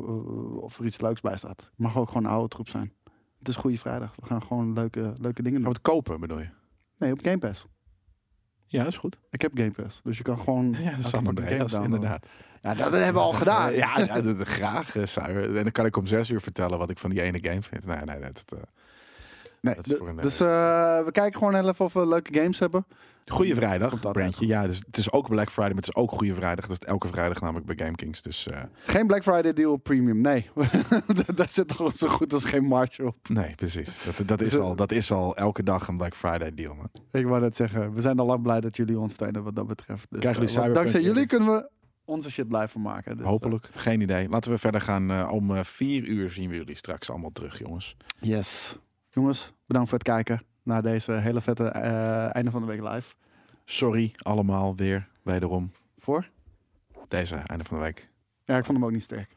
Speaker 1: of er iets leuks bij staat. Mag ook gewoon een oude troep zijn. Het is Goeie Vrijdag. We gaan gewoon leuke, leuke dingen
Speaker 2: Gaan
Speaker 1: doen.
Speaker 2: we het kopen, bedoel je?
Speaker 1: Nee, op Game Pass.
Speaker 2: Ja, dat is goed.
Speaker 1: Ik heb Game Pass. Dus je kan gewoon...
Speaker 2: Ja, dat is
Speaker 1: Elke fucking game
Speaker 2: Andreas,
Speaker 1: downloaden.
Speaker 2: inderdaad.
Speaker 1: Ja, dat hebben we eh, al gedaan.
Speaker 2: Eh, ja, ja, dat, graag, eh, Suiker. En dan kan ik om zes uur vertellen wat ik van die ene game vind. Nee, nee, nee. Dat, eh,
Speaker 1: Nee,
Speaker 2: Dat is voor een,
Speaker 1: dus eh, we kijken gewoon heel even of we leuke games hebben.
Speaker 2: Goeie
Speaker 1: Komt
Speaker 2: vrijdag,
Speaker 1: dat
Speaker 2: Brandje. Ja, dus, het is ook Black Friday, maar het is ook Goeie Vrijdag. Dat is elke vrijdag namelijk bij GameKings. Dus eh,
Speaker 1: Geen Black Friday deal op premium, nee. Daar- Daar zit toch zo goed als geen marge op.
Speaker 2: nee, precies. Dat, dat,
Speaker 1: Dus,
Speaker 2: is
Speaker 1: eh, Dus,
Speaker 2: al, dat is al elke dag een Black Friday deal, man.
Speaker 1: Ik wou net zeggen, we zijn al lang blij dat jullie ons steunen wat dat betreft. Dus,
Speaker 2: Krijgen jullie
Speaker 1: eh, want
Speaker 2: Cyberpunk
Speaker 1: dankzij jullie
Speaker 2: eerder?
Speaker 1: kunnen we onze shit blijven maken. Dus, eh,
Speaker 2: Hopelijk. Geen idee. Laten we verder gaan. eh, om eh, vier uur zien we jullie straks allemaal terug, jongens.
Speaker 1: yes. Jongens, bedankt voor het kijken naar deze hele vette eh, einde van de week live.
Speaker 2: Sorry allemaal weer, wederom,
Speaker 1: Voor?
Speaker 2: deze einde van de week.
Speaker 1: Ja, ik vond hem ook niet sterk.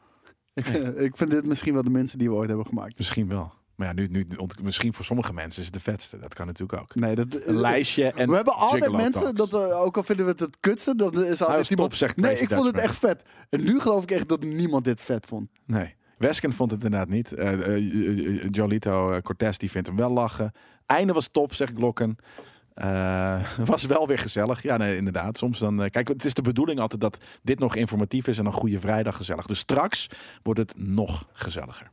Speaker 1: Ik,
Speaker 2: Nee.
Speaker 1: ik vind dit misschien wel de minste die we ooit hebben gemaakt.
Speaker 2: Misschien wel. Maar ja, nu, nu, ont- misschien voor sommige mensen is het de vetste. Dat kan natuurlijk ook.
Speaker 1: Nee, dat, eh,
Speaker 2: Een lijstje en
Speaker 1: we hebben altijd
Speaker 2: Gigolo
Speaker 1: mensen,
Speaker 2: Talks.
Speaker 1: dat, we- ook al vinden we het het kutste, dat er is altijd
Speaker 2: was
Speaker 1: iemand...
Speaker 2: top, zegt
Speaker 1: nee,
Speaker 2: Crazy
Speaker 1: ik vond het
Speaker 2: Dutchman.
Speaker 1: echt vet. En nu geloof ik echt dat niemand dit vet vond.
Speaker 2: Nee. Wesken vond het inderdaad niet. Eh, eh, eh, eh, Jolito eh, Cortez die vindt hem wel lachen. Einde was top, zegt Glokken. Eh, was wel weer gezellig. Ja, nee, inderdaad. Soms dan. eh, kijk, het is de bedoeling altijd dat dit nog informatief is en een goede vrijdag gezellig. Dus straks wordt het nog gezelliger.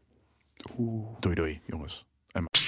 Speaker 2: Doei, doei, jongens. En-